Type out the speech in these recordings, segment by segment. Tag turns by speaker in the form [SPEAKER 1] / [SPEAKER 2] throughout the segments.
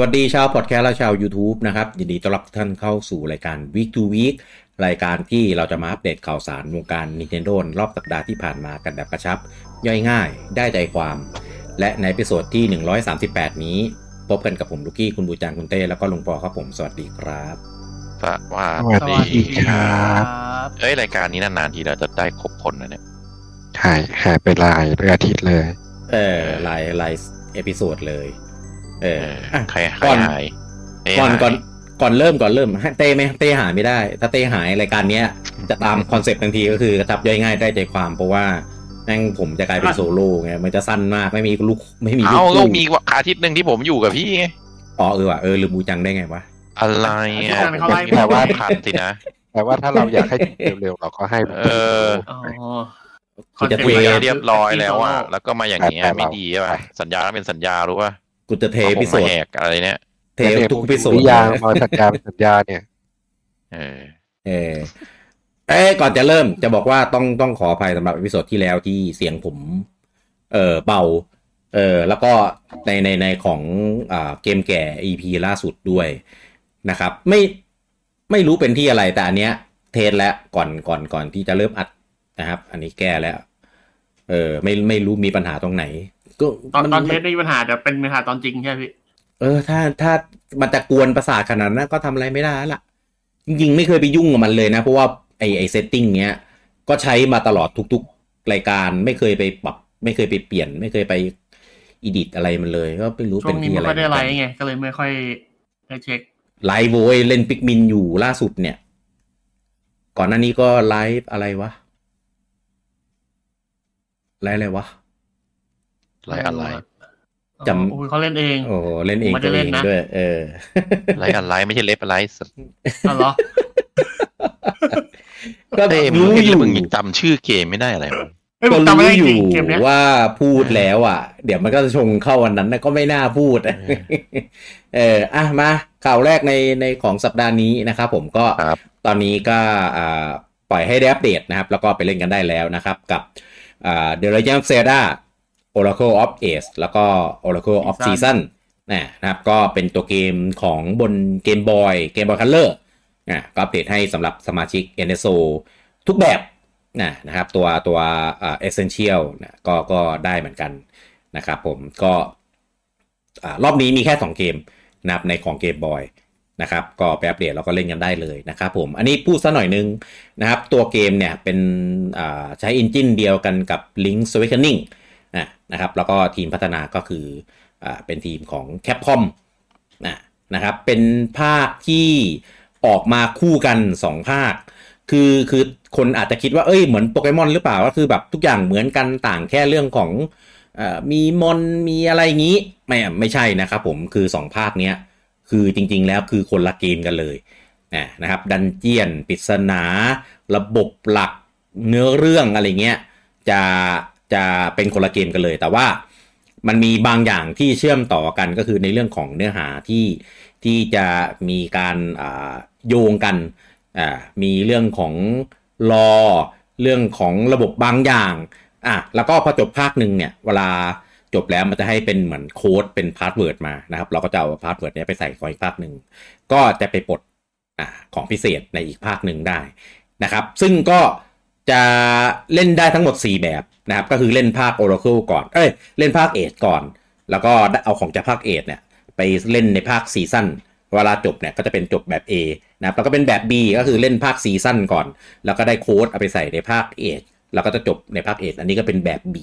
[SPEAKER 1] วัสดีชาวพอดแคสต์และชาว YouTube นะครับ ยินดีต้อนรับทุกท่านเข้าสู่รายการ Week to Week รายการที่เราจะมาอัปเดตข่าวสารวงการ Nintendo รอบสัปดาห์ที่ผ่านมากันแบบกระชับ ย่อยง่ายได้ใจความ และในเอพิโซดที่ 138 นี้ พบกันกับผมลูกี้คุณบูจางคุณเต้แล้วก็ลุงปอครับผมสวัสดีครับ
[SPEAKER 2] สวัส
[SPEAKER 3] สวัสดี
[SPEAKER 2] ดี
[SPEAKER 3] ครับ
[SPEAKER 4] บ
[SPEAKER 2] เอ้ยรายการนี้นานๆทีเราจะได้ครบคนนะเนี่ย
[SPEAKER 3] หายหายไปหลายเป็นอาทิตย์เลย
[SPEAKER 1] เออหลายหลายเอพิโซดเลย เอ
[SPEAKER 2] เอ
[SPEAKER 1] อ
[SPEAKER 2] อ
[SPEAKER 1] อ่ะ
[SPEAKER 2] ใครใคร
[SPEAKER 1] ก่อน
[SPEAKER 2] หายเย
[SPEAKER 1] ก่อน
[SPEAKER 2] หาย
[SPEAKER 1] ก่อนก่อนเริ่มก่อนเริ่มให้เต้ไหมเต้หายไม่ได้ ถ้าเต้หายรายการเนี้ย จะตามคอนเซปต์ทันทีก็คือกระชับย่อยง่ายได้ใจความเพราะว่าแม่งผมจะกลายเป็นโซโล่ไงมันจะสั้นมากไม่มีลูกไม่มีลู
[SPEAKER 2] เอ้าก ก็
[SPEAKER 1] คู่
[SPEAKER 2] มีอาทิตย์หนึ่งที่ผมอยู่กับพี่ไง
[SPEAKER 1] อ๋อเออว่ะเออลืมบูจังได้ไงวะ
[SPEAKER 2] อะไร
[SPEAKER 4] อาทิตย์
[SPEAKER 2] อ่ะ
[SPEAKER 4] นั้นเขาไล่
[SPEAKER 2] แต่ว่าพันสินะ
[SPEAKER 3] แต่ว่าถ้าเราอยากให้เร็วๆ เราก็ให้มัน
[SPEAKER 2] เออ
[SPEAKER 4] อ๋อ
[SPEAKER 1] กูจะ
[SPEAKER 2] คุยกันเรียบร้อยแล้วอ่ะแล้วก็มาอย่างเงี้ยไม่ดีใช่ป่ะสัญญาเป็นสัญญารู้ป่ะ
[SPEAKER 1] กูจะเทพิโซ
[SPEAKER 2] ผ
[SPEAKER 1] ด
[SPEAKER 2] มมาแหกอะไรเนี่ย
[SPEAKER 1] เททุกพิโซด
[SPEAKER 3] นิยามมาสัญญาเป็นสัญญาเนี่ย
[SPEAKER 2] เออ
[SPEAKER 1] เออเอ้ยก่อนจะเริ่มจะบอกว่าต้องต้องขออภัยสำหรับพิโซดที่แล้วที่เสียงผม เออเบาเออแล้วก็ในในในของอ่าเกมแก่ EP ล่าสุดด้วยนะครับ ไม่ไม่รู้เป็นที่อะไรแต่อันเนี้ย เทสแล้วก่อนก่อนก่อนที่จะเริ่มอัดนะครับ อันนี้แก้แล้ว เออ ไม่ไม่รู้มีปัญหาตรงไหน ก็
[SPEAKER 4] ตอน
[SPEAKER 1] มั
[SPEAKER 4] ตอนเทสไม่มีปัญหาแต่เป็นปัญหาตอนจริงใช่ไหมพี่
[SPEAKER 1] เออถ้าถ้ามันจะกวนประสาทขนาดนั้นก็ทำอะไรไม่ได้แล้วล่ะ จริงๆ ไม่เคยไปยุ่งกับมันเลยนะ เพราะว่าไอไอเซตติ้งเนี้ย ก็ใช้มาตลอดทุกๆ รายการไม่เคยไปปรับ ไม่เคยไปเปลี่ยน ไม่เคยไปอิดิตอะไรมันเลย ก็ไม่รู้
[SPEAKER 4] ช่
[SPEAKER 1] เป็
[SPEAKER 4] วน งนี้
[SPEAKER 1] ที่อะไร
[SPEAKER 4] ไม่ค่อยได้ไลฟ์ไง ก็เลยไม่ค่อยได้เช็ค
[SPEAKER 1] ไลฟ์โว้ยเล่นปิกมินอยู่ล่าสุดเนี่ย ก่อนหน้านี้ก็ไลฟ์อะไรวะไลฟ์อะไรวะ
[SPEAKER 2] อะไรอะไร
[SPEAKER 1] จำ
[SPEAKER 4] โอ้ยเขาเล่นเอง
[SPEAKER 1] โอ้โหเล่นเอง
[SPEAKER 4] ไม่ได้
[SPEAKER 1] ตัว
[SPEAKER 4] เล่
[SPEAKER 1] เอน ง
[SPEAKER 4] นะ
[SPEAKER 1] ด้วย เออ
[SPEAKER 2] อะไรอะไรไม่ใช่เล็บอะไรสัตว์
[SPEAKER 4] อ๋อเหรอ
[SPEAKER 1] ก็
[SPEAKER 2] เต้มึง
[SPEAKER 1] รู้
[SPEAKER 2] เห็น
[SPEAKER 1] อ
[SPEAKER 2] แล้ว
[SPEAKER 1] ยู่
[SPEAKER 2] มึงยังจำชื่อเกมไม่ได้อะไรวะ
[SPEAKER 4] เอ้ยผ
[SPEAKER 1] ก็
[SPEAKER 4] มจำไม่
[SPEAKER 1] รู้
[SPEAKER 4] ได้จ
[SPEAKER 1] อยู่
[SPEAKER 4] ริงๆเกมเนี้ย
[SPEAKER 1] ว่าพูดแล้วอ่ะ เดี๋ยวมันก็จะชงเข้าวันนั้นนะก็ไม่น่าพูดอะเอออ่ะมาข่าวแรกในในของสัปดาห์นี้นะครับผมก็
[SPEAKER 2] ครับ
[SPEAKER 1] ตอนนี้ก็อ่าปล่อยให้ได้อัปเดตนะครับ แล้วก็ไปเล่นกันได้แล้วนะครับกับอ่า The Legend of Zelda Oracle of Age แล้วก็ Oracle of Season นะนะครับก็เป็นตัวเกมของบนเกมบอยเกมบอยคัลเลอร์นะก็อัปเดตให้สำหรับสมาชิก NSO ทุกแบบนะนะครับตัวตัวเอ่อ essential นะก็ก็ได้เหมือนกันนะครับผมก็อ่ารอบนี้มีแค่ 2 เกมนะครับในของเกมบอยนะครับก็ไปอัปเดตแล้วก็เล่นกันได้เลยนะครับผมอันนี้พูดซะหน่อยนึงนะครับตัวเกมเนี่ยเป็นอ่าใช้ engine เดียวกันกับ Link's Awakening นะนะครับแล้วก็ทีมพัฒนาก็คืออ่าเป็นทีมของ Capcom นะนะครับเป็นภาคที่ออกมาคู่กัน 2 ภาค คือคือคนอาจจะคิดว่าเอ้ยเหมือนโปเกมอนหรือเปล่าก็คือแบบทุกอย่างเหมือนกันต่างแค่เรื่องของเออมีมอนมีอะไรอย่างนี้ไม่ไม่ใช่นะครับผมคือ 2 ภาคเนี้ยคือจริงๆแล้วคือคนละเกมกันเลยนะนะครับดันเจียนปริศนา ระบบหลักเนื้อเรื่องอะไรเงี้ยจะจะเป็นคนละเกมกันเลย แต่ว่ามันมีบางอย่างที่เชื่อมต่อกันก็คือในเรื่องของเนื้อหาที่ที่จะมีการอ่าโยงกัน อ่ามีเรื่องของรอเรื่องของระบบบางอย่างอ่ะแล้วก็พอจบภาคหนึ่งเนี่ยเวลาจบแล้วมันจะให้เป็นเหมือนโค้ดเป็นพาสเวิร์ดมานะครับ เราก็จะเอาพาสเวิร์ดเนี้ยไปใส่ของอีกภาคหนึ่งก็จะไปปลดอ่าของพิเศษในอีกภาคหนึ่งได้นะครับ ซึ่งก็จะเล่นได้ทั้งหมด 4 แบบนะครับ ก็คือเล่นภาค Oracle ก่อนเอ้ยเล่นภาคเอทก่อน แล้วก็เอาของจากภาคเอทเนี่ย ไปเล่นในภาคซีซั่นเวลาจบเนี่ยก็จะเป็นจบแบบ A นะครับแล้วก็เป็นแบบ B ก็คือเล่นภาคซีซั่นก่อน แล้วก็ได้โค้ดเอาไปใส่ในภาคเอชแล้วก็จะจบในภาคเอชอันนี้ก็เป็นแบบ B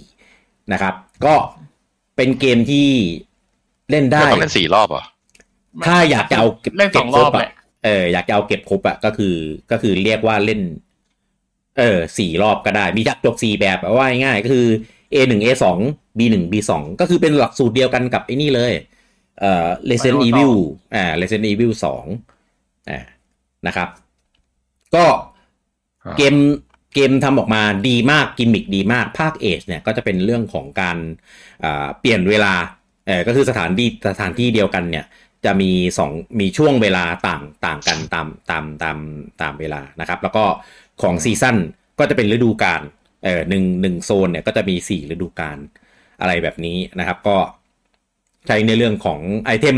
[SPEAKER 1] นะครับ ก็เป็นเกมที่เล่นได้
[SPEAKER 2] ก็ต้องเป็นสี่รอบเหรอ
[SPEAKER 1] ถ้าอยากจะเอาก็บ
[SPEAKER 4] เล่นสองรอบแหละ
[SPEAKER 1] เอออยากจะเอาเก็บครบอะก็คือก็คือเรียกว่าเล่น เออสี่รอบก็ได้ มีจักจบสี่แบบว่าง่ายๆก็คือ A หนึ่ง A สอง B หนึ่ง B สองก็คือเป็นหลักสูตรเดียวกันกับไอ้นี่เลย เอ่อ Resident
[SPEAKER 4] Final
[SPEAKER 1] Evil อ่า Resident Evil สองอ่านะครับ ก็
[SPEAKER 2] อ่า
[SPEAKER 1] เกมเกมทำออกมาดีมากกิมมิกดีมากภาคเอชเนี่ยก็จะเป็นเรื่องของการอ่าเปลี่ยนเวลาเออก็คือสถานที่สถานที่เดียวกันเนี่ย จะมีสองมีช่วงเวลาต่างต่างกันตามตามตามตามเวลานะครับ แล้วก็ของซีซั่นก็จะเป็นฤดูกาลเออหนึ่งหนึ่งโซนเนี่ยก็จะมีสี่ฤดูกาลอะไรแบบนี้นะครับ ก็ใช้ในเรื่องของไอเทม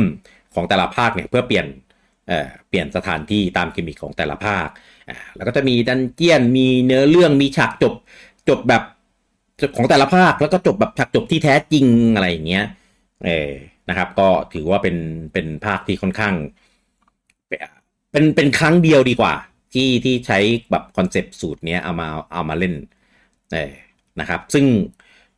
[SPEAKER 1] ของแต่ละภาคเนี่ยเพื่อเปลี่ยนเอ่อเปลี่ยนสถานที่ตามกิมมิคของแต่ละภาคอ่าแล้วก็จะมีดันเจียนมีเนื้อเรื่องมีฉากจบจบแบบจบของแต่ละภาคแล้วก็จบแบบฉากจบที่แท้จริงอะไรอย่างเงี้ย เออนะครับ ก็ถือว่าเป็นเป็นภาคที่ค่อนข้าง เป็นเป็นครั้งเดียวดีกว่า ที่ที่ใช้แบบคอนเซปต์สูตรเนี้ยเอามาเอามาเล่นเออนะครับ ซึ่ง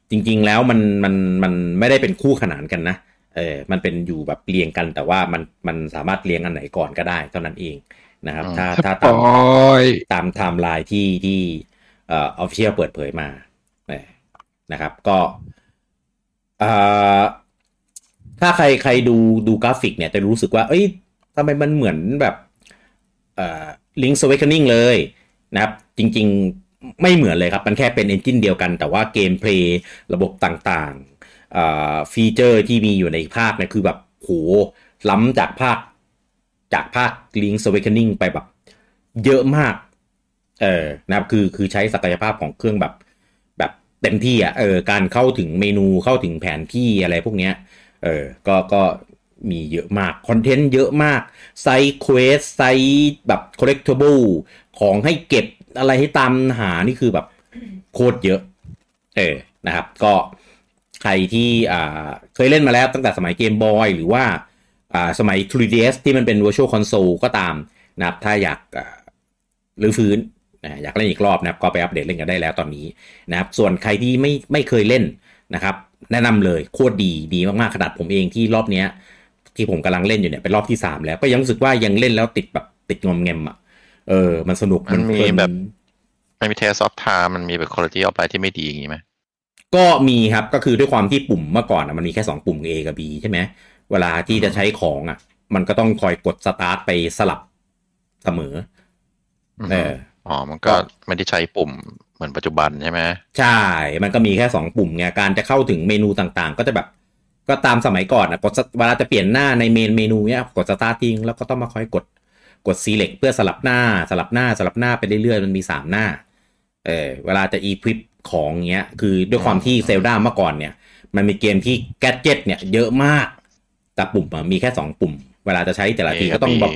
[SPEAKER 1] จริง ๆแล้วมันมันมันไม่ได้เป็นคู่ขนานกันนะเออมันเป็นอยู่แบบเรียงกันแต่ว่ามันมันสามารถเรียงอันไหนก่อนก็ได้เท่านั้นเองนะครับ ถ้าถ้า
[SPEAKER 3] ป
[SPEAKER 1] ตาม
[SPEAKER 3] อย
[SPEAKER 1] ตามไทม์ไลน์ที่ที่เอ่อออฟฟิเชียลเปิดเผยมาเนี่ยนะครับ ก็เอ่อถ้าใครใครดูดูกราฟิกเนี่ยจะรู้สึกว่า เอ้ยทำไมมันเหมือนแบบเอ่อลิงก์สว a k e นิ่งเลยนะครับ จริงๆไม่เหมือนเลยครับ มันแค่เป็นเอนจินเดียวกัน แต่ว่าเกมเพลย์ระบบต่างๆเอ่อฟีเจอร์ที่มีอยู่ในภาคเนี่ยคือแบบโหล้ำจากภาค จากภาค Link's Awakening ไปแบบ เยอะมาก เออนะครับคือคือใช้ศักยภาพของเครื่องแบบ แบบเต็มที่อ่ะเออการเข้าถึงเมนูเข้าถึงแผนที่อะไรพวกเนี้ย เออก็ก็มีเยอะมาก คอนเทนต์เยอะมาก ไซเควสไซแบบ collectible ของให้เก็บอะไรให้ตามหานี่คือแบบโคตรเยอะ เออนะครับ ก็ใครที่อ่าเคยเล่นมาแล้วตั้งแต่สมัยเกมบอยหรือว่า อ่าสมัย 3ds ที่มันเป็น virtual console ก็ตามนะครับ ถ้าอยากอ่ารื้อฟื้นนะอยากเล่นอีกรอบนะครับ ก็ไปอัปเดตเล่นกันได้แล้วตอนนี้นะครับ ส่วนใครที่ไม่ไม่เคยเล่นนะครับ แนะนำเลยโคตรดีดีมากๆขนาดผมเองที่รอบเนี้ย ที่ผมกำลังเล่นอยู่เนี่ยเป็นรอบที่ 3 แล้วก็ยังรู้สึกว่ายังเล่นแล้วติดแบบติดงอมแงมอ่ะเออมันสนุก
[SPEAKER 2] มันมี
[SPEAKER 1] เพลิ
[SPEAKER 2] แบบ มันมีเทสออฟไทม์มันมีแบบคุณภาพออฟไลน์ที่ไม่ดีอย่างนี้ไหม
[SPEAKER 1] ก็มีครับก็คือด้วยความที่ปุ่มเมื่อก่อนอะมันมีแค่ 2 ปุ่ม A กับ B ใช่ไหมเวลาที่จะใช้ของอ่ะ มันก็ต้องคอยกดสตาร์ทไปสลับเสมออเออ
[SPEAKER 2] อ๋อ มันก็ไม่ได้ใช้ปุ่มเหมือนปัจจุบันใช่ไหม
[SPEAKER 1] ใช่ มันก็มีแค่ 2 ปุ่มไง การจะเข้าถึงเมนูต่างๆ ก็จะแบบ ก็ตามสมัยก่อนนะกดสเวลาจะเปลี่ยนหน้าในเมนเมนูเนี้ย กดสตาร์ทิ้งแล้วก็ต้องมาคอยกด กด select เพื่อสลับหน้า สลับหน้า สลับหน้าไปเรื่อยๆ มันมี 3 หน้า เออ เวลาจะ equip ของเงี้ย คือด้วยความที่เซลดาเมื่อก่อนเนี่ย มันมีเกมที่ gadget เนี่ยเยอะมาก แต่ปุ่มอะมีแค่ 2 ปุ่ม เวลาจะใช้แต่ละ
[SPEAKER 2] A
[SPEAKER 1] ทีก็ต้อง
[SPEAKER 2] กับ B
[SPEAKER 1] แบบ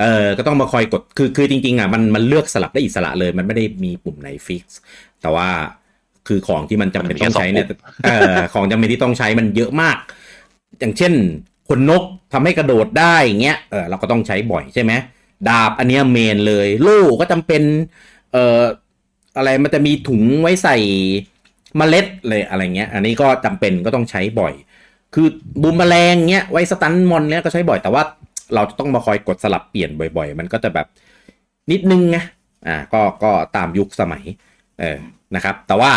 [SPEAKER 1] เออก็ต้องมาคอยกด คือ คือจริงๆ อ่ะ มัน มันเลือกสลับได้อิสระเลย มันไม่ได้มีปุ่มไหนฟิกซ์ แต่ว่า คือของที่มันจำเป็นต้องใช้เนี่ย เออของจำเป็นที่ต้องใช้มันเยอะมาก อย่างเช่น ขนนกทำให้กระโดดได้อย่างเงี้ย เออเราก็ต้องใช้บ่อยใช่ไหม ดาบอันเนี้ยเมนเลย โล่ก็จำเป็น เอ่อ อะไร มันจะมีถุงไว้ใส่เมล็ดเลยอะไรเงี้ย อันนี้ก็จำเป็นก็ต้องใช้บ่อย คือบูมแมลงเงี้ยไว้สตันมอนเนี้ยก็ใช้บ่อยแต่ว่าเราจะต้องมาคอยกดสลับเปลี่ยนบ่อย ๆ มันก็จะแบบนิดนึงไงอ่าก็ก็ตามยุคสมัยเออนะครับ แต่ว่า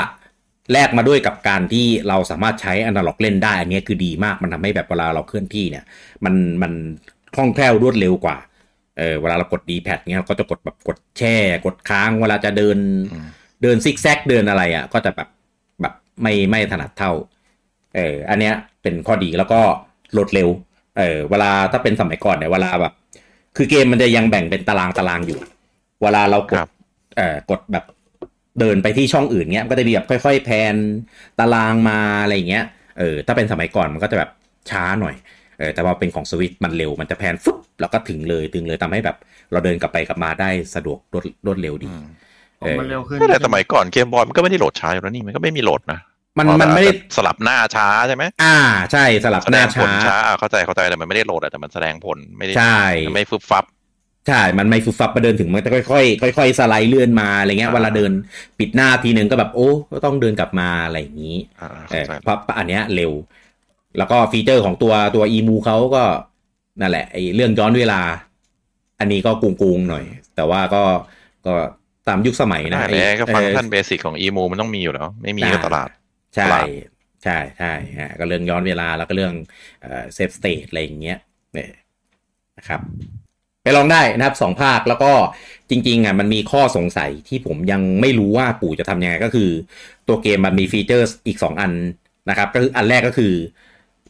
[SPEAKER 1] แลกมาด้วยกับการที่เราสามารถใช้อนาล็อกเล่นได้ อันเนี้ยคือดีมากมันทำให้แบบเวลาเราเคลื่อนที่เนี่ย มันมันคล่องแคล่วรวดเร็วกว่าเออเวลาเรากดดีแพดเงี้ยเราก็จะกดแบบกดแช่ กดค้างเวลาจะเดิน
[SPEAKER 2] อืม
[SPEAKER 1] เดินซิกแซกเดินอะไรอ่ะ ก็จะแบบแบบไม่ไม่ถนัดเท่า เอออันเนี้ยเป็นข้อดีแล้วก็โหลดเร็ว เออเวลาถ้าเป็นสมัยก่อนเนี่ยเวลาแบบ คือเกมมันจะยังแบ่งเป็นตารางตารางอยู่ เวลาเราก
[SPEAKER 2] ครั
[SPEAKER 1] ด
[SPEAKER 2] บ
[SPEAKER 1] เอ่อกดแบบเดินไปที่ช่องอื่นเงี้ยมันก็จะมีแบบค่อย ๆ แพนตารางมาอะไรอย่างเงี้ยเออถ้าเป็นสมัยก่อนมันก็จะแบบช้าหน่อยเออแต่พอเป็นของสวิตช์มันเร็วมันจะแพนฟึ๊บแล้วก็ถึงเลยถึงเลยทำให้แบบเราเดินกลับไปกลับมาได้สะดวกรวดรวดเร็วดี
[SPEAKER 2] อืม
[SPEAKER 4] ผมมันเร็วขึ้น
[SPEAKER 2] แต่สมัยก่อนเกมบอยมันก็ไม่ได้โหลดช้าอยู่แล้วนี่ มันก็ไม่มีโหลดนะ
[SPEAKER 1] มัน
[SPEAKER 2] เพราะ
[SPEAKER 1] มันไม่ได้
[SPEAKER 2] แบบสลับหน้าช้าใช่ไหม
[SPEAKER 1] อ่าใช่สลับ
[SPEAKER 2] แส
[SPEAKER 1] ห
[SPEAKER 2] ด
[SPEAKER 1] น้าง
[SPEAKER 2] ผล
[SPEAKER 1] ช้า
[SPEAKER 2] ช้าอ่ะเข้าใจเข้าใจแต่มันไม่ได้โหลดอะแต่มันแสดงผลไม่ได้
[SPEAKER 1] ใช่
[SPEAKER 2] มันไม่ฟึบฟับ
[SPEAKER 1] ใช่ มันไม่ฟุบฟับประเดินถึงมันจะค่อยๆ ค่อย ๆ สไลด์เลื่อนมาอะไรเงี้ย
[SPEAKER 2] อ่า
[SPEAKER 1] เวลาเดินปิดหน้าทีหนึ่งก็แบบโอ้ก็ต้องเดินกลับมาอะไรอย่างนี้
[SPEAKER 2] อ่า
[SPEAKER 1] เอ
[SPEAKER 2] เข้า
[SPEAKER 1] อ
[SPEAKER 2] ใจ
[SPEAKER 1] เพราะอันเนี้ยเร็ว แล้วก็ฟีเจอร์ของตัวตัวอีมูเขาก็นั่นแหละไอ้เรื่องย้อนเวลา อันนี้ก็กุงกุงๆหน่อย แต่ว่าก็ก็ตามยุคสมัยนะ
[SPEAKER 2] ได้
[SPEAKER 1] ไอ้
[SPEAKER 2] แล้วก็ฟัง
[SPEAKER 1] เออ
[SPEAKER 2] ก์ชันเบสิกของอีมูมันต้องมีอยู่แล้ว ไม่มีก็ตลาด
[SPEAKER 1] ใช่
[SPEAKER 2] ตลาด
[SPEAKER 1] ใช่ใช่ฮะก็เรื่องย้อนเวลาแล้วก็เรื่องเซฟสเตทอะไรอย่างเงี้ยเนี่ยนะครับ ไปลองได้นะครับสองภาคแล้วก็จริงๆอ่ะมันมีข้อสงสัยที่ผมยังไม่รู้ว่าปู่จะทำยังไงก็คือ ตัวเกมมันมีฟีเจอร์อีก 2 อันนะครับ ก็คืออันแรกก็คือ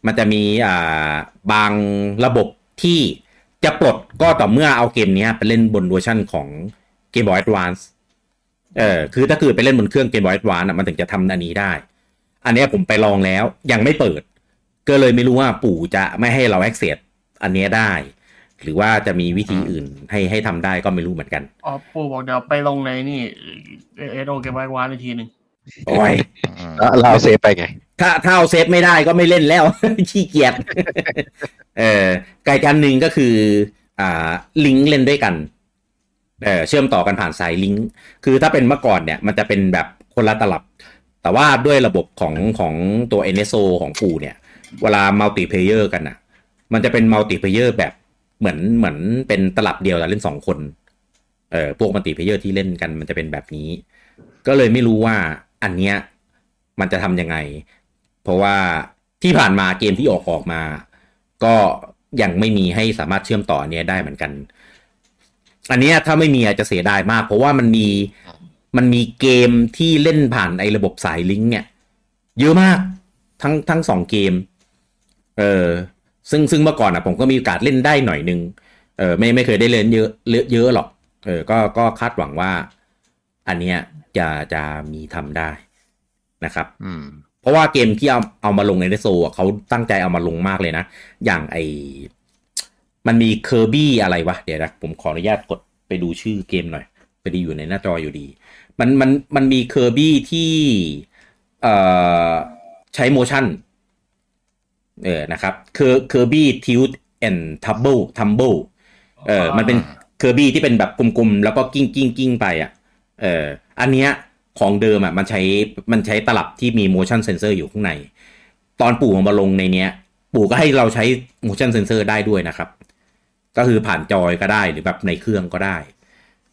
[SPEAKER 1] มันจะมีอ่าบางระบบที่จะปลดก็ต่อเมื่อเอาเกมเนี้ยไปเล่นบนเวอร์ชั่นของ Game Boy Advance เออคือถ้าคือไปเล่นบนเครื่อง Game Boy Advance อ่ะมันถึงจะทำอันนี้ได้ อันเนี้ยผมไปลองแล้วยังไม่เปิด ก็เลยไม่รู้ว่าปู่จะไม่ให้เรา access อันเนี้ยได้ หรือว่าจะมีวิธีอื่นให้ให้ทำได้ก็ไม่รู้เหมือนกัน
[SPEAKER 4] อ๋อปูบอกเดี๋ยวไปลงในนี่เอโอเกมไว้วานอีกทีหนึ่ง
[SPEAKER 1] โอ้ย
[SPEAKER 2] อืม
[SPEAKER 3] แล้วเราเอาเซฟไปไง
[SPEAKER 1] ถ้าถ้าเอาเซฟไม่ได้ก็ไม่เล่นแล้ว ขี้เกียจ เออไก่การหนึ่งก็คือ อ่า ลิงก์เล่นด้วยกัน เออเชื่อมต่อกันผ่านสายลิงก์ คือถ้าเป็นเมื่อก่อนเนี่ย มันจะเป็นแบบคนละตลับ แต่ว่าด้วยระบบของของตัว NSO ของปูเนี่ย เวลามัลติเพเยอร์กันอ่ะ มันจะเป็นมัลติเพเยอร์แบบเหมือนเหมือนเป็นตลับเดียวแต่เล่นสองคน เออพวกมัลติเพเยอร์ที่เล่นกันมันจะเป็นแบบนี้ ก็เลยไม่รู้ว่าอันเนี้ยมันจะทำยังไง เพราะว่าที่ผ่านมาเกมที่ออกออกมา ก็ยังไม่มีให้สามารถเชื่อมต่ออันเนี้ยได้เหมือนกัน อันเนี้ยถ้าไม่มีอาจจะเสียดายมาก เพราะว่ามันมีมันมีเกมที่เล่นผ่านไอ้ระบบสายลิงก์เนี่ย เยอะมากทั้งทั้งสองเกม เออซึ่งซึ่งเมื่อก่อนอ่ะผมก็มีโอกาสเล่นได้หน่อยนึง เออไม่ไม่เคยได้เล่นเยอะเยอะเยอะหรอก เออก็ก็คาดหวังว่า อันเนี้ยจะจะมีทำได้นะครับ
[SPEAKER 2] อืม
[SPEAKER 1] เพราะว่าเกมที่เอาเอามาลงในเดโซอะเขาตั้งใจเอามาลงมากเลยนะ อย่างไอมันมีเคอร์บี้อะไรวะ เดี๋ยวนะผมขออนุญาตกดไปดูชื่อเกมหน่อยไปดีอยู่ในหน้าจออยู่ดี มันมันมันมีเคอร์บี้ที่เอ่อใช้โมชั่นเออนะครับเคอร์เคอร์บี้ทิวต์แอนทับเบิลทัมเบิลเออมันเป็นเคอร์บี้ที่เป็นแบบกลมๆ แล้วก็กิ้งกิ้งกิ้งไปอ่ะ เอออันเนี้ยของเดิมอ่ะมันใช้มันใช้ตลับที่มี motion sensor อยู่ข้างใน ตอนปู่เอามาลงในเนี้ย ปู่ก็ให้เราใช้ motion sensor ได้ด้วยนะครับ ก็คือผ่านจอยก็ได้หรือแบบในเครื่องก็ได้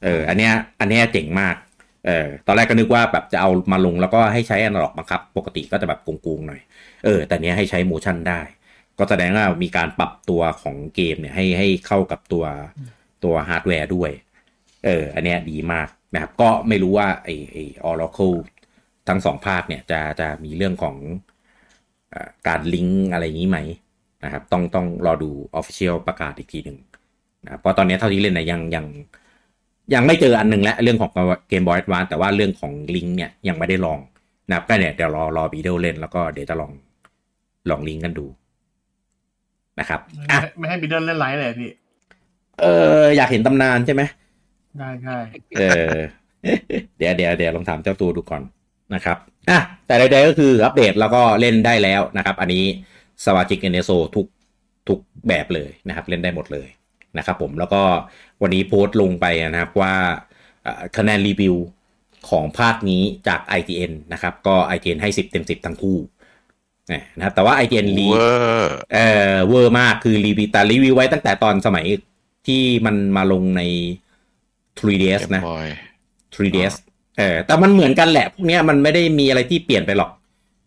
[SPEAKER 1] เอออันเนี้ยอันเนี้ยเจ๋งมาก เออตอนแรกก็นึกว่าแบบจะเอามาลงแล้วก็ให้ใช้อนาล็อกบังคับ ปกติก็จะแบบโกงๆหน่อย เออ แต่เนี้ยให้ใช้ motion ได้ ก็แสดงว่ามีการปรับตัวของเกมเนี่ยให้ให้เข้ากับตัวตัวฮาร์ดแวร์ด้วย เออ อันเนี้ยดีมากนะครับ ก็ไม่รู้ว่าไอไอออร์เคิลทั้งสองภาคเนี่ยจะจะมีเรื่องของเออการลิงก์อะไรอย่างนี้ไหมนะครับ ต้องต้องรอดู Official ประกาศอีกทีหนึ่งนะครับเพราะตอนนี้เท่าที่เล่นนะยังยัง ยังไม่เจออันหนึ่งและเรื่องของเกมบอยส์วานแต่ว่าเรื่องของลิงก์เนี่ยยังไม่ได้ลองนะครับก็เนี่ยเดี๋ยวรอรอบีเดลเล่นแล้วก็เดี๋ยวจะลองลองลิงก์กันดูนะครับอ่ะ
[SPEAKER 4] ไม่ให้บิดเดิลเล่นไลฟ์เลยอะพี่
[SPEAKER 1] เอออยากเห็นตำนานใช่ไหม
[SPEAKER 4] ได้ใช่
[SPEAKER 1] เออ เดี๋ยวเดี๋ยวเดี๋ยวลองถามเจ้าตัวดูก่อนนะครับอ่ะแต่ใดๆก็คืออัปเดตแล้วก็เล่นได้แล้วนะครับ อันนี้สวาจิกเอเนโซทุกทุกแบบเลยนะครับ เล่นได้หมดเลยนะครับผมแล้วก็วันนี้โพสต์ลงไปนะครับว่าเอ่อคะแนนรีวิวของภาคนี้จาก IGN นะครับ ก็ IGN ให้ 10 เต็ม 10 ทั้งคู่นะครับแต่ว่า IGN รี
[SPEAKER 2] เวอร์
[SPEAKER 1] เออเวอร์มากคือรีวิวแต่รีวิวไว้ตั้งแต่ตอนสมัยที่มันมาลงใน 3ds นะ
[SPEAKER 2] เกมบอย
[SPEAKER 1] 3ds เออแต่มันเหมือนกันแหละ พวกเนี้ยมันไม่ได้มีอะไรที่เปลี่ยนไปหรอก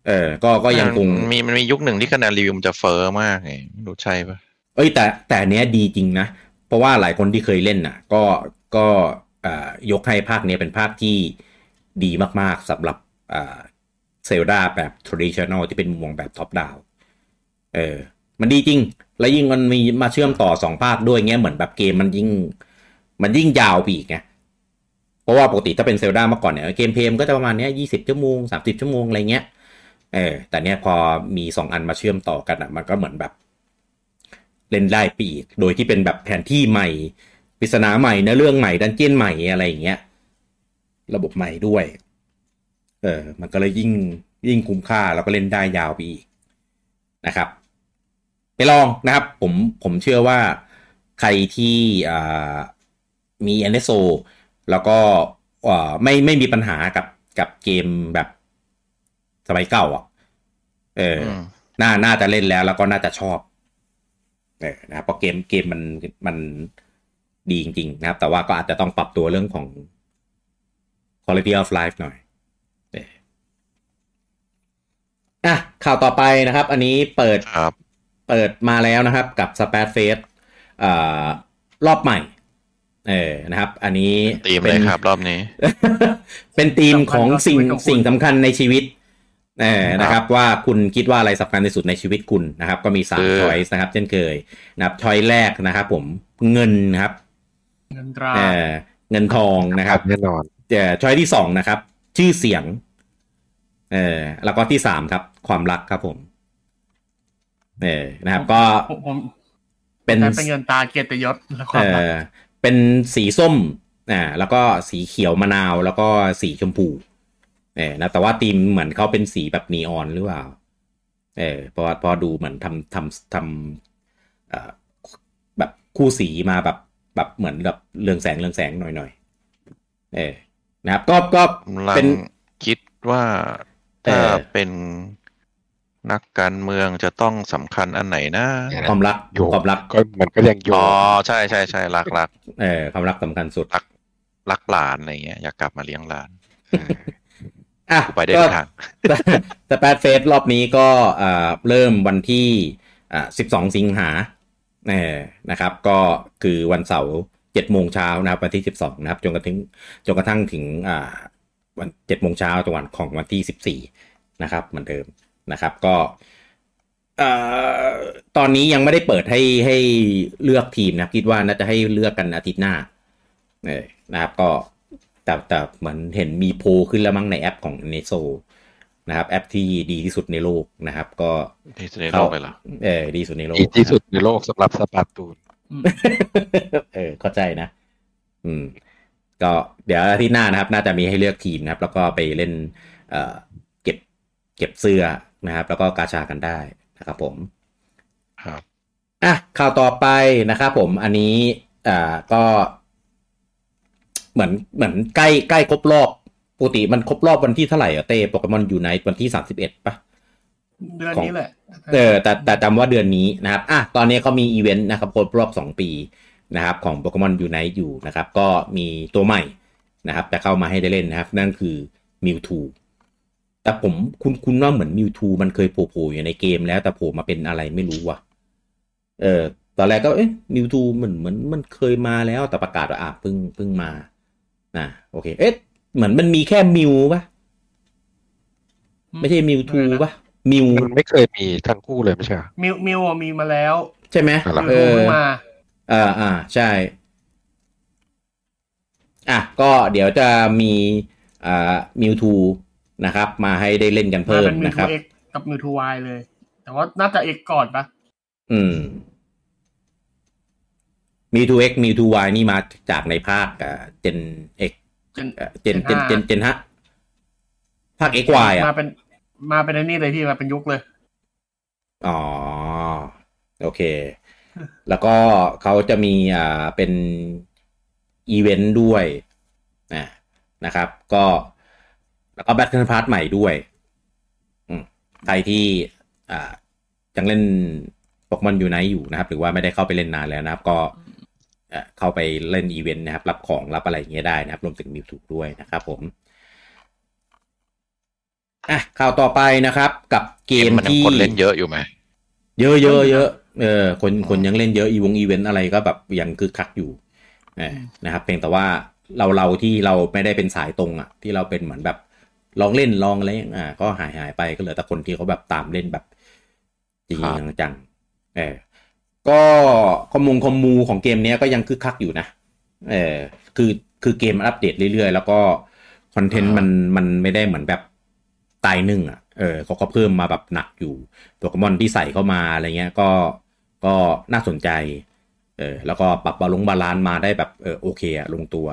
[SPEAKER 1] เออก็ก็ยังคง
[SPEAKER 2] มันมีมันมียุคหนึ่งที่คะแนนรีวิวมันจะเฟอร์มากไงไม่รู้ใช่ปะ
[SPEAKER 1] เอ้ยแต่แต่อันเนี้ยดีจริงนะ เพราะว่าหลายคนที่เคยเล่นน่ะ ก็ก็เอ่อยกให้ภาคเนี้ยเป็นภาคที่ดีมากๆสำหรับเซลดาแบบ traditional ที่เป็นมุมมองแบบท็อปดาวเออมันดีจริง แล้วยิ่งมันมีมาเชื่อมต่อสองภาคด้วยเงี้ยเหมือนแบบเกมมันยิ่ง มันยิ่งยาวไปอีกไงเพราะว่าปกติถ้าเป็นเซลดาเมื่อก่อนเนี่ยเกมเพลย์มนก็จะประมาณเนี้ยยี่สิบชั่วโมงสามสิบชั่วโมงอะไรเงี้ยเออแต่เนี้ยพอมีสองอันมาเชื่อมต่อกันอ่ะมันก็เหมือนแบบ เล่นได้ไปอีก โดยที่เป็นแบบแผนที่ใหม่ปริศนาใหม่เนื้อเรื่องใหม่ดันเจียนใหม่อะไรอย่างเงี้ย ระบบใหม่ด้วย เออ มันก็เลยยิ่งยิ่งคุ้มค่าแล้วก็เล่นได้ยาวไปอีกนะครับ ไปลองนะครับ ผมผมเชื่อว่าใครที่อ่ามี NSO แล้วก็อ่าไม่ไม่มีปัญหากับกับเกมแบบสมัยเก่าอ่ะ เออ
[SPEAKER 2] ม
[SPEAKER 1] น่า น่าจะเล่นแล้วแล้วก็น่าจะชอบ เออนะครับเพราะเกม เกมมัน มันดีจริง ๆ นะครับ แต่ว่าก็อาจจะต้องปรับตัวเรื่องของ quality of life หน่อยเอออ่ะ ข่าวต่อไปนะครับ อันนี้เปิด
[SPEAKER 2] ครับ
[SPEAKER 1] เปิดมาแล้วนะครับกับ s p a t f a c e อ่ารอบใหม่ เออ นะครับ อันนี้
[SPEAKER 2] ตีม
[SPEAKER 1] ป็
[SPEAKER 2] เล
[SPEAKER 1] น
[SPEAKER 2] ยครับ รอบนี้
[SPEAKER 1] เป็นธีมของสิ่งสิ่งสำคัญในชีวิตเออนะครับ ว่าคุณคิดว่าอะไรสำคัญที่สุดในชีวิตคุณนะครับ ก็มีสาม
[SPEAKER 2] คือ
[SPEAKER 1] ช้อยส์นะครับ เช่นเคยนะครับช้อยแรกนะครับผมเงินนะครับ
[SPEAKER 4] เงินตรา
[SPEAKER 1] เออเงินทองนะครับ
[SPEAKER 3] แน่นอน
[SPEAKER 1] เอ่อช้อยที่สองนะครับ ชื่อเสียงเออแล้วก็ที่สามครับ ความรักครับผมเออนะครับ ก็
[SPEAKER 4] ผมผม
[SPEAKER 1] เป็น
[SPEAKER 4] แต่เป็นเงินตาเกียรติยศและความ
[SPEAKER 1] เอ
[SPEAKER 4] รัก
[SPEAKER 1] อเป็นสีส้มอ่าแล้วก็สีเขียวมะนาวแล้วก็สีชมพูเออนะแต่ว่าธีมเหมือนเขาเป็นสีแบบนีออนหรือเปล่าเออเพอพอดูเหมือนทำทำทำเอ่อแบบคู่สีมาแบบแบบเหมือนแบบเรืองแสงเรืองแสงหน่อยหน่อยๆเออนะครับก็ก็
[SPEAKER 2] กำลั
[SPEAKER 1] เป็
[SPEAKER 2] ง
[SPEAKER 1] น
[SPEAKER 2] คิดว่า
[SPEAKER 1] เอ
[SPEAKER 2] ถ้า
[SPEAKER 1] อ
[SPEAKER 2] เป็นนักการเมืองจะต้องสำคัญอันไหนนะ
[SPEAKER 1] ความรัก
[SPEAKER 3] โยง
[SPEAKER 1] ความรัก
[SPEAKER 3] ก็มันก็ยังโย
[SPEAKER 2] อ๋
[SPEAKER 3] ง
[SPEAKER 2] อใช่ใช่ใช่รักรัก
[SPEAKER 1] เออความรักสำคัญสุด
[SPEAKER 2] รักหลานอะไรเงี้ยอยากกลับมาเลี้ยงหลาน
[SPEAKER 1] อ่ะ
[SPEAKER 2] ไปได้ทุกทาง
[SPEAKER 1] แต่ แต่แปดเฟสรอบนี้ก็อ่าเริ่มวันที่อ่า12 สิงหาเออนะครับ ก็คือวันเสาร์7โมงเช้านะครับวันที่ 12 นะครับจนกระทั่งจนกระทั่งถึงอ่าวัน7โมงเช้าจังหวัดของวันที่ 14 นะครับเหมือนเดิมนะครับก็เอ่อตอนนี้ยังไม่ได้เปิดให้ให้เลือกทีมนะคิดว่าน่าจะให้เลือกกันอาทิตย์หน้าเออนะครับก็แต่แต่เหมือนเห็นมีโพลขึ้นแล้วมั้งในแอปของเนโซ นะครับแอปที่ดีที่สุดในโลกนะครับ ก็
[SPEAKER 2] ที่สุดในโลกเลยเหรอ
[SPEAKER 1] เออดีที่สุดในโลก
[SPEAKER 3] ดีที่สุดในโลกสำหรับสปาตูน
[SPEAKER 1] เออเข้าใจนะ อืม ก็เดี๋ยวอาที่หน้านะครับ น่าจะมีให้เลือกทีมนะครับ แล้วก็ไปเล่น เอ่อเก็บเก็บเสื้อนะครับ แล้วก็กาชากันได้นะครับผม
[SPEAKER 2] ครับ
[SPEAKER 1] อ่ะข่าวต่อไปนะครับผมอันนี้อ่าก็ เหมือนเหมือนใกล้ใกล้ครบรอบปกติมันครบรอบวันที่เท่าไหร่อะเต้โปเกมอนยูไนต์วันที่สามสิบเอ็ดปะ
[SPEAKER 4] เดือนนี้แหละ
[SPEAKER 1] เออแต่แต่จำว่าเดือนนี้นะครับ อ่ะ ตอนนี้เขามีอีเวนต์นะครับครบรอบ 2 ปีนะครับของ Pokemon Unite อยู่นะครับ ก็มีตัวใหม่นะครับจะเข้ามาให้ได้เล่นนะครับ นั่นคือ Mewtwo แต่ผมคุณคุณว่าเหมือน Mewtwo มันเคยโผล่ๆอยู่ในเกมแล้วแต่โผล่มาเป็นอะไรไม่รู้ว่ะ เออตอนแรกก็เอ๊ะ Mewtwo เหมือนเหมือนมันเคยมาแล้วแต่ประกาศว่าอ่ะเพิ่งเพิ่งมานะโอเค เอ๊ะเหมือนมันมีแค่มิวปะไม่ใช่มิวทูปะมิว
[SPEAKER 3] มันไม่เคยมีทั้งคู่เลยไม่ใช่เหรอ
[SPEAKER 4] มิวมิวอะมีมาแล้ว
[SPEAKER 1] ใช่ไหม
[SPEAKER 3] อะไร
[SPEAKER 4] มิว
[SPEAKER 1] เอ
[SPEAKER 4] เพิ่
[SPEAKER 1] อ
[SPEAKER 4] งมา
[SPEAKER 1] อ่าอ่าใช่ อ่ะก็เดี๋ยวจะมีอ่ามิวทูนะครับ มาให้ได้เล่นกัน
[SPEAKER 4] มา
[SPEAKER 1] เพิ่ม
[SPEAKER 4] เป็นมิว
[SPEAKER 1] นะค
[SPEAKER 4] ทู
[SPEAKER 1] รับ
[SPEAKER 4] เอ็กกับมิวทูวายเลย แต่ว่าน่าจะเอ็กก่อนปะ
[SPEAKER 1] อืมมิวทูเอ็กมิวทูวายนี่มาจากในภาคเจนเอ็ก
[SPEAKER 4] จน
[SPEAKER 1] เจนเจน
[SPEAKER 4] Gen
[SPEAKER 1] เจนเจนฮะภาคเอ็กวายอ่ะ
[SPEAKER 4] มาเป็นมาเป็นไอ้นี่เลยพี่มาเป็นยุคเลย
[SPEAKER 1] อ๋อ โอเค แล้วก็เขาจะมีอ่าเป็นอีเวนต์ด้วยนะนะครับ ก็แล้วก็แบทเทิลพาร์ทใหม่ด้วยอืมใครที่อ่ายังเล่นโปเกมอนยูไนอยู่นะครับ หรือว่าไม่ได้เข้าไปเล่นนานแล้วนะครับ ก็เอ่อเข้าไปเล่นอีเวนต์นะครับ รับของรับอะไรอย่างเงี้ยได้นะครับ รวมถึงมิวถูกด้วยนะครับผม อ่ะข่าวต่อไปนะครับ กับเกม
[SPEAKER 2] มันยัง
[SPEAKER 1] ที่
[SPEAKER 2] คนเล่นเยอะอยู่ไหม
[SPEAKER 1] เยอะเยอะเยอะเออคน
[SPEAKER 2] อืม
[SPEAKER 1] คนยังเล่นเยอะอีวงอีเวนต์อะไรก็แบบยังคึกคักอยู่เออนะครับเพียงแต่ว่าเราเราที่เราไม่ได้เป็นสายตรงอ่ะ ที่เราเป็นเหมือนแบบลองเล่นลองอะไรอย่างอ่าก็หายหายไปก็เหลือแต่คนที่เขาแบบตามเล่นแบบจริงจังจังเออก็คอมมูคอมมูของเกมเนี้ยก็ยังคึกคักอยู่นะเออคือคือเกมอัปเดตเรื่อยๆ แล้วก็คอนเทนต์มันมันไม่ได้เหมือนแบบตายหนึ่งอ่ะเออเขาก็เพิ่มมาแบบหนักอยู่ โปเกมอนที่ใส่เข้ามาอะไรเงี้ยก็ก็น่าสนใจ เออแล้วก็ปรับบาลงบาลานซ์มาได้แบบเออโอเคอะลงตัว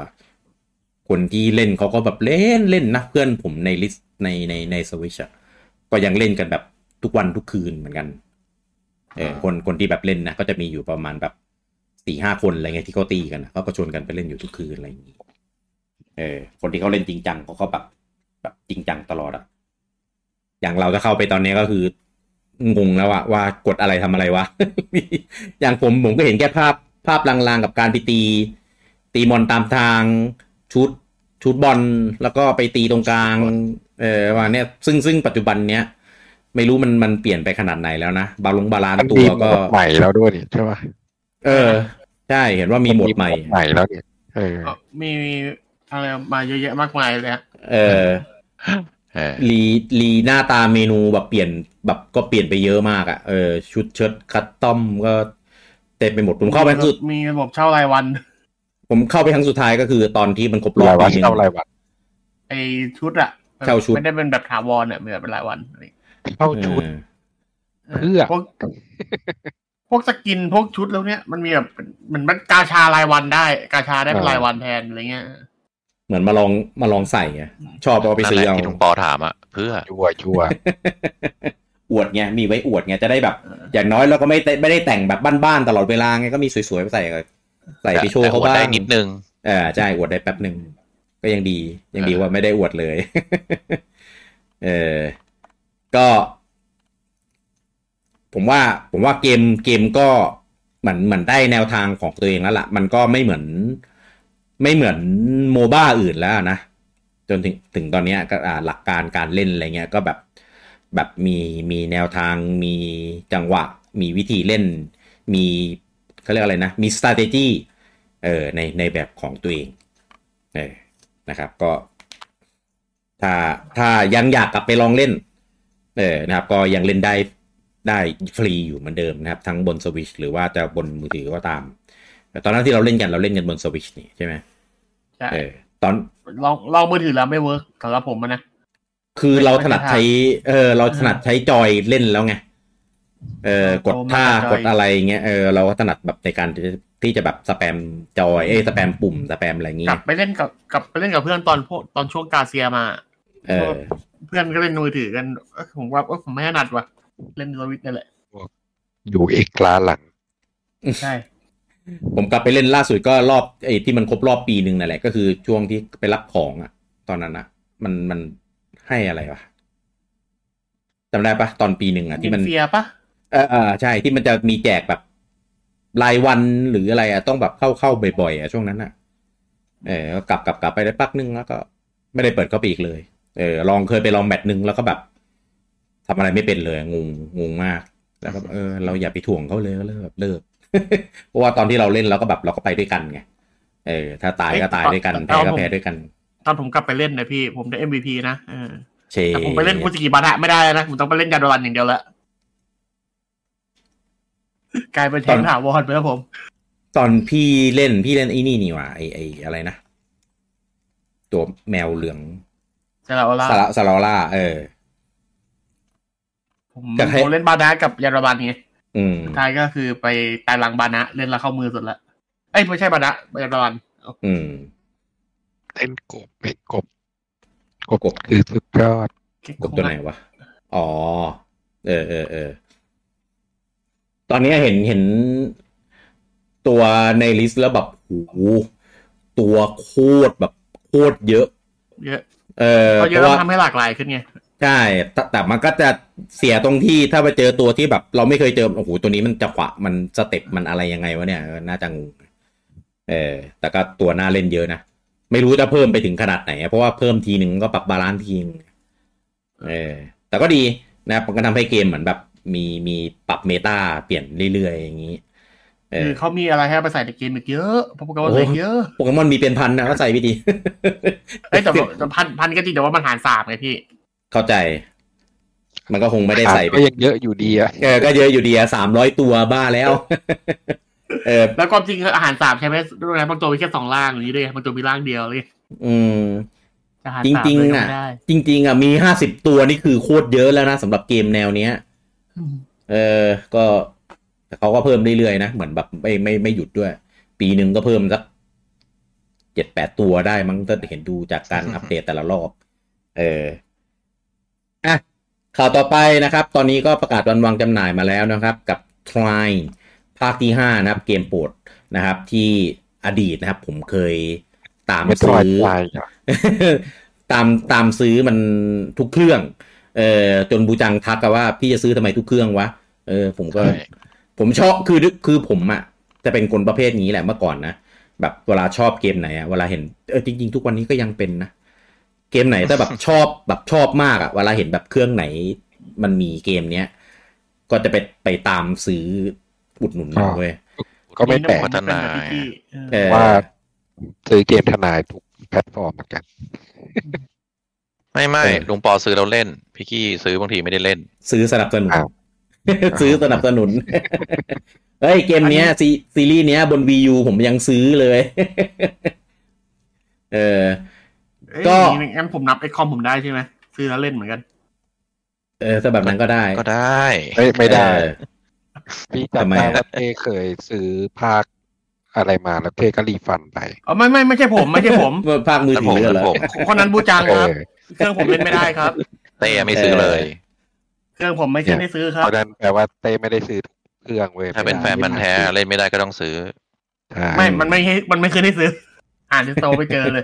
[SPEAKER 1] คนที่เล่นเขาก็แบบเล่นเล่นนะเพื่อนผมในลิสต์ในในในสวิชอะก็ยังเล่นกันแบบทุกวันทุกคืนเหมือนกันเออคนคนที่แบบเล่นนะก็จะมีอยู่ประมาณแบบสี่ห้าคนอะไรเงี้ยที่เขาตีกันนะเขาก็ชวนกันไปเล่นอยู่ทุกคืนอะไรอย่างงี้เออคนที่เขาเล่นจริงจังเขาก็แบบแบบจริงจังตลอดอะ อย่างเราจะเข้าไปตอนนี้ก็คืองงแล้วอะว่ากดอะไรทำอะไรวะ อย่างผมผมก็เห็นแค่ภาพภาพลางๆกับการไปตี ตีมอนตามทางชุดชุดบอลแล้วก็ไปตีตรงกลาง เออว่าเนี่ยซึ่งซึ่งปัจจุบันเนี้ยไม่รู้มันมันเปลี่ยนไปขนาดไหนแล้วนะ บาลงบาลาน
[SPEAKER 3] มัน
[SPEAKER 1] ตั
[SPEAKER 3] มี
[SPEAKER 1] ว
[SPEAKER 3] หม
[SPEAKER 1] ก็
[SPEAKER 3] วดใหม่แล้วด้วยนี่ใช่ปะ
[SPEAKER 1] เออ ใช่เห็นว่ามีหมดใหม่
[SPEAKER 3] ใหม่แล้วเนี่ยเออ
[SPEAKER 4] ก็มีมีอะไรมาเยอะแยะมากมายเลยฮะ
[SPEAKER 1] เออ
[SPEAKER 2] เออ
[SPEAKER 1] รีรีหน้าตาเมนูแบบเปลี่ยนแบบก็เปลี่ยนไปเยอะมากอะ่ะเออชุดเชิ้ตคัสตอมก็เต็มไปหมดผมเข้าไปครั้งสุด
[SPEAKER 4] มีระบบเช่ารายวัน
[SPEAKER 1] ผมเข้าไปครั้งสุดท้ายก็คือตอนที่มันครบรอบ
[SPEAKER 3] รายวัน
[SPEAKER 1] ปีหนึ่ง
[SPEAKER 3] เท่ารายวัน
[SPEAKER 4] ไอชุดอะ
[SPEAKER 1] เช่าชุด
[SPEAKER 4] ไม่ได้เป็นแบบถาวรเนี่ยเป็นแบบเป็นรายวันอะไรอย่างเงี้ย
[SPEAKER 3] เท่าชุด
[SPEAKER 1] เออ
[SPEAKER 3] เพื่อ
[SPEAKER 4] พวก พวกสกินพวกชุดแล้วเนี่ยมันมีแบบเหมือนมันกาชารายวันได้ กาชาได้เป็น
[SPEAKER 3] อ่าร
[SPEAKER 4] รายวันแทนอะไรเงี้ย
[SPEAKER 1] เหมือนมาลองมาลองใส่ไงชอบเอาไป
[SPEAKER 2] นั่น
[SPEAKER 1] ซื้อ
[SPEAKER 2] แหละ
[SPEAKER 1] เอา
[SPEAKER 2] ที่ลุงปอถามอะเพื่อ
[SPEAKER 3] จั่วจั่ว
[SPEAKER 1] อวดไงมีไว้อวดไงจะได้แบบ
[SPEAKER 4] เออ
[SPEAKER 1] อ
[SPEAKER 4] อ
[SPEAKER 1] ย่างน้อยเราก็ไม่ได้ไม่ได้แต่งแบบบ้านๆตลอดเวลาไงก็มีสวยๆไปใส่กับใส่ไปโชว์เขาบ้า
[SPEAKER 2] แต่อดได้
[SPEAKER 1] ง
[SPEAKER 2] นิดนึง
[SPEAKER 1] เออใช่อวดได้แป๊บหนึ่งก็ยังดียังดี
[SPEAKER 2] เออ
[SPEAKER 1] ว่าไม่ได้อวดเลย เออก็ ผมว่า ผมว่าเกมเกมก็เหมือนเหมือนได้แนวทางของตัวเองแล้วล่ะ มันก็ไม่เหมือน ไม่เหมือนโมบ้าอื่นแล้วนะ จนถึงถึงตอนเนี้ยก็อ่าหลักการการเล่นอะไรเงี้ยก็แบบแบบมีมีแนวทางมีจังหวะ มีวิธีเล่น มีเขาเรียกอะไรนะ มี strategy เออในในแบบของตัวเองเออนะครับก็ ถ้าถ้ายังอยากกลับไปลองเล่น เออนะครับ ก็ยังเล่นได้ได้ฟรีอยู่เหมือนเดิมนะครับ ทั้งบนสวิชหรือว่าจะบนมือถือก็ตาม แต่ตอนนั้นที่เราเล่นกันเราเล่นกันบนสวิชนี่ใช่ไหม
[SPEAKER 4] ใช่
[SPEAKER 1] เออตอน
[SPEAKER 4] ลองลองมือถือแล้วไม่เวิร์กสำหรับผมอะนะ
[SPEAKER 1] คือเราถนัดใช้ เออ เราถนัดใช้จอยเล่นแล้วไง เออ กดท่า
[SPEAKER 4] เอาจอย
[SPEAKER 1] กดอะไรอย่างเงี้ย เออ เราก็ถนัดแบบในการที่ที่จะแบบสแปมจอย เอ้ยสแปมปุ่มสแปมอะไรอย่าง
[SPEAKER 4] ก
[SPEAKER 1] เงี้
[SPEAKER 4] ลับ
[SPEAKER 1] ย
[SPEAKER 4] ไปเล่นกับกลับไปเล่นกับเพื่อนตอนพวกตอนช่วงกาเซียมา
[SPEAKER 1] เออ
[SPEAKER 4] เพื่อนก็เล่นมือถือกันเอ้ยผมว่าเอ้ยผมไม่ถนัดว่ะ เล่นสวิตนั่นแหละ
[SPEAKER 3] อยู่อีกลาหลัง
[SPEAKER 4] ใช่
[SPEAKER 1] ผมกลับไปเล่นล่าสุดก็รอบไอ้ที่มันครบรอบปีหนึ่งนั่นแหละ ก็คือช่วงที่ไปรับของอะตอนนั้นอะมันมันให้อะไรวะจำได้ปะตอนปีหนึ่งอะที่มัน
[SPEAKER 4] เฟียปะ
[SPEAKER 1] เออเออใช่ที่มันจะมีแจกแบบรายวันหรืออะไรอ่ะต้องแบบเข้าเข้าบ่อยๆอ่ะช่วงนั้นอ่ะ เออก็กลับกลับกลับไปได้ปักนึงแล้วก็ ไม่ได้เปิดเข้าไปอีกเลย เออ ลองเคยไปลองแมตช์นึงแล้วก็แบบทำอะไรไม่เป็นเลยงงงงมาก แล้วก็เออเราอย่าไปถ่วงเขาเลยก็เลยแบบเลิก เพราะว่าตอนที่เราเล่นเราก็แบบเราก็ไปด้วยกันไงเออ ถ้าตายก็ตายด้วยกันแพ้ก็แพ้ด้วยกัน
[SPEAKER 4] ตอนผมกลับไปเล่นนะพี่ ผมได้ MVP นะเออ
[SPEAKER 1] เช
[SPEAKER 4] แต่ผมไปเล่นฟูจิกิบาระไม่ได้แล้วนะ ผมต้องไปเล่นยาโดรันอย่างเดียวละกลายเป็นแทง
[SPEAKER 1] ตอน
[SPEAKER 4] ถาวรไปแล้วผม
[SPEAKER 1] ตอนพี่เล่นพี่เล่นไอ้นี่นี่หว่าไอ้ไอ้อะไรนะตัวแมวเหลือง
[SPEAKER 4] จะเราละ
[SPEAKER 1] สาระสาราล่า เออ
[SPEAKER 4] ผม
[SPEAKER 1] จะให้
[SPEAKER 4] ผมเล่นบานะกับยาโดรันไง
[SPEAKER 1] อืม
[SPEAKER 4] สุดท้ายก็คือไปตายหลังบานะเล่นแล้วเข้ามือสุดละเอ้ยไม่ใช่บานะยาโดรัน
[SPEAKER 1] อืม
[SPEAKER 3] เล่นกบเล่นกบกบ
[SPEAKER 1] กบ
[SPEAKER 3] คือสุดยอด
[SPEAKER 1] กบตัวไหนวะ อ๋อ เออเออเออ ตอนนี้เห็นเห็นตัวในลิสต์แล้วแบบโอ้โหตัวโคตรแบบโคตรเยอะ
[SPEAKER 4] เยอะ
[SPEAKER 1] เออ
[SPEAKER 4] เพราะเยอะ
[SPEAKER 1] ว่า
[SPEAKER 4] ทำให้หลากหลายขึ้นไง
[SPEAKER 1] ใช่แต่แต่มันก็จะเสียตรงที่ถ้าไปเจอตัวที่แบบ เราไม่เคยเจอ โอ้โห ตัวนี้มันจะขวะ มันสเต็ปมันอะไรยังไงวะเนี่ยเออน่าจะงง เออ แต่ก็ตัวหน้าเล่นเยอะนะ ไม่รู้จะเพิ่มไปถึงขนาดไหน เพราะว่าเพิ่มทีหนึ่งก็ปรับบาลานซ์ทีนึงเออ แต่ก็ดีนะครับมันก็ทำให้เกมเหมือนแบบ มีมีปรับเมตาเปลี่ยนเรื่อยๆ อย่างนี้ เอ
[SPEAKER 4] คือ อเขามีอะไรให้เอาไปใส่ในเกมอีกเยอะเพราะโปเกมอนเหลือ เยอะ
[SPEAKER 1] โปเกมอนมีเป็นพันนะก็ใส่พี่ดี
[SPEAKER 4] เอ้ยแต่ว่าแต่พันพันก็จริงแต่ว่ามันหารสามไงพี่
[SPEAKER 1] เข้าใจ มันก็คงไม่ได้ใส่ไป
[SPEAKER 3] ก็ยังเยอะอยู่ดีอะ
[SPEAKER 1] เออ ก็เยอะอยู่ดีอะสามร้อยตัวบ้าแล้ว เออ
[SPEAKER 4] แล้วความจริงคืออาหารสามใช่ไหมด้วยนะบางตัวมีแค่สองล่างอย่างนี้ด้วยบางตัวมีล่างเดียวเลย
[SPEAKER 1] อืม
[SPEAKER 4] อาหาร
[SPEAKER 1] จ
[SPEAKER 4] สาม
[SPEAKER 1] ริง
[SPEAKER 4] เลย
[SPEAKER 1] ๆ
[SPEAKER 4] ก็
[SPEAKER 1] อ่ะ
[SPEAKER 4] ไม่ได้
[SPEAKER 1] จริง ๆอ่ะ มีห้าสิบตัวนี่คือโคตรเยอะแล้วนะสำหรับเกมแนวเนี้ย
[SPEAKER 4] อืม
[SPEAKER 1] เออ ก็แต่เขาก็เพิ่มเรื่อยๆนะ เหมือนแบบไม่ไม่ไม่หยุดด้วย ปีหนึ่งก็เพิ่มสักเจ็ดแปดตัวได้มั้งถ้าเห็นดูจากการ อัปเดตแต่ละรอบ เออ อ่ะ ข่าวต่อไปนะครับ ตอนนี้ก็ประกาศวันวางจำหน่ายมาแล้วนะครับ กับ t r i ภาคที่ 5 นะครับ เกมโปรดนะครับ ที่อดีตนะครับ ผมเคยตาม
[SPEAKER 3] ไม่ทอด
[SPEAKER 1] ซื้อ
[SPEAKER 3] ลายอะ
[SPEAKER 1] ตามตามซื้อมันทุกเครื่อง เออจนบูจังทักอะว่าพี่จะซื้อทำไมทุกเครื่องวะ เออ ผมก็
[SPEAKER 2] ใช่
[SPEAKER 1] ผมชอบคือคือผมอะจะเป็นคนประเภทนี้แหละเมื่อก่อนนะแบบเวลาชอบเกมไหนอะเวลาเห็นเออจริง ๆ ทุกวันนี้ก็ยังเป็นนะ เกมไหนถ้าแบบ ชอบแบบชอบมากอะเวลาเห็นแบบเครื่องไหน มันมีเกมเนี้ยก็จะไปไปตามซื้ออุดหนุนมันเว้ย
[SPEAKER 3] ก็ไม่แปลก
[SPEAKER 2] พัฒนา
[SPEAKER 4] พี่
[SPEAKER 1] เอ
[SPEAKER 4] เออ
[SPEAKER 1] อ
[SPEAKER 3] ว่าซื้อเกมทนายทุกแพลตฟอร์มเหมือนกัน
[SPEAKER 2] ไม่ไม่
[SPEAKER 1] เออ
[SPEAKER 2] ลุงปอซื้อแล้วเล่น พี่กี้ซื้อบางทีไม่ได้เล่น
[SPEAKER 1] ซื้อสนับสนุน
[SPEAKER 3] อ้าว
[SPEAKER 1] ซื้อสนับสนุน เฮ้ยเกมเนี้ยซีซีรีส์เนี้ยบน Wii U ผมยังซื้อเลย เออ
[SPEAKER 4] เอ้ย
[SPEAKER 1] ก็
[SPEAKER 4] อย่างนี้งั้นผมนับไอคอมผมได้ใช่ไหมซื้อแล้วเล่นเหมือนกัน
[SPEAKER 1] เออถ้าแบบนั้นก็ได้
[SPEAKER 2] ก็ได้
[SPEAKER 3] ไม่ไม่ได้
[SPEAKER 1] เออ
[SPEAKER 3] พี่
[SPEAKER 1] ทำไม
[SPEAKER 3] จำได้
[SPEAKER 1] อะ
[SPEAKER 3] ว่าเทเคยซื้อภาคอะไรมาแล้วเทก็รีฟันไป
[SPEAKER 4] อ๋อไม่ไม่ไม่ใช่ผมไม่ใช่ ผม
[SPEAKER 1] ภาคมือถือเหรอ
[SPEAKER 2] ผม
[SPEAKER 4] คนนั้นบูจัง
[SPEAKER 3] เอ
[SPEAKER 4] ครับ
[SPEAKER 3] อ
[SPEAKER 4] เครื่องผมเล่นไม่ได้ครับ
[SPEAKER 2] เต้ไม่ซื้อเลย
[SPEAKER 4] เครื่องผมไม่ใช่ได้ซื้อค
[SPEAKER 3] เพ
[SPEAKER 4] รับ
[SPEAKER 3] ราะนั้นแปลว่าเต้ไม่ได้ซื้อทุกเครื่องเว้ย
[SPEAKER 2] ถ้าเป็นแฟนมันธุ์แท้เล่นไม่ได้ก็ต้องซื้อ
[SPEAKER 3] ใช่
[SPEAKER 4] ไม่ มันไม่ให้มันไม่เคยได้ซื้อ อ่านดิสโตไปเจอเลย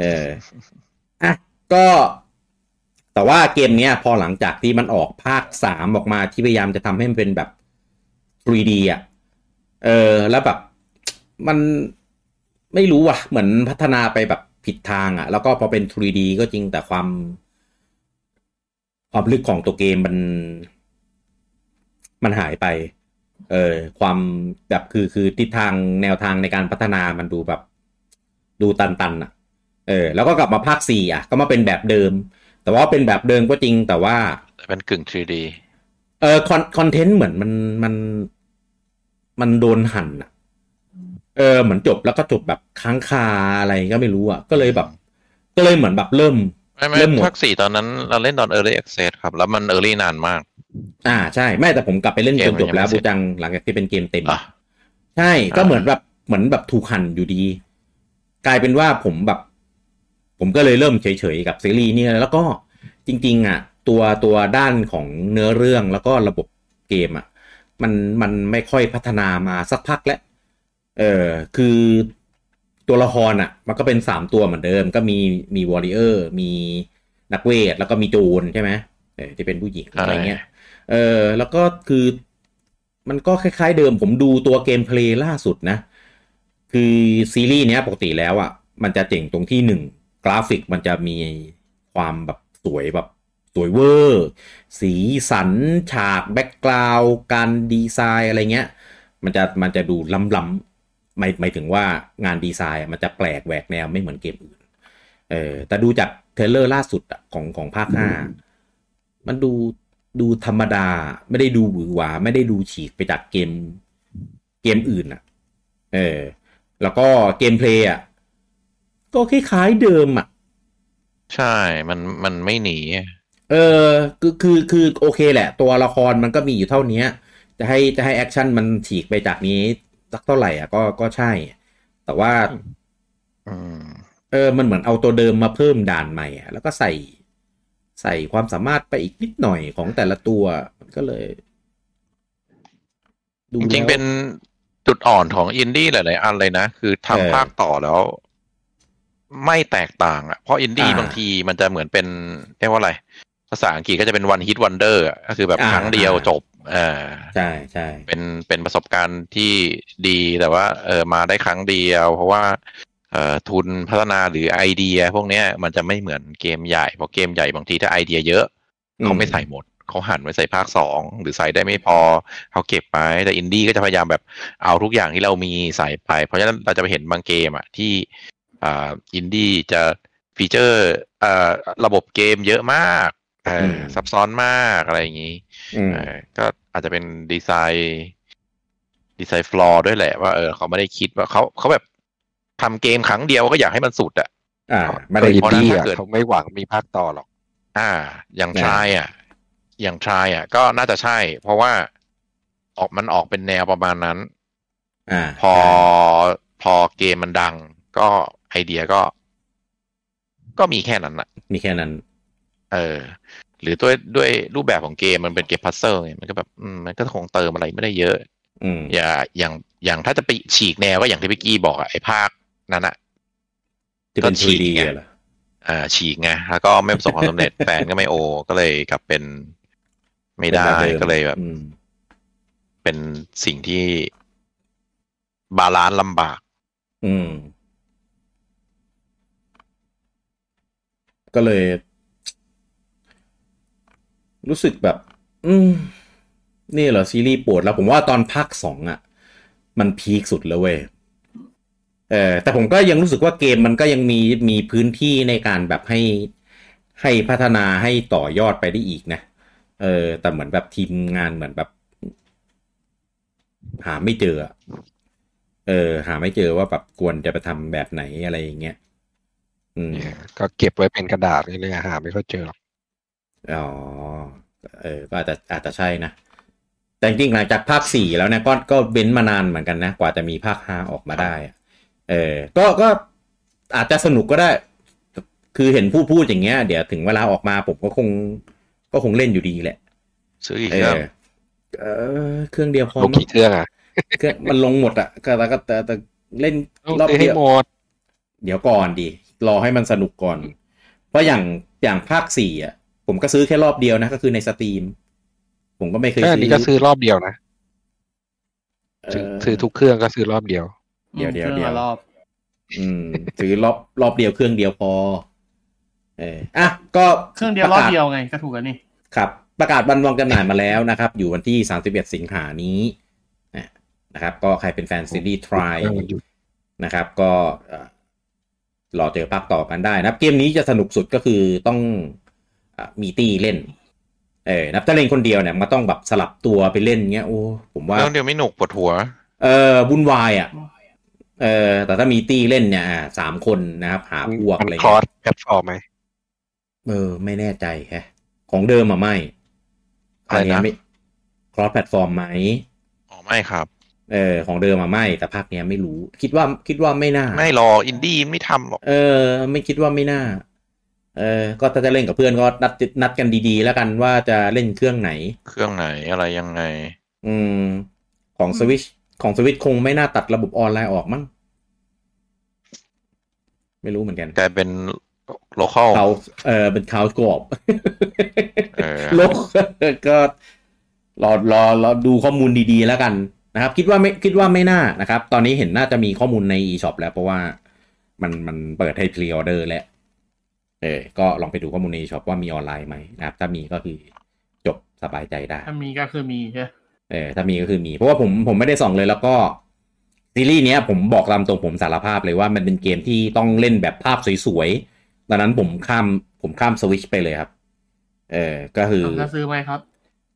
[SPEAKER 1] เอออ่ะก็แต่ว่าเกมเนี้ย พอหลังจากที่มันออกภาคสามออกมาที่พยายามจะทำให้มันเป็นแบบ 3D อ่ะ เออ แล้วแบบ มันไม่รู้ว่ะ เหมือนพัฒนาไปแบบผิดทางอ่ะ แล้วก็พอเป็น 3D ก็จริงแต่ความ ความลึกของตัวเกมมัน มันหายไป เออ ความแบบคือคือทิศทางแนวทางในการพัฒนามันดูแบบ ดูตันๆอ่ะ เออ แล้วก็กลับมาภาคสี่อ่ะ ก็มาเป็นแบบเดิม แต่ว่าเป็นแบบเดิมก็จริง แต่ว่า
[SPEAKER 2] เป็นกึ่ง 3D
[SPEAKER 1] เออคอนคอนเทนต์เหมือนมันมันมันโดนหั่นอ่ะ เออ เหมือนจบแล้วก็จบแบบค้างคาอะไรก็ไม่รู้อ่ะ ก็เลยแบบ ก็เลยเหมือนแบบเริ่ม
[SPEAKER 2] ไม่ไม่
[SPEAKER 1] เริ่มหมด
[SPEAKER 2] ภาคสี่ตอนนั้นเราเล่นตอน Early Access ครับ แล้วมัน Early นานมาก
[SPEAKER 1] อ่าใช่ไม่แต่ผมกลับไปเล่นจน
[SPEAKER 2] เกมมัน
[SPEAKER 1] จบแล้ว
[SPEAKER 2] ยังไม่
[SPEAKER 1] บู
[SPEAKER 2] เสร็จ
[SPEAKER 1] จังหลังจากที่เป็นเกมเต็ม
[SPEAKER 2] อ่ะ
[SPEAKER 1] ใช่
[SPEAKER 2] อ่า
[SPEAKER 1] ก็เหมือนแบบเหมือนแบบถูกหั่นอยู่ดี กลายเป็นว่าผมแบบ ผมก็เลยเริ่มเฉยๆกับซีรีส์เนี่ยแล้วก็จริง ๆ อ่ะ ตัวตัวด้านของเนื้อเรื่องแล้วก็ระบบเกมอ่ะ มันมันไม่ค่อยพัฒนามาสักพักแล้ว เออคือตัวละครอ่ะ มันก็เป็นสามตัวเหมือนเดิม ก็มีมีวอริเออร์ มีนักเวท แล้วก็มีโจรใช่ไหมเออที่เป็นผู้หญิงอะไรเงี้ย เออแล้วก็คือมันก็คล้ายๆเดิมผมดูตัวเกมเพลย์ล่าสุดนะ คือซีรีส์เนี้ยปกติแล้วอะ่ะ มันจะเจ๋งตรงที่หนึ่งกราฟิกมันจะมีความแบบสวยแบบสวยเวอร์ สีสัน ฉากแบ็กกราวด์การดีไซน์อะไรเงี้ย มันจะมันจะดูล้ำๆหมายหมายถึงว่างานดีไซน์อะมันจะแปลกแหวกแนวไม่เหมือนเกมอื่นเออแต่ดูจากเทรลเลอร์ล่าสุดอะของของภาคห้ามันดู ดูธรรมดาไม่ได้ดูหวือหวา ไม่ได้ดูฉีกไปจากเกมเกมอื่นอ่ะ เออ แล้วก็เกมเพลย์อ่ะ ก็คล้ายๆเดิมอ่ะ
[SPEAKER 2] ใช่ มันมันไม่หนี
[SPEAKER 1] เออคือคือคือโอเคแหละ ตัวละครมันก็มีอยู่เท่านี้จะให้จะให้แอคชั่นมันฉีกไปจากนี้สักเท่าไหร่อ่ะก็ก็ใช่ แต่ว่า
[SPEAKER 2] อืม
[SPEAKER 1] เออ มันเหมือนเอาตัวเดิมมาเพิ่มด่านใหม่อะแล้วก็ใส่ใส่ความสามารถไปอีกนิดหน่อยของแต่ละตัว มันก็เลยดู
[SPEAKER 2] จ
[SPEAKER 1] แล้ว
[SPEAKER 2] ริงๆ เป็นจุดอ่อนของอินดี้หลายๆ อันเลยนะ คือ
[SPEAKER 1] เออ
[SPEAKER 2] ทำภาคต่อแล้ว ไม่แตกต่างอะเพราะอินดี้
[SPEAKER 1] อ่า
[SPEAKER 2] บางทีมันจะเหมือนเป็นเรียกว่าอะไร ภาษาอังกฤษก็จะเป็นวันฮิตวันเดอร์ก็คือแบบ
[SPEAKER 1] อ่า
[SPEAKER 2] ครั้งเดียว
[SPEAKER 1] อ่า
[SPEAKER 2] จบอ่า
[SPEAKER 1] ใช่ใช่
[SPEAKER 2] เป็นเป็นประสบการณ์ที่ดีแต่ว่า เออมาได้ครั้งเดียว เพราะว่า เอ่อทุนพัฒนาหรือไอเดีย พวกเนี้ยมันจะไม่เหมือนเกมใหญ่เพราะเกมใหญ่บางทีถ้าไอเดียเยอะ เขาไม่ใส่หมด เขาหันไว้ใส่ภาคสองหรือใส่ได้ไม่พอเขาเก็บไว้แต่อินดี้ก็จะพยายามแบบเอาทุกอย่างที่เรามีใส่ไป เพราะฉะนั้นเราจะไปเห็นบางเกมอ่ะที่อ่าอินดี้จะฟีเจอร์อ่าระบบเกมเยอะมากเออ
[SPEAKER 1] ม
[SPEAKER 2] ซับซ้อนมากอะไรอย่างนี้
[SPEAKER 1] อืม
[SPEAKER 2] เออก็อาจจะเป็นดีไซน์ดีไซน์ฟลอด้วยแหละว่าเออเขาไม่ได้คิดว่าเขาเขาแบบทำเกมครั้งเดียวก็อยากให้มันสุดอ่ะ
[SPEAKER 1] อ่าไม่
[SPEAKER 3] ตั
[SPEAKER 1] ได้
[SPEAKER 3] วอิน
[SPEAKER 2] เพราะฉะนั้
[SPEAKER 3] ดี้
[SPEAKER 2] น
[SPEAKER 3] อะ
[SPEAKER 2] ถ้าเกิด
[SPEAKER 3] เขาไม่หวังมีภาคต่อหรอก
[SPEAKER 2] อ่า อย่างชายอ่ะ อย่างชายอ่ะ ก็น่าจะใช่ เพราะว่าออกมันออกเป็นแนวประมาณนั้น
[SPEAKER 1] อ่า
[SPEAKER 2] พอพอเกมมันดัง ก็ไอเดียก็ ก็มีแค่นั้นอ่ะ
[SPEAKER 1] มีแค่นั้น
[SPEAKER 2] เออ หรือด้วยด้วยรูปแบบของเกมมันเป็นเกมพัซเซิลไงมันก็แบบอืมมันก็คงเติมอะไรไม่ได้เยอะ
[SPEAKER 1] อืม
[SPEAKER 2] อย่าอย่างอย่างถ้าจะไปฉีกแนวก็อย่างที่พี่กี้บอกอะไอภาคนั้นอะ
[SPEAKER 1] ที่เป็น
[SPEAKER 2] ก็ฉีก
[SPEAKER 1] 3D
[SPEAKER 2] ไง
[SPEAKER 1] เหรอ
[SPEAKER 2] อ่าฉีกไงแล้วก็ไม่ประสบความ สำเร็จ แฟนก็ไม่โอ ก็เลยกลับเป็นไม่ได้
[SPEAKER 1] เป็นแบบเดิม
[SPEAKER 2] ก็เลยแบบ
[SPEAKER 1] อืม
[SPEAKER 2] เป็นสิ่งที่บาลานซ์ลำบาก
[SPEAKER 1] อืม ก็เลย รู้สึกแบบ อืม นี่เหรอซีรีส์ปวดแล้วผมว่าตอนภาคสองอ่ะ มันพีคสุดแล้วเว้ยเออแต่ผมก็ยังรู้สึกว่าเกมมันก็ยังมีมีพื้นที่ในการแบบให้ให้พัฒนาให้ต่อยอดไปได้อีกนะ เออ แต่เหมือนแบบทีมงานเหมือนแบบ หาไม่เจออะเออ หาไม่เจอว่าแบบควรจะไปทำแบบไหนอะไรอย่างเงี้ย อืม
[SPEAKER 3] ก็เก็บไว้เป็นกระดาษนี่เลยหาไม่ค่อยเจอหรอก
[SPEAKER 1] อ๋อ เออ ก็อาจจะอาจจะใช่นะ แต่จริงๆหลังจากภาคสี่แล้วเนี่ยก็ก็เว้นมานานเหมือนกันนะ กว่าจะมีภาคห้าออกมาได้อะเออ ก็ก็อาจจะสนุกก็ได้ คือเห็นพูดพูดอย่างเงี้ย เดี๋ยวถึงเวลาออกมาผมก็คง ก็คงเล่นอยู่ดีแหละ
[SPEAKER 2] ซื้ออีก
[SPEAKER 1] เอ
[SPEAKER 2] เครื่อง
[SPEAKER 1] อเออเครื่องเดียวพอ
[SPEAKER 3] ลง
[SPEAKER 1] มั้ง
[SPEAKER 3] กี่เครื่องอ่ะ
[SPEAKER 1] เครื่องมันลงหมดอ่ะก็แล้วก็แต่แต่เล่น
[SPEAKER 3] ลง
[SPEAKER 1] รอบ
[SPEAKER 3] ซื้อ
[SPEAKER 1] เดี
[SPEAKER 3] ให้
[SPEAKER 1] ยว
[SPEAKER 3] หมด
[SPEAKER 1] เดี๋ยวก่อนดี รอให้มันสนุกก่อน เพราะอย่างอย่างภาคสี่อ่ะ ผมก็ซื้อแค่รอบเดียวนะ ก็คือในสตรีม ผมก็ไม่เคย
[SPEAKER 3] ก็อัน
[SPEAKER 1] ซื้
[SPEAKER 3] นี้ก็ซื้อรอบเดียวนะ
[SPEAKER 1] เ
[SPEAKER 3] ซื้อซื้อทุกเครื่องก็ซื้อรอบเดียว
[SPEAKER 1] เดี๋ยวเดี๋ยว
[SPEAKER 4] อืมครื่อง
[SPEAKER 1] เดี๋ยว
[SPEAKER 4] ละรอบ
[SPEAKER 1] อืมซื้อรอบรอบเดียวเครื่องเดียวพอ เอออ่ะก็
[SPEAKER 4] เครื่องเดียว
[SPEAKER 1] ปะ
[SPEAKER 4] รอบ
[SPEAKER 1] กาศ
[SPEAKER 4] เดียวไงก็ถูกแล้วนี่
[SPEAKER 1] ครับประกาศวันวางจำหน่ายมาแล้วนะครับ อยู่วันที่ 31 สิงหานี้นะนะครับ ก็ใครเป็นแฟนซีรีส์ Try
[SPEAKER 3] เออมันอยู่
[SPEAKER 1] นะครับ ก็เอ่อรอเจอภาคต่อกันได้นะครับ เกมนี้จะสนุกสุดก็คือต้องเอ่อมีตีเล่น เออนับถ้าเล่นคนเดียวเนี่ยมันก็ต้องแบบสลับตัวไปเล่นเงี้ยโอ้ผมว่า
[SPEAKER 2] เครื่องเดียวไม่หนุกปวดหัว
[SPEAKER 1] เออวุ่นวายอ่ะเออแต่ถ้ามีตีเล่นเนี่ยอ่าสามคนนะครับ หาพวก
[SPEAKER 3] มั
[SPEAKER 1] อะไร
[SPEAKER 3] นคลอ
[SPEAKER 1] เงี้
[SPEAKER 3] ส
[SPEAKER 1] ย
[SPEAKER 3] แพลตฟอร์มไหม
[SPEAKER 1] เออ ไม่แน่ใจแฮะ ของเดิมอ่ะไม่
[SPEAKER 2] อะไรนะ
[SPEAKER 1] เยไม่ครอสแพลตฟอร์มไหม
[SPEAKER 2] อ๋อไม่ครับ
[SPEAKER 1] เออของเดิมมาไม่ แต่ภาคเนี้ยไม่รู้ คิดว่าคิดว่าไม่น่า
[SPEAKER 2] ไม่หรอกอินดี้ไม่ทำหรอก
[SPEAKER 1] เออ ไม่คิดว่าไม่น่า เออ ก็ถ้าจะเล่นกับเพื่อนก็นัดนัดกันดีๆ แล้วกันว่าจะเล่นเครื่องไหน
[SPEAKER 2] เครื่องไหนอะไรยังไง
[SPEAKER 1] อืม ของสวิชของสวิชคงไม่น่าตัดระบบออนไลน์ออกมั้งไม่รู้เหมือนกัน
[SPEAKER 2] กลายเป็นโลคอล
[SPEAKER 1] เขาเออเป็นเขากร อบ
[SPEAKER 2] เออ
[SPEAKER 1] โลก ก็รอรอรอดูข้อมูลดีๆแล้วกันนะครับ คิดว่าไม่คิดว่าไม่น่านะครับ ตอนนี้เห็นน่าจะมีข้อมูลใน eShop แล้วเพราะว่ามันมันเปิดให้พรีออเดอร์แล้วเออ ก็ลองไปดูข้อมูลใน eShop ว่ามีออนไลน์ไหมนะครับ ถ้ามีก็คือจบสบายใจได้
[SPEAKER 4] ถ้ามีก็คือมีใช่ไหม
[SPEAKER 1] เออถ้ามีก็คือมี เพราะว่าผมผมไม่ได้ส่องเลยแล้วก็ซีรีส์เนี้ยผมบอกตามตรงผมสารภาพเลยว่ามันเป็นเกมที่ต้องเล่นแบบภาพสวยๆดังนั้นผมข้ามผมข้ามสวิชไปเลยครับ เออก็คือ
[SPEAKER 4] เอาก็ซื้อไหมครับ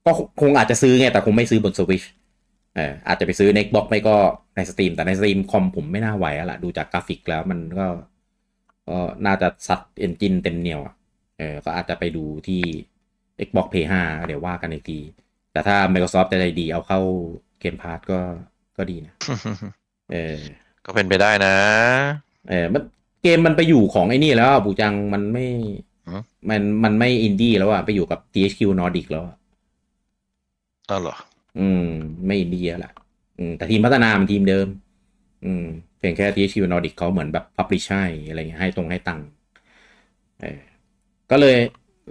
[SPEAKER 1] ก็คงอาจจะซื้อไงแต่คงไม่ซื้อบนสวิชเอออาจจะไปซื้อใน Xbox ไม่ก็ในสตรีมแต่ในสตรีมคอมผมไม่น่าไหวอะละดูจากกราฟิกแล้วมันก็ก็น่าจะซัดเอนจินเต็มเหนียวอะเออก็อาจจะไปดูที่ Xbox Play 5 เดี๋ยวว่ากันอีกที แต่ถ้า Microsoft จะใจดีเอาเข้าเกมพา s ก็ก็ดีนะ เออ
[SPEAKER 2] ก็เป็นไปได้นะ
[SPEAKER 1] เออมันเกมมันไปอยู่ของไอ้นี่แล้วอะปูจังมันไม่
[SPEAKER 2] ฮะ
[SPEAKER 1] มันมันไม่อินดี้แล้วอะไปอยู่กับ THQ Nordic แล้วอะ
[SPEAKER 2] อ้าวเหรอ
[SPEAKER 1] อืม ไม่อินเดียแหละอืมแต่ทีมพัฒนามันทีมเดิม อืม เพียงแค่ที่ชิวนอร์ดิกเขาเหมือนแบบพับลิชให้อะไรเงี้ยให้ตรงให้ตังค์เออก็เลย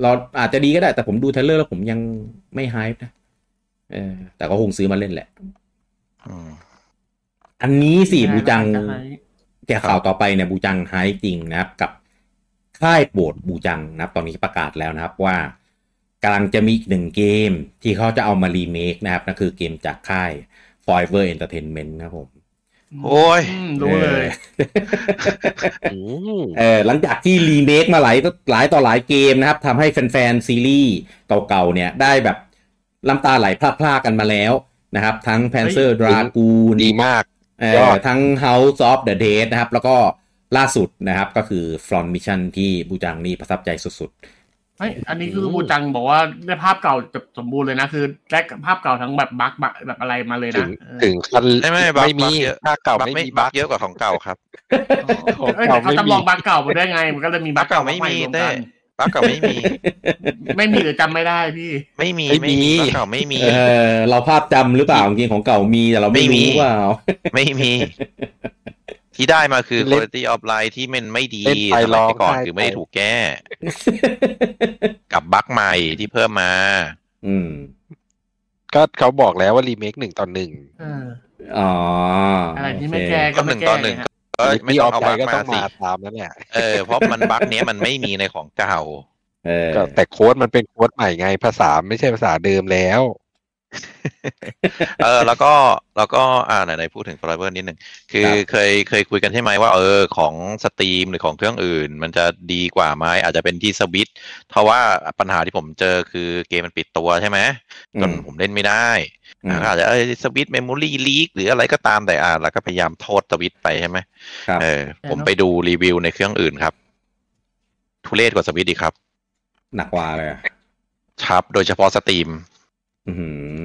[SPEAKER 1] เราอาจจะดีก็ได้ แต่ผมดูเทรลเลอร์แล้วผมยังไม่ไฮป์นะเออแต่ก็คงซื้อมาเล่นแหละ
[SPEAKER 2] อืม
[SPEAKER 1] อันนี้สิบูจัง
[SPEAKER 4] น่าจะให้
[SPEAKER 1] แกข่าวต่อไปเนี่ยบูจังไฮจริงนะครับกับค่ายโปรดบูจังนะครับ ตอนนี้ประกาศแล้วนะครับว่ากำลังจะมีอีกหนึ่งเกมที่เขาจะเอามารีเมคนะครับนั่นคือเกมจากค่าย Forever Entertainment นะครับผม
[SPEAKER 2] โอ้ย
[SPEAKER 4] มรู้เลย
[SPEAKER 1] เออหลังจากที่รีเมคมาหลายหลายต่อหลายเกมนะครับทำให้แฟนๆซีรีส์เก่าๆเนี่ยได้แบบน้ำตาไหลพลากๆกันมาแล้วนะครับ ทั้ง Panzer
[SPEAKER 3] เฮ้ย
[SPEAKER 1] Dragoon
[SPEAKER 3] ดีมาก
[SPEAKER 1] เอย อ
[SPEAKER 3] อด
[SPEAKER 1] ทั้ง House of the Dead นะครับ แล้วก็ล่าสุดนะครับก็คือ Front Mission ที่บูจังนี่ประทับใจสุด
[SPEAKER 4] เฮ้ย อันนี้คือบูจังบอกว่าได้ภาพเก่าจบสมบูรณ์เลยนะ คือได้ภาพเก่าทั้งแบบบั๊กบั๊กแบบอะไรมาเลย
[SPEAKER 3] ถึ
[SPEAKER 4] นะ
[SPEAKER 3] ง
[SPEAKER 4] เออ
[SPEAKER 3] ถึงขั้น
[SPEAKER 2] ไม่ไม่บั๊ก
[SPEAKER 3] มี
[SPEAKER 2] บั๊กเยอะ
[SPEAKER 3] ภาคเก่า
[SPEAKER 2] บัก
[SPEAKER 3] ไม่
[SPEAKER 2] ไม่
[SPEAKER 3] มี
[SPEAKER 2] บั
[SPEAKER 3] บั๊
[SPEAKER 2] ก
[SPEAKER 3] ก
[SPEAKER 2] เยอะกว่าของเก่าครับ
[SPEAKER 3] ของ
[SPEAKER 4] เอ้ย
[SPEAKER 3] เก่า
[SPEAKER 4] แต่เขา
[SPEAKER 3] ไม่มี
[SPEAKER 4] จำลองบั๊กเก่ามาได้ไง มันก็เลยมีบั๊กเก่า
[SPEAKER 2] บั๊กเก่าไม่มี
[SPEAKER 4] บั๊ก
[SPEAKER 2] เต้
[SPEAKER 4] ใหรวกัน
[SPEAKER 2] บักเก่าไม่มี
[SPEAKER 4] ไม่มีหรือจำไม่ได้พี่
[SPEAKER 2] ไม่มี
[SPEAKER 3] ไม่
[SPEAKER 2] ไม่
[SPEAKER 3] มี
[SPEAKER 2] มีบักเก่าไม่
[SPEAKER 1] ๆ
[SPEAKER 2] มี
[SPEAKER 1] เออเราภาพจำหรือเปล่าจริงๆของเก่ามีแต่เราไม่
[SPEAKER 2] ไม่มี
[SPEAKER 1] รู้ว่า
[SPEAKER 2] ไม่มี ที่ได้มาคือ
[SPEAKER 3] เล่น
[SPEAKER 2] quality of life ที่มันไม่ดี
[SPEAKER 3] เล่นไป
[SPEAKER 2] ส
[SPEAKER 3] ร้
[SPEAKER 2] มั
[SPEAKER 3] อย ง
[SPEAKER 2] ก่อน
[SPEAKER 3] ไห้
[SPEAKER 2] คือไม่ได้
[SPEAKER 3] ไป
[SPEAKER 2] ถูกแก้ กับบั๊กใหม่ที่เพิ่มมา
[SPEAKER 1] อืม
[SPEAKER 3] ก็เขาบอกแล้วว่ารีเมคหนึ่งต่อหนึ่ง
[SPEAKER 4] เออ
[SPEAKER 1] อ๋ออะ
[SPEAKER 4] อะไรที่ไม่แก้
[SPEAKER 1] โอเค
[SPEAKER 4] ก็ไม่แก้
[SPEAKER 2] ก็หนึ่งต่อห
[SPEAKER 4] ไง
[SPEAKER 2] นึ่ง
[SPEAKER 4] ฮะ
[SPEAKER 2] เออไม่
[SPEAKER 3] นี่
[SPEAKER 2] ต้
[SPEAKER 3] อ
[SPEAKER 2] อ
[SPEAKER 3] อง ฟ
[SPEAKER 2] เอา
[SPEAKER 3] ใจ
[SPEAKER 2] บั๊ก
[SPEAKER 3] ก็ต้
[SPEAKER 2] มา
[SPEAKER 3] อง
[SPEAKER 2] สิ
[SPEAKER 3] มาตามแล้วเนี่ย
[SPEAKER 2] เออเพราะมันบั๊กเนี้ยมันไม่มีในของเก่า
[SPEAKER 1] เออ
[SPEAKER 3] ก็แต่โค้ดมันเป็นโค้ดใหม่ไงภาษาไม่ใช่ภาษาเดิมแล้ว
[SPEAKER 2] เออแล้วก็แล้วก็อ่าไหนๆพูดถึง Forever นิดหนึ่งคือเคยเคยคุยกันใช่ไหมว่าเออของสตรีมหรือของเครื่องอื่น มันจะดีกว่าไหมอาจจะเป็นที่สวิตช์เพราะว่าปัญหาที่ผมเจอคือเกมมันปิดตัวใช่ไหมจนผมเล่นไม่ได้
[SPEAKER 1] อืม
[SPEAKER 2] อ่ะก็อาจจะเออสวิตเมมโมรี่ลีกหรืออะไรก็ตามแต่อ่าเราก็พยายามโทษสวิตช์ไปใช่ไหม
[SPEAKER 1] ครับ
[SPEAKER 2] เออผมไปดูรีวิวในเครื่องอื่นครับ ทุเรศกว่าสวิตช์อีกครับ
[SPEAKER 1] หนักกว่าเลยอะ
[SPEAKER 2] ครับ โดยเฉพาะสตรีม
[SPEAKER 1] อื้อหือ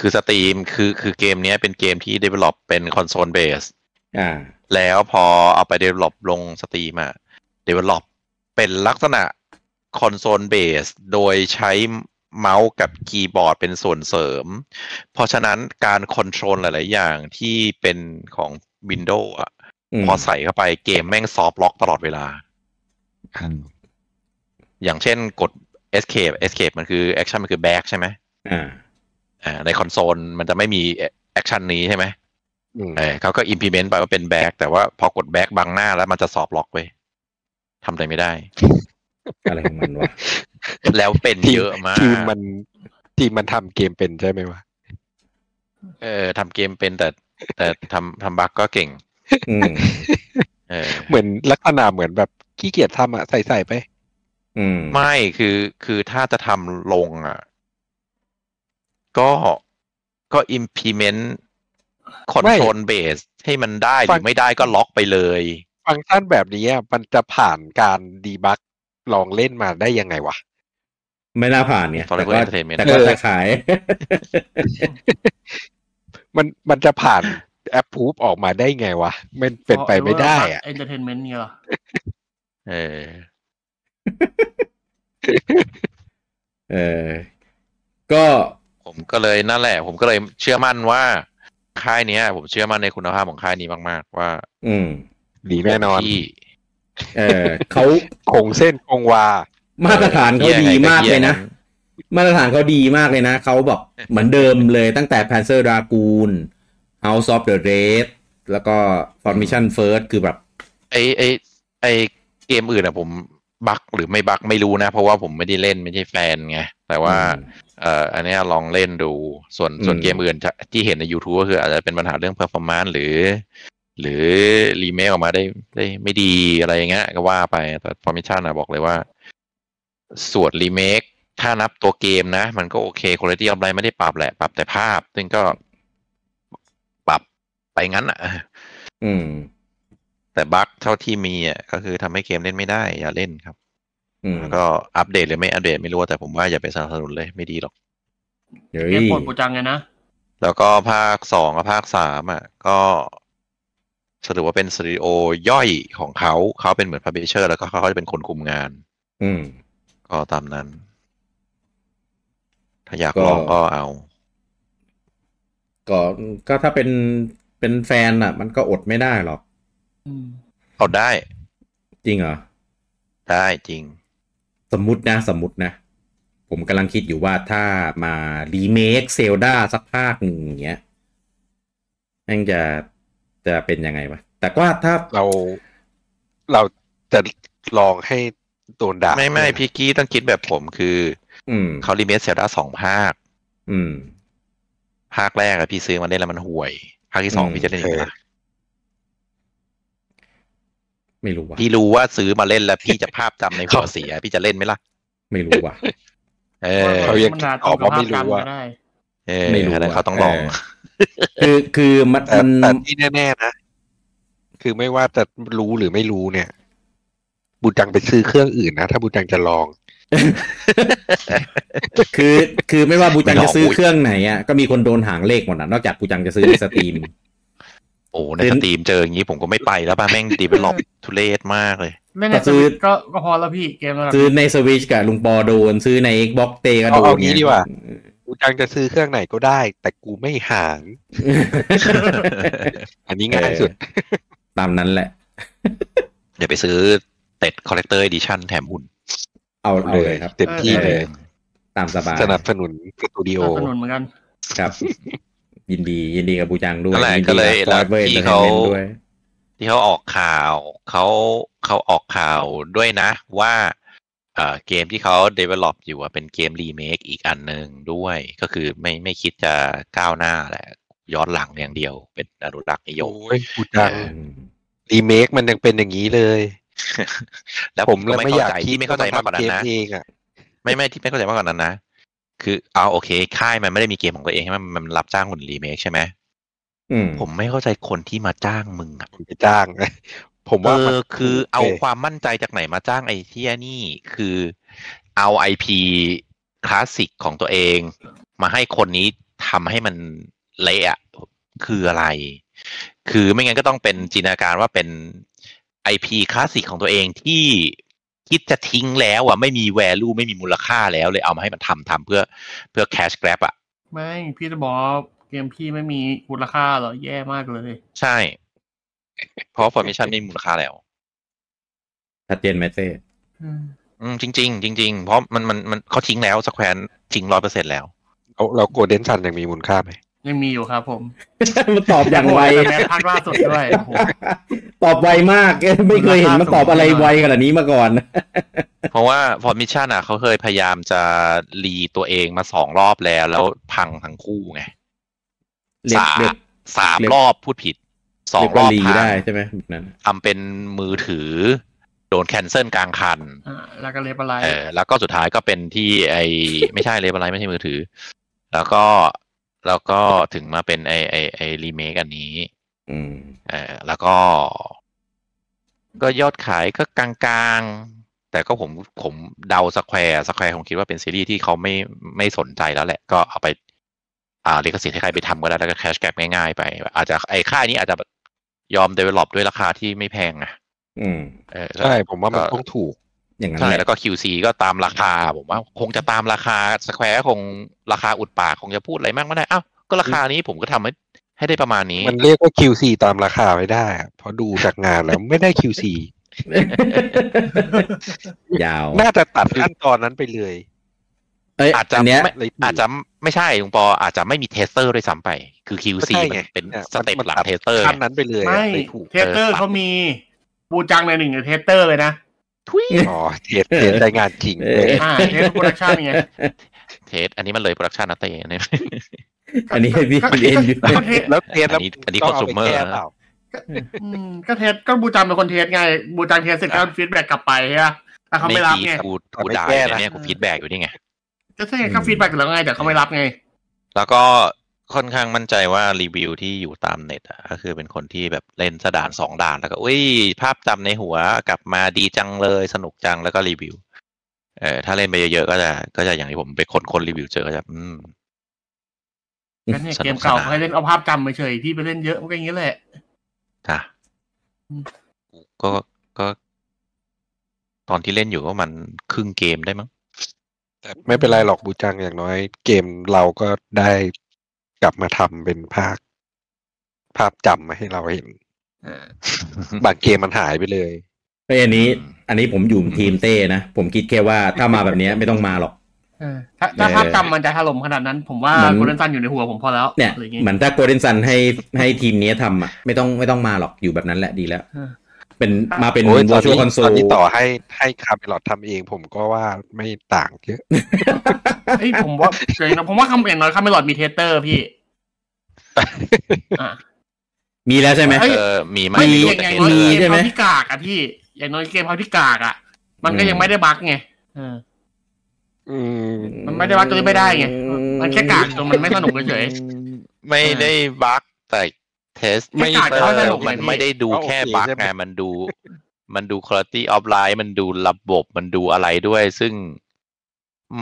[SPEAKER 2] คือสตรีมคือคือเกมเนี้ยเป็นเกมที่ develop เป็นคอนโซลเบส
[SPEAKER 1] อ่า
[SPEAKER 2] แล้วพอเอาไป develop ลงสตรีมอะ develop เป็นลักษณะคอนโซลเบสโดยใช้เมาส์กับคีย์บอร์ดเป็นส่วนเสริม เพราะฉะนั้นการคอนโทรลหลาย ๆ อย่างที่เป็นของ Windows อะ
[SPEAKER 1] อืม
[SPEAKER 2] พอใส่เข้าไปเกมแม่งซอฟต์ล็อกตลอดเวลา อย่างเช่นกด escape escape มันคือ action มันคือ back ใช่ไหม
[SPEAKER 1] อ่า
[SPEAKER 2] อ่าในคอนโซลมันจะไม่มี action นี้ใช่ไหม
[SPEAKER 3] อืม
[SPEAKER 2] เออเขาก็ implement ไปว่าเป็นแบ็กแต่ว่าพอกดแบ็กบังหน้าแล้วมันจะสอบล็อกไว้ยทำอะไรไม่ได้
[SPEAKER 1] อะไรของมันวะ
[SPEAKER 2] แล้วเป็นเยอะ มาก
[SPEAKER 3] ทีมมันทีมมันทำเกมเป็นใช่ไหมวะ
[SPEAKER 2] เออทำเกมเป็นแต่แต่ทำทำบั๊กก็เก่ง
[SPEAKER 1] อืม
[SPEAKER 2] เออ
[SPEAKER 3] เหมือนลักษณะเหมือนแบบขี้เกียจทำอ่ะใส่ใส่ๆไป
[SPEAKER 1] อืม
[SPEAKER 2] ไม่คือคือถ้าจะทำลงอ่ะ ก็ก็ implement control base ให้มันได้หรือไม่ได้ก็ล็อกไปเลย
[SPEAKER 3] ฟังก์ชันแบบนี้อะมันจะผ่านการดีบักลองเล่นมาได้ยังไงวะ
[SPEAKER 1] ไม่น่าผ่านเนี่ย
[SPEAKER 2] Forever
[SPEAKER 1] แต่ก็
[SPEAKER 2] Entertainment
[SPEAKER 1] แต่ก็จะขาย
[SPEAKER 3] มันมันจะผ่านแอปพูฟออกมาได้ไงวะ มันเป็นไปไม่ได้อ่ะ
[SPEAKER 4] เอนเตอร์เทนเมนต์เนี่ยเหรอ
[SPEAKER 2] เออ
[SPEAKER 1] เออ ก็
[SPEAKER 2] ผมก็เลยนั่นแหละ ผมก็เลยเชื่อมั่นว่า ค่ายเนี้ย ผมเชื่อมั่นในคุณภาพของค่ายนี้มาก ๆ ว่า
[SPEAKER 1] อืม
[SPEAKER 3] ดีแน่นอน
[SPEAKER 2] ที่
[SPEAKER 1] เออเขา
[SPEAKER 3] คงเส้นคงวา
[SPEAKER 1] มาตรฐานเขาดีมากเลยนะ
[SPEAKER 2] เออ
[SPEAKER 1] มาตรฐานเขาดีมากเลยนะเขาแบบเหมือนเดิมเลยตั้งแต่ Panzer Dragoon House of the Red แล้วก็ Formation First คือแบบ
[SPEAKER 2] ไอไอไอเกมอื่นอะผมบักหรือไม่บักไม่รู้นะ เพราะว่าผมไม่ได้เล่นไม่ใช่แฟนไง แต่ว่า เอ่ออันเนี้ยลองเล่นดู ส่วน
[SPEAKER 1] อืม
[SPEAKER 2] ส่วนเกมอื่นจะที่เห็นใน YouTube ก็คืออาจจะเป็นปัญหาเรื่อง performance หรือ หรือรีเมคออกมาได้ได้ไม่ดีอะไรอย่างเงี้ยก็ว่าไป แต่ permission อะบอกเลยว่า ส่วนรีเมคถ้านับตัวเกมนะ มันก็โอเคคุณภาพอะไรไม่ได้ปรับแหละ ปรับแต่ภาพ ซึ่งก็ปรับไปงั้นอะ
[SPEAKER 1] อืม
[SPEAKER 2] แต่บั๊กเท่าที่มีอ่ะก็คือทำให้เกมเล่นไม่ได้ อย่าเล่นครับ
[SPEAKER 1] อืม
[SPEAKER 2] แล้วก็อัปเดตหรือไม่อัปเดตไม่รู้แต่ผมว่าอย่าไปสนับสนุนเลยไม่ดีหรอก
[SPEAKER 1] เฮ้
[SPEAKER 4] เก
[SPEAKER 1] ย
[SPEAKER 4] มโปรดโปรจังไงนะ
[SPEAKER 2] แล้วก็ภาคสองกับภาคสามอ่ะ ก็สรุปว่าเป็นสตูดิโอย่อยของเขาเขาเป็นเหมือนพับ l ิเชอร์แล้วก็เขาจะเป็นคนคุมงาน
[SPEAKER 1] อืม
[SPEAKER 2] ก็ตามนั้น ถ้าอยาก
[SPEAKER 1] ก็
[SPEAKER 2] ลองก็เอา
[SPEAKER 1] ก็ก็ถ้าเป็นเป็นแฟนอ่ะ มันก็อดไม่ได้หรอก
[SPEAKER 4] อืม
[SPEAKER 2] เอาได้
[SPEAKER 1] จริงเหรอ
[SPEAKER 2] ได้จริง
[SPEAKER 1] สมมตินะ สมมตินะ ผมกำลังคิดอยู่ว่าถ้ามารีเมคเซลดาสักภาคหนึ่งอย่างเงี้ยแม่งจะจะเป็นยังไงวะ แต่ว่าถ้า
[SPEAKER 3] เราเราจะลองให้โดนด่า
[SPEAKER 2] ไม่ไม่พี่กี้ต้องคิดแบบผมคือ
[SPEAKER 1] อืม
[SPEAKER 2] เขารีเมคเซลดาสองภาค
[SPEAKER 1] อืม
[SPEAKER 2] ภาคแรกอะพี่ซื้อมาเล่นแล้วมันห่วย ภาคที่สอง
[SPEAKER 1] อืม
[SPEAKER 2] พี่จะเล่นอีกไหม
[SPEAKER 1] ไม่รู้ว่ะ
[SPEAKER 2] พี่รู้ว่าซื้อมาเล่นแล้วพี่จะภาพจำในหัวเสีย พี่จะเล่นไหมล่ะ
[SPEAKER 1] ไม่รู้ว่ะ
[SPEAKER 2] เออ
[SPEAKER 3] เขายัง
[SPEAKER 4] มัน
[SPEAKER 3] คิดออว่า
[SPEAKER 4] นาตอก บว่า
[SPEAKER 3] ไม่รู้ว่า
[SPEAKER 4] ไม่รู้ว่าได้
[SPEAKER 2] เออ
[SPEAKER 1] ไม่รู้อะ
[SPEAKER 2] อันนั้นเขาต้องลอง
[SPEAKER 1] คือคือมัน
[SPEAKER 3] แต่
[SPEAKER 1] มัน
[SPEAKER 3] แต่ที่แน่ๆนะ คือไม่ว่าจะรู้หรือไม่รู้เนี่ย บูจังไปซื้อเครื่องอื่นนะ ถ้าบูจังจะลอง
[SPEAKER 1] คือคือไม่ว่าบูจัง
[SPEAKER 2] ไม่หร
[SPEAKER 1] จะ
[SPEAKER 2] อก
[SPEAKER 1] ซื้อ
[SPEAKER 2] อุ๊ย
[SPEAKER 1] เครื่องไหนอ่ะก็มีคนโดนหางเลขหมดนะนอกจากบูจังจะซื้อในสตรีม
[SPEAKER 2] โอ้ในสตรีมเจออย่างนี้ผมก็ไม่ไปแล้ว ป่ะแม่งดีเวลลอปทุเรศมากเลย
[SPEAKER 4] ไม่
[SPEAKER 1] แต่
[SPEAKER 4] แน่
[SPEAKER 1] ซื้
[SPEAKER 4] ซื้
[SPEAKER 1] อ
[SPEAKER 4] อก็ก็พอแล้วพี่เกมระดับ
[SPEAKER 1] ซื้อในสวิชกับลุงปอโดน ซื้อใน Xbox เตก็โดน
[SPEAKER 3] เอาเอางี้
[SPEAKER 1] ไ
[SPEAKER 3] ดีกว่า บูจังจะซื้อเครื่องไหนก็ได้ แต่กูไม่หางอันนี้ง่ายสุด
[SPEAKER 1] ตามนั้นแหละ
[SPEAKER 2] เดี๋ยวไปซื้อเต็ดคอลเลกเตอร์ ดิชั่นแถมหุ่น
[SPEAKER 1] เอาเอาเลยครับ
[SPEAKER 3] เต็มที่เลย
[SPEAKER 1] ตามสบาย
[SPEAKER 3] สนับสนุนสตูดิโอ
[SPEAKER 4] สนับสนุนเหมือนกัน
[SPEAKER 1] ครับ ยินดียินดีกับบูจังด้วย
[SPEAKER 2] นั่นแหละ
[SPEAKER 1] ยินดี
[SPEAKER 2] ก็เลย
[SPEAKER 1] กั
[SPEAKER 2] แล้
[SPEAKER 1] บ
[SPEAKER 2] ว
[SPEAKER 1] Forever
[SPEAKER 2] ที่เขา
[SPEAKER 1] Entertainment ด้วย
[SPEAKER 2] ที่เขาออกข่าวเขาเขาออกข่าวด้วยนะว่าเอ่อเกมที่เขา develop อยู่อะเป็นเกมรีเมคอีกอันหนึ่งด้วย ก็คือไม่ไม่คิดจะก้าวหน้าแหละ ย้อนหลังอย่างเดียว เป็นอนุรักษ์นิยม
[SPEAKER 3] โอ้ยบูจัง
[SPEAKER 2] เออ
[SPEAKER 3] รีเมคมันยังเป็นอย่างนี้เลย
[SPEAKER 2] แล้วผมก็ไม่เข้าใจที่ไม่เข้าใจมากกว่านั้นนะ
[SPEAKER 3] เองอ่ะ
[SPEAKER 2] ไม่ไม่ที่ไม่เข้าใจมากกว่านั้นนะ คือเอาโอเค ค่ายมันไม่ได้มีเกมของตัวเองใช่ไหมมันรับจ้างคนรีเมคใช่ไหม
[SPEAKER 1] อืม
[SPEAKER 2] ผมไม่เข้าใจคนที่มาจ้างมึงอะ
[SPEAKER 3] ผมจะจ้าง นะผม
[SPEAKER 2] เอ
[SPEAKER 3] ว่ามัน
[SPEAKER 2] อคือเอา
[SPEAKER 3] โ
[SPEAKER 2] ความมั่นใจจากไหนมาจ้างไอ้เที่ยนี่คือเอาไอพีคลาสสิกของตัวเอง มาให้คนนี้ ทำให้มันเละอะคืออะไร คือไม่งั้นก็ต้องเป็นจินตนาการว่าเป็นไอพีคลาสสิกของตัวเองที่คิดจะทิ้งแล้วอ่ะไม่มีแวลูไม่มีมูลค่าแล้วเลยเอามาให้มันทำทำเพื่อเพื่อแคชแกร็บอ่ะ
[SPEAKER 4] ไม่พี่จะบอกว่าเกมพี่ไม่มีมูลค่าเหรอแย่มากเลย
[SPEAKER 2] ใช่ เพราะฟอร์มิชันไม่มีมูลค่าแล้ว
[SPEAKER 1] ชัดเจนไหมเต้
[SPEAKER 4] อืม
[SPEAKER 2] อืมจริง ๆ จริง ๆ เพราะมันมันมันเขาทิ้งแล้วสแควร์ทิ้งร้อยเปอร์เซ็นแล้ว
[SPEAKER 3] เราเราโกลเด้นซันยังมีมูลค่าไหม
[SPEAKER 4] ยังมีอยู่ครับผม
[SPEAKER 1] มันตอบอย่างไว
[SPEAKER 4] แต่แม้ภาคล่าสุดด้วยโอ้โห
[SPEAKER 1] ตอบไวมาก ไม่เคยเห็นมันตอบอะไรไวขนาดนี้มาก่อน
[SPEAKER 2] เพราะว่าฟอร์มิชันอ่ะเขาเคยพยายามจะรีตัวเองมาสองรอบแล้ว แล้วพังทั้งคู่ไง
[SPEAKER 1] เรียก
[SPEAKER 2] สาม
[SPEAKER 1] เรียก
[SPEAKER 2] สาม
[SPEAKER 1] เรียก
[SPEAKER 2] รอบพูดผิดสอง
[SPEAKER 1] เรียก
[SPEAKER 2] ร
[SPEAKER 1] ว่า
[SPEAKER 2] อบ
[SPEAKER 1] รี
[SPEAKER 2] พัง
[SPEAKER 1] ได้ใช่ไหมแบบนั้น
[SPEAKER 2] ทำเป็นมือถือ โดนแคนเซิลกลางคัน
[SPEAKER 4] อ่าแล้วก็เลบอะไร
[SPEAKER 2] เออแล้วก็สุดท้ายก็เป็นที่ ไอ ไม่ใช่เลยอะไรไม่ใช่มือถือ แล้วก็แล้วก็ถึงมาเป็นไอไอไอรีเมคอันนี้
[SPEAKER 1] อืม
[SPEAKER 2] เออแล้วก็ ก็ยอดขายก็กลางๆ แต่ก็ผมผมเดาสแควร์สแควร์ผมคิดว่าเป็นซีรีส์ที่เขาไม่ไม่สนใจแล้วแหละ ก็เอาไป อ่าลิขสิทธิ์ให้ใครไปทำก็ได้แล้วก็แคชแก็บง่ายๆไป อาจจะไอ้ค่ายนี้อาจจะยอมเดเวล็อปด้วยราคาที่ไม่แพงนะ
[SPEAKER 1] อืม
[SPEAKER 2] เออ
[SPEAKER 3] ใช่ผมว่ามัน
[SPEAKER 2] ก็
[SPEAKER 3] ต้องถูก
[SPEAKER 1] อย่างนั้น
[SPEAKER 2] ใช่
[SPEAKER 1] แหละ
[SPEAKER 2] แล้วก็ QC ก็ตามราคา ผมว่า คงจะตามราคาสแควร์คงราคาอุดปากคงจะพูดอะไรมากไม่ได้อ้าวก็ราคานี้ผมก็ทำให้ให้ได้ประมาณนี้
[SPEAKER 3] มันเรียกว่า QC ตามราคาไม่ได้อะเพราะดูจากงานแล้วไม่ได้ QC
[SPEAKER 1] ยาว
[SPEAKER 3] น่าจะตัดขั้นตอนนั้นไปเลย
[SPEAKER 1] เอ้ย
[SPEAKER 2] อาจจะ
[SPEAKER 1] นเนี้ย
[SPEAKER 2] ไม่
[SPEAKER 3] เลย
[SPEAKER 2] อาจจะไม่ใช่ลุงปออาจจะไม่มีเทสเตอร์ด้วยซ้ำไป คือ QC
[SPEAKER 3] ก็ใช่
[SPEAKER 2] มัน
[SPEAKER 3] ไง
[SPEAKER 2] เป็น
[SPEAKER 3] เนี่ย
[SPEAKER 2] สเต็ป
[SPEAKER 3] มัน
[SPEAKER 2] หลัง
[SPEAKER 3] ตัด
[SPEAKER 2] เทสเตอร์
[SPEAKER 3] ขั้น
[SPEAKER 2] ไง
[SPEAKER 3] นั้นไปเลยอะ
[SPEAKER 4] ไม่
[SPEAKER 3] เลยถูก
[SPEAKER 4] เทสเตอร์
[SPEAKER 2] เออ
[SPEAKER 4] เขามีบูจังในหนึ่งกับเทสเตอร์เลยนะ
[SPEAKER 2] ทุย
[SPEAKER 3] อ๋อเทียบเทียบใจงานจริง
[SPEAKER 1] เอ
[SPEAKER 3] เล
[SPEAKER 1] อ
[SPEAKER 3] ย
[SPEAKER 4] อ่าเทสโปรดักชั่นไง
[SPEAKER 2] เทสอันนี้มันเลยโปรดักชันนะเต้เนี่ย
[SPEAKER 1] อันนี้ให้พี่เอ็นอยู่
[SPEAKER 4] ก็เทส
[SPEAKER 3] แล้วเทียบแล้ว
[SPEAKER 2] อันนี้อันนี้
[SPEAKER 3] ต้งาไป
[SPEAKER 2] consumer
[SPEAKER 3] แก้
[SPEAKER 2] นะ
[SPEAKER 3] เปล่า
[SPEAKER 4] อืมก็เทสก็บูจังเป็นคนเทสไงบูจังเทสเสร็จก็ฟีดแบ็กกลับไปใช่ปะแต่เขาไม่รับ
[SPEAKER 2] พี
[SPEAKER 4] ไง
[SPEAKER 2] กูกูด่าอยู่เนี่ยกูฟีดแบ็กอยู่นี่ไง
[SPEAKER 4] ก็ใช่ไงเขาฟีดแบ็กอยู่แล้วไงแต่เขาไม่รับไง
[SPEAKER 2] แล้วก็ค่อนข้างมั่นใจว่ารีวิวที่อยู่ตามเน็ตอะก็คือเป็นคนที่แบบเล่นสะด่านสองด่านแล้วก็อุ้ยภาพจำในหัวกลับมาดีจังเลยสนุกจังแล้วก็รีวิว เออถ้าเล่นไปเยอะๆก็จะก็จะอย่างที่ผมไปคนคนๆรีวิวเจอก็จะอืม
[SPEAKER 4] ก็เนี่ย
[SPEAKER 2] สนุก
[SPEAKER 4] เกมเก่า
[SPEAKER 2] สนาน
[SPEAKER 4] เขาให้เล่นเอาภาพจำไปเฉยที่ไปเล่นเยอะมันก็อย่างนี้แหละ
[SPEAKER 2] ค่ะ
[SPEAKER 4] อืม
[SPEAKER 2] ก็ก็ ตอนที่เล่นอยู่ก็มันครึ่งเกมได้มั้ง
[SPEAKER 3] แต่ไม่เป็นไรหรอกบูจังอย่างน้อย เกมเราก็ได้กลับมาทำเป็นภาค ภาพจำมาให้เราเห็น บางเกมมันหายไปเลย
[SPEAKER 1] เอ้ยอันนี้
[SPEAKER 2] อืม
[SPEAKER 1] อันนี้ผมอยู่ทีมเต้นะ ผมคิดแค่ว่าถ้ามาแบบเนี้ยไม่ต้องมาหรอก
[SPEAKER 4] เออถ้าถ้า
[SPEAKER 1] เออ
[SPEAKER 4] ภาพจำมันจะถล่มขนาดนั้น ผมว่า
[SPEAKER 1] เหมือน
[SPEAKER 4] โกลเด้นซันอยู่ในหัวผมพอแล้ว
[SPEAKER 1] เนี่ย
[SPEAKER 4] อะไรอย่าง
[SPEAKER 1] เหมือนถ้าโกลเด้นซันให้ให้ทีมเนี้ยทำอ่ะไม่ต้องไม่ต้องมาหรอกอยู่แบบนั้นแหละดีแล้ว
[SPEAKER 4] เออ
[SPEAKER 1] เป็นมาเป็น
[SPEAKER 3] โอ้ยตอน
[SPEAKER 1] virtual
[SPEAKER 3] นี้
[SPEAKER 1] console
[SPEAKER 3] ตอนนี้ต่อให้ให้คาเมลอดทำเอง ผมก็ว่าไม่ต่างเยอะ
[SPEAKER 4] เอ้ยผมว่าเฉยนะผมว่าคำเอ็นน้อยคำไม่หลอดมีเทสเตอร์พี่อ่ะ
[SPEAKER 1] มีแล้วใช่ไหม
[SPEAKER 4] เอ้ย
[SPEAKER 2] เออมีไหม
[SPEAKER 4] ไม่
[SPEAKER 2] ไม่
[SPEAKER 4] อ
[SPEAKER 2] รู้
[SPEAKER 4] ย่าง
[SPEAKER 2] แต่เห็น
[SPEAKER 4] น้อย
[SPEAKER 1] มี
[SPEAKER 2] เลย
[SPEAKER 4] เก
[SPEAKER 1] ใช่
[SPEAKER 4] ม
[SPEAKER 1] ไหม
[SPEAKER 4] เขาที่กากอะพี่ อย่างน้อยเกมเขาที่กากอะมันก็
[SPEAKER 1] อืม
[SPEAKER 4] ยังไม่ได้บั๊กไงเออ
[SPEAKER 3] อืม
[SPEAKER 4] มันไม่ได้ว่าตัวนี้ไม่ได้ไงมันแค่กากจนมันไม่สนุกเฉย
[SPEAKER 2] ไม่ได้บั๊กแต่เทส
[SPEAKER 4] ไม่
[SPEAKER 2] เตอ
[SPEAKER 4] ขาดข้อสรุ
[SPEAKER 2] ร์
[SPEAKER 4] ปไง
[SPEAKER 2] มัน
[SPEAKER 4] พี่
[SPEAKER 2] ไม่ได้ดูแค่บั๊กไงมันดู มันดูคุณภาพออฟไลน์มันดูระบบมันดูอะไรด้วย ซึ่ง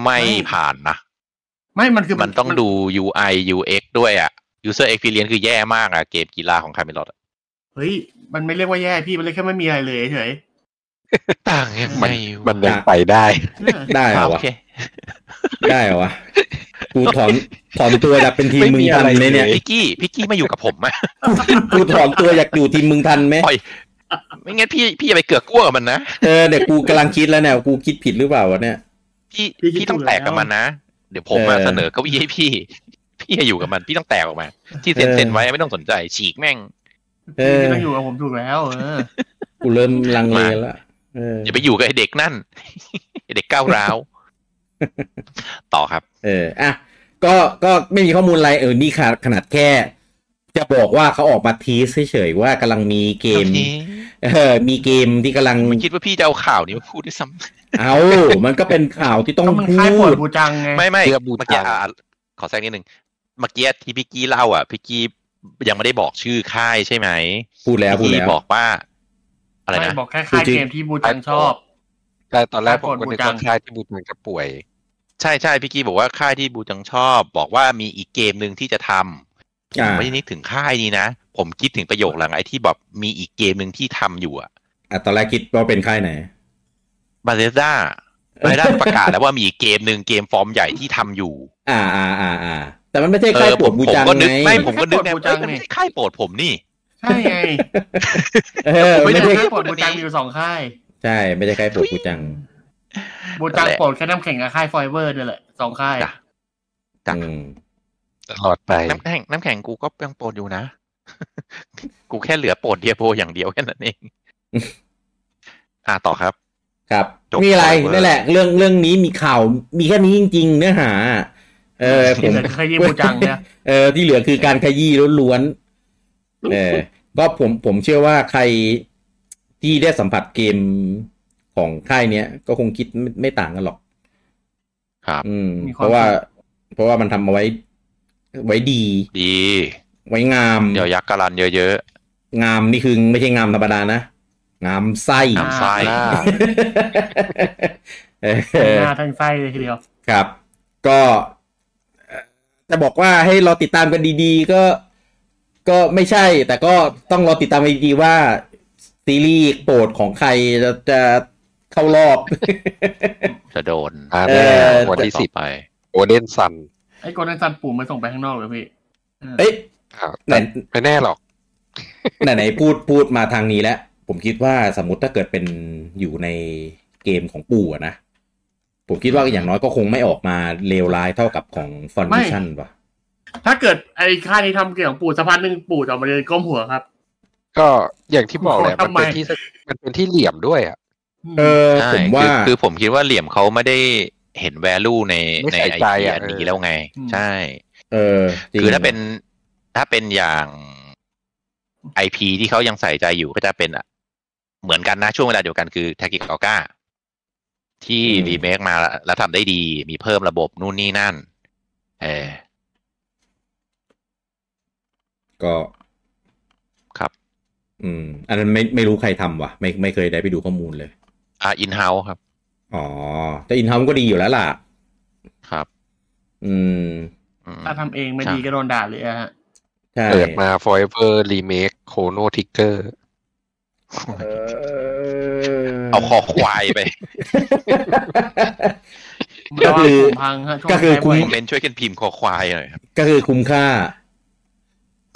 [SPEAKER 2] ไม่ผ่านนะ
[SPEAKER 4] ไม่มันคือ
[SPEAKER 2] มันต้องดู UI UX ด้วยอ่ะ User Experience คือแย่มากอ่ะ เกมกีฬาของคาเมลอด
[SPEAKER 4] เฮ้ยมันไม่เรียกว่าแย่พี่มันเรียกแค่ไม่มีอะไรเลยเฉย
[SPEAKER 2] ต่างยังไงวะ
[SPEAKER 3] มันยังไปได้
[SPEAKER 4] ๆเนี่ย
[SPEAKER 1] ได้เหรอ
[SPEAKER 2] โอ
[SPEAKER 1] วะ
[SPEAKER 2] เค
[SPEAKER 1] ได้เหรอวะกูถอนถอนตัวจากเป็นทีม
[SPEAKER 3] ไม่
[SPEAKER 1] มึ
[SPEAKER 3] มี
[SPEAKER 1] งทันไหมเนี่ย
[SPEAKER 3] อะไรเลย
[SPEAKER 2] พี่กี้พี่กี้มาอยู่กับผมไหม
[SPEAKER 1] กูถอนตัวอยากอยู่ทีมมึงทันไหม
[SPEAKER 2] ไม่งั้นพี่พี่อย่าไปเกือกกลัวกับมันนะ
[SPEAKER 1] เออเดี๋ยวกูกำลังคิดแล้วเนี่ยกูคิดผิดหรือเปล่าวะเนี่ย
[SPEAKER 2] พี่พี่ต้องแตกกับมันนะ เดี๋ยวผมมา
[SPEAKER 1] เออ
[SPEAKER 2] เสนอเก้าอี้ ให้พี่ พี่อย่าอยู่กับมันพี่ต้องแตกออกมา ที่เซ็นเซ็นไว้ไม่ต้องสนใจ ฉีกแม่ง
[SPEAKER 1] เออ
[SPEAKER 4] พี่ต้องอยู่กับผมถูกแล้วเออ
[SPEAKER 1] กูเริ่มลังเลแล้วเออ
[SPEAKER 2] อย่าไปอยู่กับไอ้เด็กนั่น ไอ้เด็กก้าวร้าว ต่อครับ
[SPEAKER 1] เอออ่ะก็ก็ไม่มีข้อมูลอะไรเออนี่ขนาดขนาดแค่ จะบอกว่าเขาออกมาทีสเฉยๆว่ากำลังมีเกม
[SPEAKER 2] โอเค
[SPEAKER 1] เออมีเกมที่กำลัง
[SPEAKER 2] ผมคิดว่าพี่จะเอาข่าวนี้มาพูดด้วยซ้ำ
[SPEAKER 1] เอา มันก็เป็นข่าวที่ต้อง
[SPEAKER 4] ก็มัน
[SPEAKER 1] พู
[SPEAKER 4] ค่ายปวด
[SPEAKER 1] ด
[SPEAKER 4] บูจัง ไง
[SPEAKER 2] ไม่ไม่
[SPEAKER 3] เพื่อบู
[SPEAKER 2] เมื่อกี้
[SPEAKER 3] ชา
[SPEAKER 2] อ่ะอ่ะขอแทรกนิดนึงเมื่อกี้ที่พี่กี้เล่าอ่ะพี่กี้ยังไม่ได้บอกชื่อค่ายใช่ไหม
[SPEAKER 1] พูดแล้วพูด
[SPEAKER 2] พี่
[SPEAKER 1] แล้ว
[SPEAKER 2] กี้บอกว่า อะไร
[SPEAKER 4] ไม่
[SPEAKER 2] นะ
[SPEAKER 4] บอกแค่ค่ายเกมที่บูจังชอบ
[SPEAKER 3] แต่ตอนแรกผม
[SPEAKER 4] ป
[SPEAKER 3] ก็
[SPEAKER 4] รา
[SPEAKER 3] นึก
[SPEAKER 4] กฏบูจั
[SPEAKER 3] ว่าง ค่ายที่บูจังจะป่วย
[SPEAKER 2] ใช่ใช่พี่กี้บอกว่าค่ายที่บูจังชอบ บอกว่ามีอีกเกมหนึ่งที่จะทำผม
[SPEAKER 1] อ่า
[SPEAKER 2] ไม่ได้นึกถึงค่ายนี้นะ ผมคิดถึงประโยคหลังไอ้ที่แบบมีอีกเกมหนึ่งที่ทำอยู่อะ
[SPEAKER 1] อ่ะตอนแรกคิดว่าเป็นค่ายไหน
[SPEAKER 2] บาเล ด้าบาเลด้าประกาศแล้วว่ามีอีกเกมหนึ่งเกมฟอร์มใหญ่ที่ทำอยู่
[SPEAKER 1] อ่าอ่าอ่าอ่าแต่มัน ไม่ใช่
[SPEAKER 2] เอ
[SPEAKER 1] ค่าย
[SPEAKER 2] อ
[SPEAKER 1] ป
[SPEAKER 2] ผ
[SPEAKER 1] วด
[SPEAKER 2] ม
[SPEAKER 1] บู
[SPEAKER 2] ผม
[SPEAKER 1] จัง
[SPEAKER 2] ก็นึก
[SPEAKER 1] ไง
[SPEAKER 2] ไม่ผมก็นึกนะ
[SPEAKER 4] บูจั
[SPEAKER 2] เอ้
[SPEAKER 4] ง
[SPEAKER 2] ยมัน
[SPEAKER 4] ไง
[SPEAKER 2] ไม่ใช่ค่ายโปรดผมนี่
[SPEAKER 4] ใช่ไง
[SPEAKER 1] เออ
[SPEAKER 4] ผมไม่
[SPEAKER 1] ไม่
[SPEAKER 4] ได้
[SPEAKER 1] ใช่
[SPEAKER 4] ค่ายโปรดบูจังมีอยู่สองค่าย
[SPEAKER 1] ใช่ไม่ใช่ค่ายปวดบูจัง
[SPEAKER 4] บูจั
[SPEAKER 2] นั่น
[SPEAKER 4] ง
[SPEAKER 2] แหละ
[SPEAKER 4] โปรดแค่น้ำแข็งกับค่ายฟอยเวอร์เนี่ยแหละสองค่าย
[SPEAKER 2] จ้ะ จ้ะ
[SPEAKER 1] อืม
[SPEAKER 3] ตลอดไป
[SPEAKER 2] น้ำแข็งน้ำแข็งกูก็ยังโปรดอยู่นะ กูแค่เหลือโปรดเดียโบอย่างเดียวแค่นั้นเอง อ่าต่อครับ
[SPEAKER 1] ครับ
[SPEAKER 2] จบ
[SPEAKER 1] มีอะไร
[SPEAKER 2] Forever
[SPEAKER 1] นั่นแหละ เรื่องเรื่องนี้มีข่าวมีแค่นี้จริง ๆ เนื้อหา เออผ
[SPEAKER 4] ที่
[SPEAKER 1] ม
[SPEAKER 4] เหลือคือขยี้บูจังเนี่ย
[SPEAKER 1] เออที่เหลือคือการขยี้ล้วนๆเออก็ผมผมเชื่อว่าใครที่ได้สัมผัสเกมของค่ายเนี้ย ก็คงคิดไม่ไม่ต่างกันหรอก
[SPEAKER 2] ครับ
[SPEAKER 1] อืม
[SPEAKER 4] มีค
[SPEAKER 1] เพ
[SPEAKER 4] วา
[SPEAKER 1] ราะ
[SPEAKER 4] ม
[SPEAKER 1] ว่า
[SPEAKER 4] สุข
[SPEAKER 1] เพราะว่ามันทำเอาไว้ ไว้ดี
[SPEAKER 2] ดี
[SPEAKER 1] ไว้งาม
[SPEAKER 2] เดี๋ยวยักษ์การันเยอะ
[SPEAKER 1] งามนี่คือไม่ใช่งามธรรมดานะ งามไส้
[SPEAKER 2] ๆน้ำไส้
[SPEAKER 3] อ่า
[SPEAKER 1] เอ
[SPEAKER 4] ทั้ง
[SPEAKER 1] อ
[SPEAKER 4] หน้าทั้งไส้เลยทีเดียว
[SPEAKER 1] ครับ ก็เอ่อจะบอกว่าให้รอติดตามกันดีๆ ก็ก็ไม่ใช่ แต่ก็ต้องรอติดตามกันดีๆว่า ซีรีส์โปรดของใครจะจะเข้ารอบ
[SPEAKER 2] จะโดน
[SPEAKER 3] อ่า
[SPEAKER 1] เอ
[SPEAKER 3] แน่
[SPEAKER 1] อ
[SPEAKER 3] วันที่
[SPEAKER 2] ต่อ
[SPEAKER 3] สิบ
[SPEAKER 2] ไป
[SPEAKER 3] โอเดนซัน
[SPEAKER 4] ไอ้โกลเด้นซันปู่มันส่งไปข้างนอกเลยพี่
[SPEAKER 1] เอ้ย
[SPEAKER 3] ครับ
[SPEAKER 1] ไหน
[SPEAKER 3] ไม่แน่หรอก
[SPEAKER 1] ไหนไหนพูดพูดมาทางนี้แล้ว ผมคิดว่าสมมติถ้าเกิดเป็นอยู่ในเกมของปู่อะนะ ผมคิดว่าอย่างน้อยก็คงไม่ออกมาเลวร้ายเท่ากับของฟอนดิชั่นป่ะ
[SPEAKER 4] ถ้าเกิดไอ้ค่ายนี้ทำเกี่ยวกับปู่สักพักหนึ่งปู่จะออกมาเดินก้มหัวครับ
[SPEAKER 3] ก็อย่างที่บอกแหละ
[SPEAKER 4] ทำ
[SPEAKER 3] มั
[SPEAKER 4] ไม
[SPEAKER 3] นเป็นที่มันเป็นที่เหลี่ยมด้วยอ่ะ
[SPEAKER 1] เออ
[SPEAKER 2] ใช่
[SPEAKER 1] ผมว่า
[SPEAKER 2] คือคือผมคิดว่าเหลี่ยมเขาไม่ได้เห็น value ใน
[SPEAKER 3] ไม่
[SPEAKER 2] ใน
[SPEAKER 3] ใส่
[SPEAKER 2] ไอ
[SPEAKER 3] ใจ
[SPEAKER 2] เดีย
[SPEAKER 3] อ่ะเออ
[SPEAKER 2] นี้แล้วไง
[SPEAKER 4] อืม
[SPEAKER 2] ใช่
[SPEAKER 1] เออจริง
[SPEAKER 2] คือถ้าเป็นถ้าเป็นอย่างไอพีที่เขายังใส่ใจอยู่ก็จะเป็นอะเหมือนกันนะช่วงเวลาเดียวกันคือแทกิกอก้าที่รีเมคมาแล้วแล้วทำได้ดี มีเพิ่มระบบนู่นนี่นั่น เออ
[SPEAKER 1] ก็
[SPEAKER 2] ครับ
[SPEAKER 1] อืม อันนั้นไม่ไม่รู้ใครทำว่ะ ไม่ไม่เคยได้ไปดูข้อมูลเลย
[SPEAKER 2] อ่าอินเฮาครับ
[SPEAKER 1] อ๋อ แต่อินทามก็ดีอยู่แล้วล่ะ
[SPEAKER 2] ครับ
[SPEAKER 1] อืม
[SPEAKER 2] อืม
[SPEAKER 4] ถ้าทำเองไม่
[SPEAKER 2] ใช่
[SPEAKER 4] ดีก็โดนด่าเลยอะฮะ
[SPEAKER 1] ใช่
[SPEAKER 3] เปิดมา Forever Remake Chrono Trigger
[SPEAKER 1] เออ
[SPEAKER 2] เอาคอควายไป
[SPEAKER 4] ไม่ว่า
[SPEAKER 1] ก็คือ
[SPEAKER 4] ผมพังฮะช่วง
[SPEAKER 1] ก็คือ
[SPEAKER 4] ท้าย
[SPEAKER 1] คุณ
[SPEAKER 2] ค
[SPEAKER 4] ไป
[SPEAKER 2] อมเมนต์ช่วยกันพิมพ์คอควายหน่อยครับ
[SPEAKER 1] ก็คือคุ้มค่า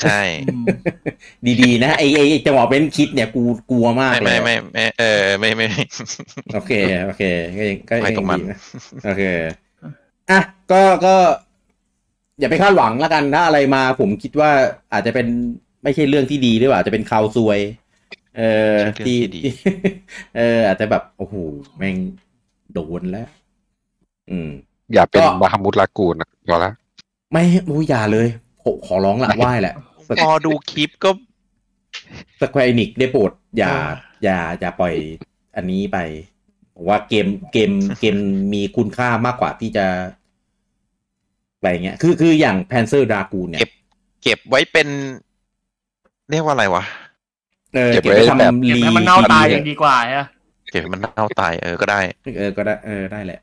[SPEAKER 2] ใช่
[SPEAKER 4] อืม
[SPEAKER 1] ดีๆ นะไอไอไอ้จังหวะเป็นคิดเนี่ยกูกลัวมาก
[SPEAKER 2] ไม่
[SPEAKER 1] เลย
[SPEAKER 2] ไม่ไม่ไม่เออไม่ไม่
[SPEAKER 1] โอเค โอเค ก็ยังก็
[SPEAKER 2] ไม่
[SPEAKER 1] ยั
[SPEAKER 2] ต
[SPEAKER 1] ง
[SPEAKER 2] กมัน
[SPEAKER 1] ดี นะโอเค อ่ะ ก็ก็ อย่าไปคาดหวังละกันถ้าอะไรมา ผมคิดว่าอาจจะเป็นไม่ใช่เรื่องที่ดีหรือเปล่าอาจจะเป็นข่าวซวย เออ
[SPEAKER 2] ไม่ใช่เรื่
[SPEAKER 1] ที่
[SPEAKER 2] องที่ดี
[SPEAKER 1] ที่เออ อาจจะแบบโอ้โหแม่งโดนแล้ว อืม
[SPEAKER 3] อย่าเป็น
[SPEAKER 1] ก็
[SPEAKER 3] บาฮามุดลากูนอะพอละ
[SPEAKER 1] ไม่อุ้ยอย่าเลยขอขอร้องละไหว้ แหละ
[SPEAKER 2] พอดูคลิปก็
[SPEAKER 1] สแควร์นิกได้โปรดอย่า
[SPEAKER 2] อ่า
[SPEAKER 1] อย่าอย่าปล่อยอันนี้ไปผมว่าเกมเก มเกมมีคุณค่ามากกว่าที่จะไปอย่างเงี้ย คือคืออย่างแพนเซอร์ดากูเนี่ย
[SPEAKER 2] เก็บไว้เป็น เรียกว่าอะไรวะ
[SPEAKER 1] เออ
[SPEAKER 3] เก็บไว้
[SPEAKER 1] เก็บไป
[SPEAKER 3] แบบ
[SPEAKER 1] ทำ
[SPEAKER 4] เก็บ
[SPEAKER 1] รี
[SPEAKER 4] ให้มันเน่าตายอย่างดีกว่าฮะ
[SPEAKER 2] เก็บให้มันเน่าตายเออก็ได้
[SPEAKER 1] เออก็ได้เออได้แหละ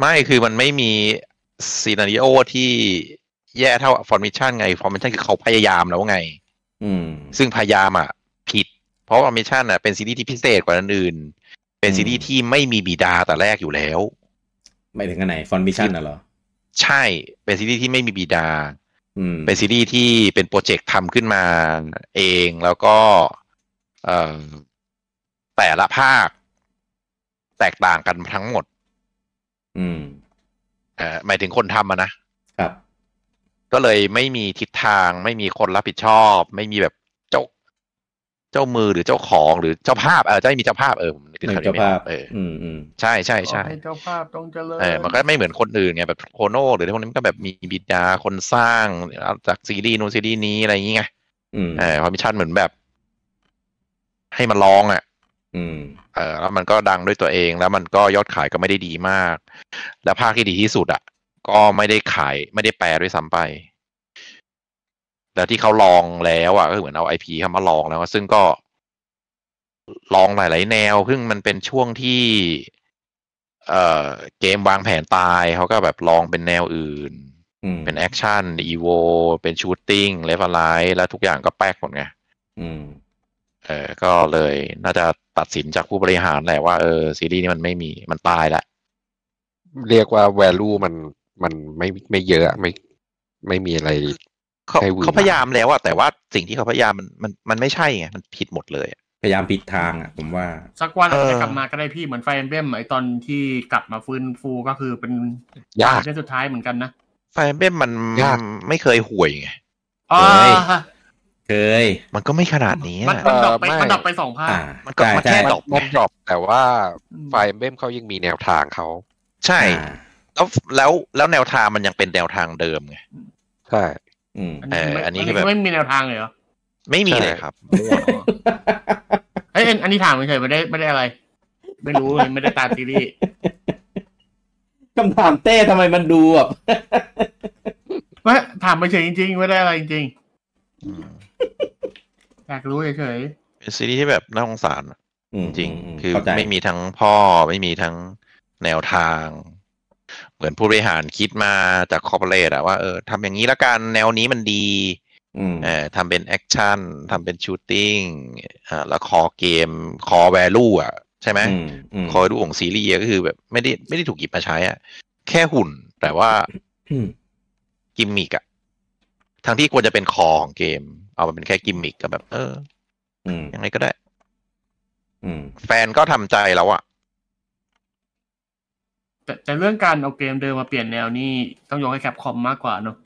[SPEAKER 2] ไม่คือมันไม่มีซีนารีโอที่แย่เท่าฟอร์มิชันไงฟอร์มิชันคือเขาพยายามแล้วไง
[SPEAKER 1] อืม
[SPEAKER 2] ซึ่งพยายามอ่ะ ผิด เพราะฟอร์มิชันอ่ะเป็นซีรีส์ที่พิเศษกว่าอันอื่น เป็นซีรีส์ที่ไม่มีบิดาแต่แรกอยู่แล้ว
[SPEAKER 1] ไม่ถึงกันไหนฟอนบิชั่นน่ะเหรอ
[SPEAKER 2] ใช่เป็นซีรีส์ที่ไม่มีบิดา
[SPEAKER 1] อืม
[SPEAKER 2] เป็นซีรีส์ที่เป็นโปรเจกต์ทำขึ้นมาเองแล้วก็เอ่อแต่ละภาค แตกต่างกันทั้งหมด
[SPEAKER 1] อืม
[SPEAKER 2] เอ่อหมายถึงคนทำอะนะ
[SPEAKER 1] ครับ
[SPEAKER 2] ก็เลยไม่มีทิศทาง ไม่มีคนรับผิดชอบ ไม่มีแบบเจ้า เจ้ามือหรือเจ้าของหรือเจ้าภาพเออเจ้ามีเจ้าภาพเออผมนึกถึง
[SPEAKER 1] หนึ่ง
[SPEAKER 2] คำนี้
[SPEAKER 1] เจ้า
[SPEAKER 2] ไม่อ
[SPEAKER 1] ภา
[SPEAKER 2] อ
[SPEAKER 1] พ
[SPEAKER 2] กเออ
[SPEAKER 1] อืมอืม
[SPEAKER 2] ใช่ใช่ใช่
[SPEAKER 4] ขอห้เจ้าภาพต้องเจริญ
[SPEAKER 2] เออมันก็ไม่เหมือนคนอื่นไงแบบโคโน่หรือพวกนี้มันก็แบบมีบิดาคนสร้างจากซีรีส์นู้นซีรีส์นี้อะไรอย่างเงี้ย
[SPEAKER 1] อืม
[SPEAKER 2] เออพอมิชชั่นเหมือนแบบ ให้มาลองอ่ะ
[SPEAKER 1] อืม
[SPEAKER 2] เออแล้วมันก็ดังด้วยตัวเองแล้วมันก็ยอดขายก็ไม่ได้ดีมาก แล้วภาคที่ดีที่สุดอ่ะ ก็ไม่ได้ขายไม่ได้แปลด้วยซ้ำไป แล้วที่เขาลองแล้วอ่ะก็เหมือนเอาไอพีเขามาลองแล้ว ซึ่งก็ลองหลาย ๆ แนว ซึ่งมันเป็นช่วงที่ เอ่อเกมวางแผนตายเขาก็แบบลองเป็นแนวอื่น
[SPEAKER 1] อืม
[SPEAKER 2] เป็นแอคชั่นอีโวเป็นชูตติ้งเลฟไลท์แล้วทุกอย่างก็แป๊กหมดไง
[SPEAKER 1] อืม
[SPEAKER 2] เออก็เลยน่าจะตัดสินจากผู้บริหารแหละว่าเออซีรีส์นี้มันไม่มีมันตายละ
[SPEAKER 3] เรียกว่า value มันมันไม่ไม่เยอะไม่ไม่มีอะไร
[SPEAKER 2] เขา
[SPEAKER 3] ใช่หวือ
[SPEAKER 2] เขาพยายามแล้วอะแต่ว่าสิ่งที่เขาพยายามมันมันมันไม่ใช่ไงมันผิดหมดเลยอะ
[SPEAKER 1] พยายามผิดทางอ่ะผมว่า
[SPEAKER 4] สักวันอาจจะ
[SPEAKER 2] เออ
[SPEAKER 4] กลับมาก็ได้พี่เหมือนไฟเอมเบมไอตอนที่กลับมาฟื้นฟูก็คือเป็น
[SPEAKER 3] ยาก
[SPEAKER 4] เรื่องสุดท้ายเหมือนกันนะ
[SPEAKER 2] ไฟเบ้มมัน
[SPEAKER 3] ยาก
[SPEAKER 2] ไม่เคยห่วยไง
[SPEAKER 4] อ๋อ
[SPEAKER 1] เฮ้ย เคย
[SPEAKER 2] มันก็ไม่ขนาดนี้
[SPEAKER 4] มัน
[SPEAKER 2] อะ
[SPEAKER 4] มันดรอป
[SPEAKER 3] เออ
[SPEAKER 4] ไป
[SPEAKER 3] ไม่
[SPEAKER 4] มันดรอปไปสองภาค
[SPEAKER 1] อ่า
[SPEAKER 2] มันก็มันแค่ดรอป
[SPEAKER 3] มันดรอปแต่ว่า
[SPEAKER 4] อืม
[SPEAKER 3] ไฟเบมเขายังมีแนวทางเขา
[SPEAKER 2] ใช่
[SPEAKER 1] ใช่
[SPEAKER 2] แล้วแล้วแล้วแนวทางมันยังเป็นแนวทางเดิมไง
[SPEAKER 3] ใช่
[SPEAKER 1] อืม
[SPEAKER 2] เอออันนี้คือแบบ
[SPEAKER 4] ไม่มีแนวทางเลยเหรอ
[SPEAKER 2] ไม่มีเลยครับ
[SPEAKER 4] เอ้ยอันอันนี้ถามเฉยๆไม่ได้ไม่ได้อะไร ไม่รู้เลยไม่ได้ตามซีรีส์
[SPEAKER 1] คำถามเต้ทำไมมันดูแบบ
[SPEAKER 4] ไม่ถามไปเฉยจริงๆไม่ได้อะไรจริงๆอยากรู้เฉย
[SPEAKER 2] เป็นซีรีส์ที่แบบน่าสงสารอะจริงๆคือไม่มีทั้งพ่อไม่มีทั้งแนวทาง เหมือนผู้บริหารคิดมาจากคอร์ปอเรทอะว่าเออทำอย่างนี้ละกันแนวนี้มันดีเออทำเป็นแอคชั่นทำเป็นชูตติ้งอ่าแล้วคอเกมคอแวลูอะใช่ไหม คอดูของซีรีส์อะก็คือแบบไม่ได้ไม่ได้ถูกหยิบมาใช้อะแค่หุ่นแต่ว่ากิมมิกอะทั้งที่ควรจะเป็นคอของเกม เอามาเป็นแค่กิมมิกกับแบบ เออยังไงก็ได้ แฟนก็ทำใจแล้วอะ
[SPEAKER 4] ๆแต่แต่เรื่องการเอาเกมเดิมมาเปลี่ยนแนวนี่ต้องยกให้แคปคอมมากกว่าเนอะ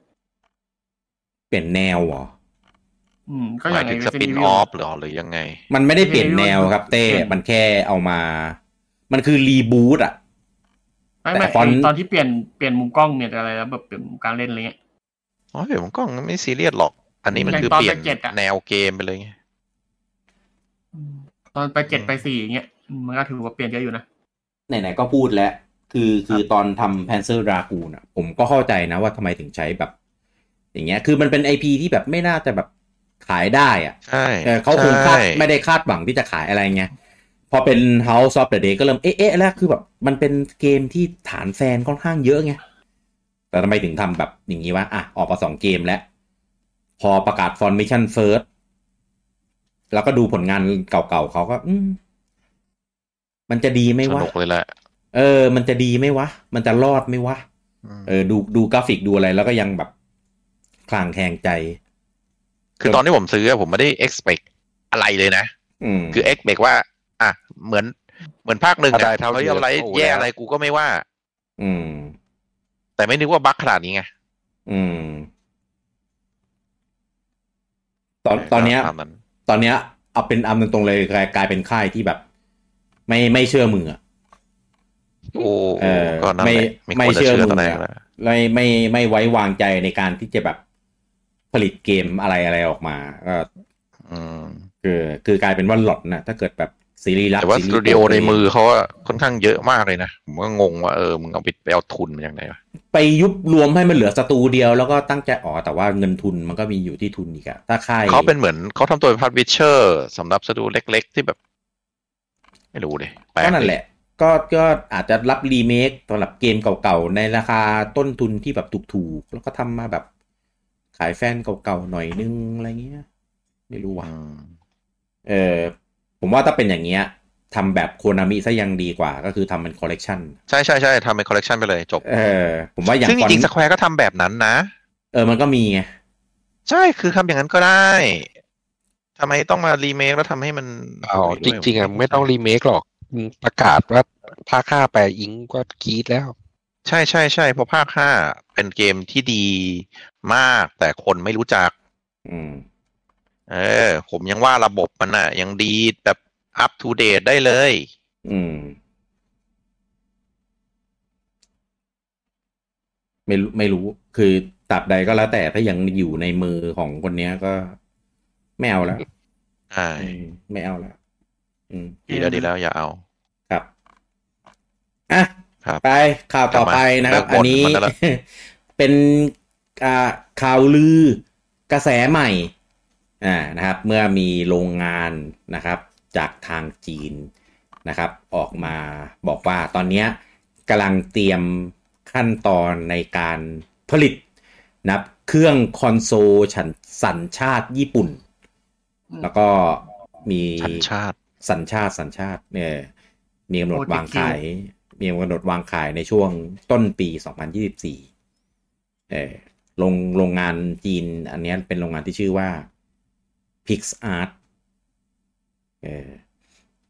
[SPEAKER 1] เปลี่ยนแนวเหรอ
[SPEAKER 4] อืมก็อ
[SPEAKER 2] หมา
[SPEAKER 4] ย่าย ง
[SPEAKER 2] ถึง
[SPEAKER 4] ไอ้
[SPEAKER 2] ส
[SPEAKER 4] Resident
[SPEAKER 2] ปิน
[SPEAKER 4] Evil
[SPEAKER 2] ออฟหรอหรือยังไง
[SPEAKER 1] มันไม่ได้เปลี่ยนแนวครับ เต้ มันแค่เอามา มันคือรีบูตอ่ะ
[SPEAKER 4] ไม่ไม่
[SPEAKER 1] แต่ฟอนต์
[SPEAKER 4] ตอนที่เปลี่ยนเปลี่ยนมุมกล้องเปลี่ยนอะไรแล้วแบบเปลี่ยนมุมการเล่นอะไรเงี้ย
[SPEAKER 2] อ๋อเดี๋ยวผมก็ไม่ซีเรียสหรอก อันนี้มัน
[SPEAKER 4] อย่าง
[SPEAKER 2] คือ
[SPEAKER 4] ตอน
[SPEAKER 2] เปลี่ยน
[SPEAKER 4] ไปเจ็ดอะ
[SPEAKER 2] แนวเกมไปเลยไง
[SPEAKER 4] ตอนไปเจ็ดไปสี่อย่างเงี้ยอืมมันก็ถือว่าเปลี่ยนเยอะอยู่นะ
[SPEAKER 1] ไหนๆก็พูดแล้ว คือคือตอนทำแพนเซอร์ดรากูนอ่ะ ผมก็เข้าใจนะว่าทำไมถึงใช้แบบ อย่างเงี้ย คือมันเป็นไอพีที่แบบไม่น่าจะแบบขายได้อ่ะ
[SPEAKER 2] ใช่
[SPEAKER 1] เออเขาคงคาด
[SPEAKER 2] ใช่
[SPEAKER 1] ไม่ได้คาดหวังที่จะขายอะไรไงพอเป็น House of the Day ก็เริ่มเอ๊ะเอ๊ะแล้วคือแบบมันเป็นเกมที่ฐานแฟนค่อนข้างเยอะไง แต่ทำไมถึงทำแบบอย่างนี้วะอ่ะ ออกมาสองเกมแล้ว พอประกาศ Formation First แล้วก็ดูผลงานเก่าๆเขาก็ อืม มันจะดีไหม
[SPEAKER 2] ส
[SPEAKER 1] วะ
[SPEAKER 2] นุกเลยแหละ
[SPEAKER 1] เออ มันจะดีไหมวะ มันจะรอดไหมวะ
[SPEAKER 2] อืม
[SPEAKER 1] เออ ดูดูกราฟิกดูอะไรแล้วก็ยังแบบคลางแคลงใจ
[SPEAKER 2] คือตอนที่ผมซื้ออะผมไม่ได้ expect อะไรเลยนะ
[SPEAKER 1] อืม
[SPEAKER 2] คือ expect ว่า อ่ะเหมือนเหมือนภาคหนึ่ง
[SPEAKER 3] ถ้าได้
[SPEAKER 2] อะ
[SPEAKER 3] เท่า
[SPEAKER 2] เขา
[SPEAKER 3] เดิม
[SPEAKER 2] เรียกอะไร
[SPEAKER 3] โอ้โห
[SPEAKER 2] แย่
[SPEAKER 3] แล้ว
[SPEAKER 2] อะไรกูก็ไม่ว่า
[SPEAKER 1] อืม
[SPEAKER 2] แต่ไม่นึกว่าบั๊กขนาดนี้ไง
[SPEAKER 1] อืม ตอนตอนเนี้ย
[SPEAKER 2] ตามนั้น
[SPEAKER 1] ตอนเนี้ยเอาเป็นอำตรงๆเลยกลายกลายเป็นค่ายที่แบบ ไม่ไม่เชื่อมืออะ
[SPEAKER 2] โอ้
[SPEAKER 1] เออ
[SPEAKER 2] ก็นั่นแหละ
[SPEAKER 1] ไม่
[SPEAKER 2] คนจะ
[SPEAKER 1] ไม่เชื่อ
[SPEAKER 2] ตอนแร
[SPEAKER 1] มึ
[SPEAKER 2] ก
[SPEAKER 1] งอะ
[SPEAKER 2] แล้ว
[SPEAKER 1] ไม่ไม่ไม่ไว้วางใจในการที่จะแบบผลิตเกมอะไรอะไรออกมาก็
[SPEAKER 2] อืม
[SPEAKER 1] คือคือกลายเป็นว่าหลอดนะถ้าเกิดแบบซีรีส์รัก
[SPEAKER 2] แต่ว่าส
[SPEAKER 1] ซีรีส์
[SPEAKER 2] ตูดิโอในมือ
[SPEAKER 1] ตัวเ
[SPEAKER 2] เขาอะค่อนข้างเยอะมากเลยนะ ผมก็งงว่าเออมึงเอาไปไปเอาทุนมาจากไหนวะ
[SPEAKER 1] งไปยุบรวมให้มันเหลือสตูเดียวแล้วก็ตั้งใจอ๋อแต่ว่าเงินทุนมันก็มีอยู่ที่ทุนอีกอะถ้าค่าย
[SPEAKER 2] เขาเป็นเหมือนเขาทำตัวเป็นพาร์ทวิเชอร์สำหรับสตูเล็ก ๆ ที่แบบ ไม่รู้เลยปก
[SPEAKER 1] ก็นั่นแหละ ก็ก็อาจจะรับรีเมคสำหรับเกมเก่าๆ ในราคาต้นทุนที่แบบถูกๆ แล้วก็ทำมาแบบขายแฟนเก่าๆ หน่อยนึงอะไรเงี้ย ไม่รู้ว่ะ
[SPEAKER 2] อืม
[SPEAKER 1] เออผมว่าถ้าเป็นอย่างเงี้ยทำแบบโคนามิซะยังดีกว่า ก็คือทำเป็นคอลเลกชัน
[SPEAKER 2] ใช่ใช่ใช่ทำเป็นคอลเลกชันไปเลยจบ
[SPEAKER 1] เออ ผมว่าอย่าง
[SPEAKER 2] ซึ่งจริงๆส
[SPEAKER 1] ตอน
[SPEAKER 2] แควร์ก็ทำแบบนั้นนะ
[SPEAKER 1] เออมันก็มีไง
[SPEAKER 2] ใช่คือทำอย่างนั้นก็ได้ทำไมต้องมารีเมคแล้วทำให้มัน
[SPEAKER 3] อ๋อจริง ๆอ่ะไม่ต้องรีเมคหรอกมึงประกาศว่าภาคห้าแปลอิงก็กรีดแล้ว
[SPEAKER 2] ใช่ใช่ใช่เพราะภาคห้าเป็นเกมที่ดีมากแต่คนไม่รู้จัก
[SPEAKER 1] อืม
[SPEAKER 2] เออ ผมยังว่าระบบมันอ่ะ ยังดีแบบอัป o d เด e ได้เลย
[SPEAKER 1] อืม ไม่รู้ไม่รู้ คือตราบใดก็แล้วแต่ถ้ายังอยู่ในมือของคนเนี้ยก็ไม่เอาแล้ว
[SPEAKER 2] ใช่
[SPEAKER 1] อืมไม่เอาแล้วอืม
[SPEAKER 2] ดีแล้วดีแล้วอย่าเอา
[SPEAKER 1] ครับ อ่ะ
[SPEAKER 2] ครับ
[SPEAKER 1] ไปข่าวต่อไปนะครับ
[SPEAKER 2] กลั
[SPEAKER 1] อั
[SPEAKER 2] บ
[SPEAKER 1] น
[SPEAKER 2] มา
[SPEAKER 1] นี้
[SPEAKER 2] เลิกบ่นมันแล้วล่ะ
[SPEAKER 1] เป็นอ่าข่าวลือกระแสใหม่ อ่า นะครับ เมื่อมีโรงงานนะครับ จากทางจีนนะครับ ออกมาบอกว่าตอนเนี้ย กำลังเตรียมขั้นตอนในการผลิตนะครับเครื่องคอนโซลฉันสัญชาติญี่ปุ่น แล้วก็มี
[SPEAKER 2] ชันชาติ
[SPEAKER 1] สัญชาติสัญชาติเนี่ยมีกำหนด
[SPEAKER 4] โอ้
[SPEAKER 1] วางขาย มีกำหนดวางขายในช่วงต้นปี 2024เออโรงโรงงานจีนอันเนี้ยเป็นโรงงานที่ชื่อว่า PixArt เออ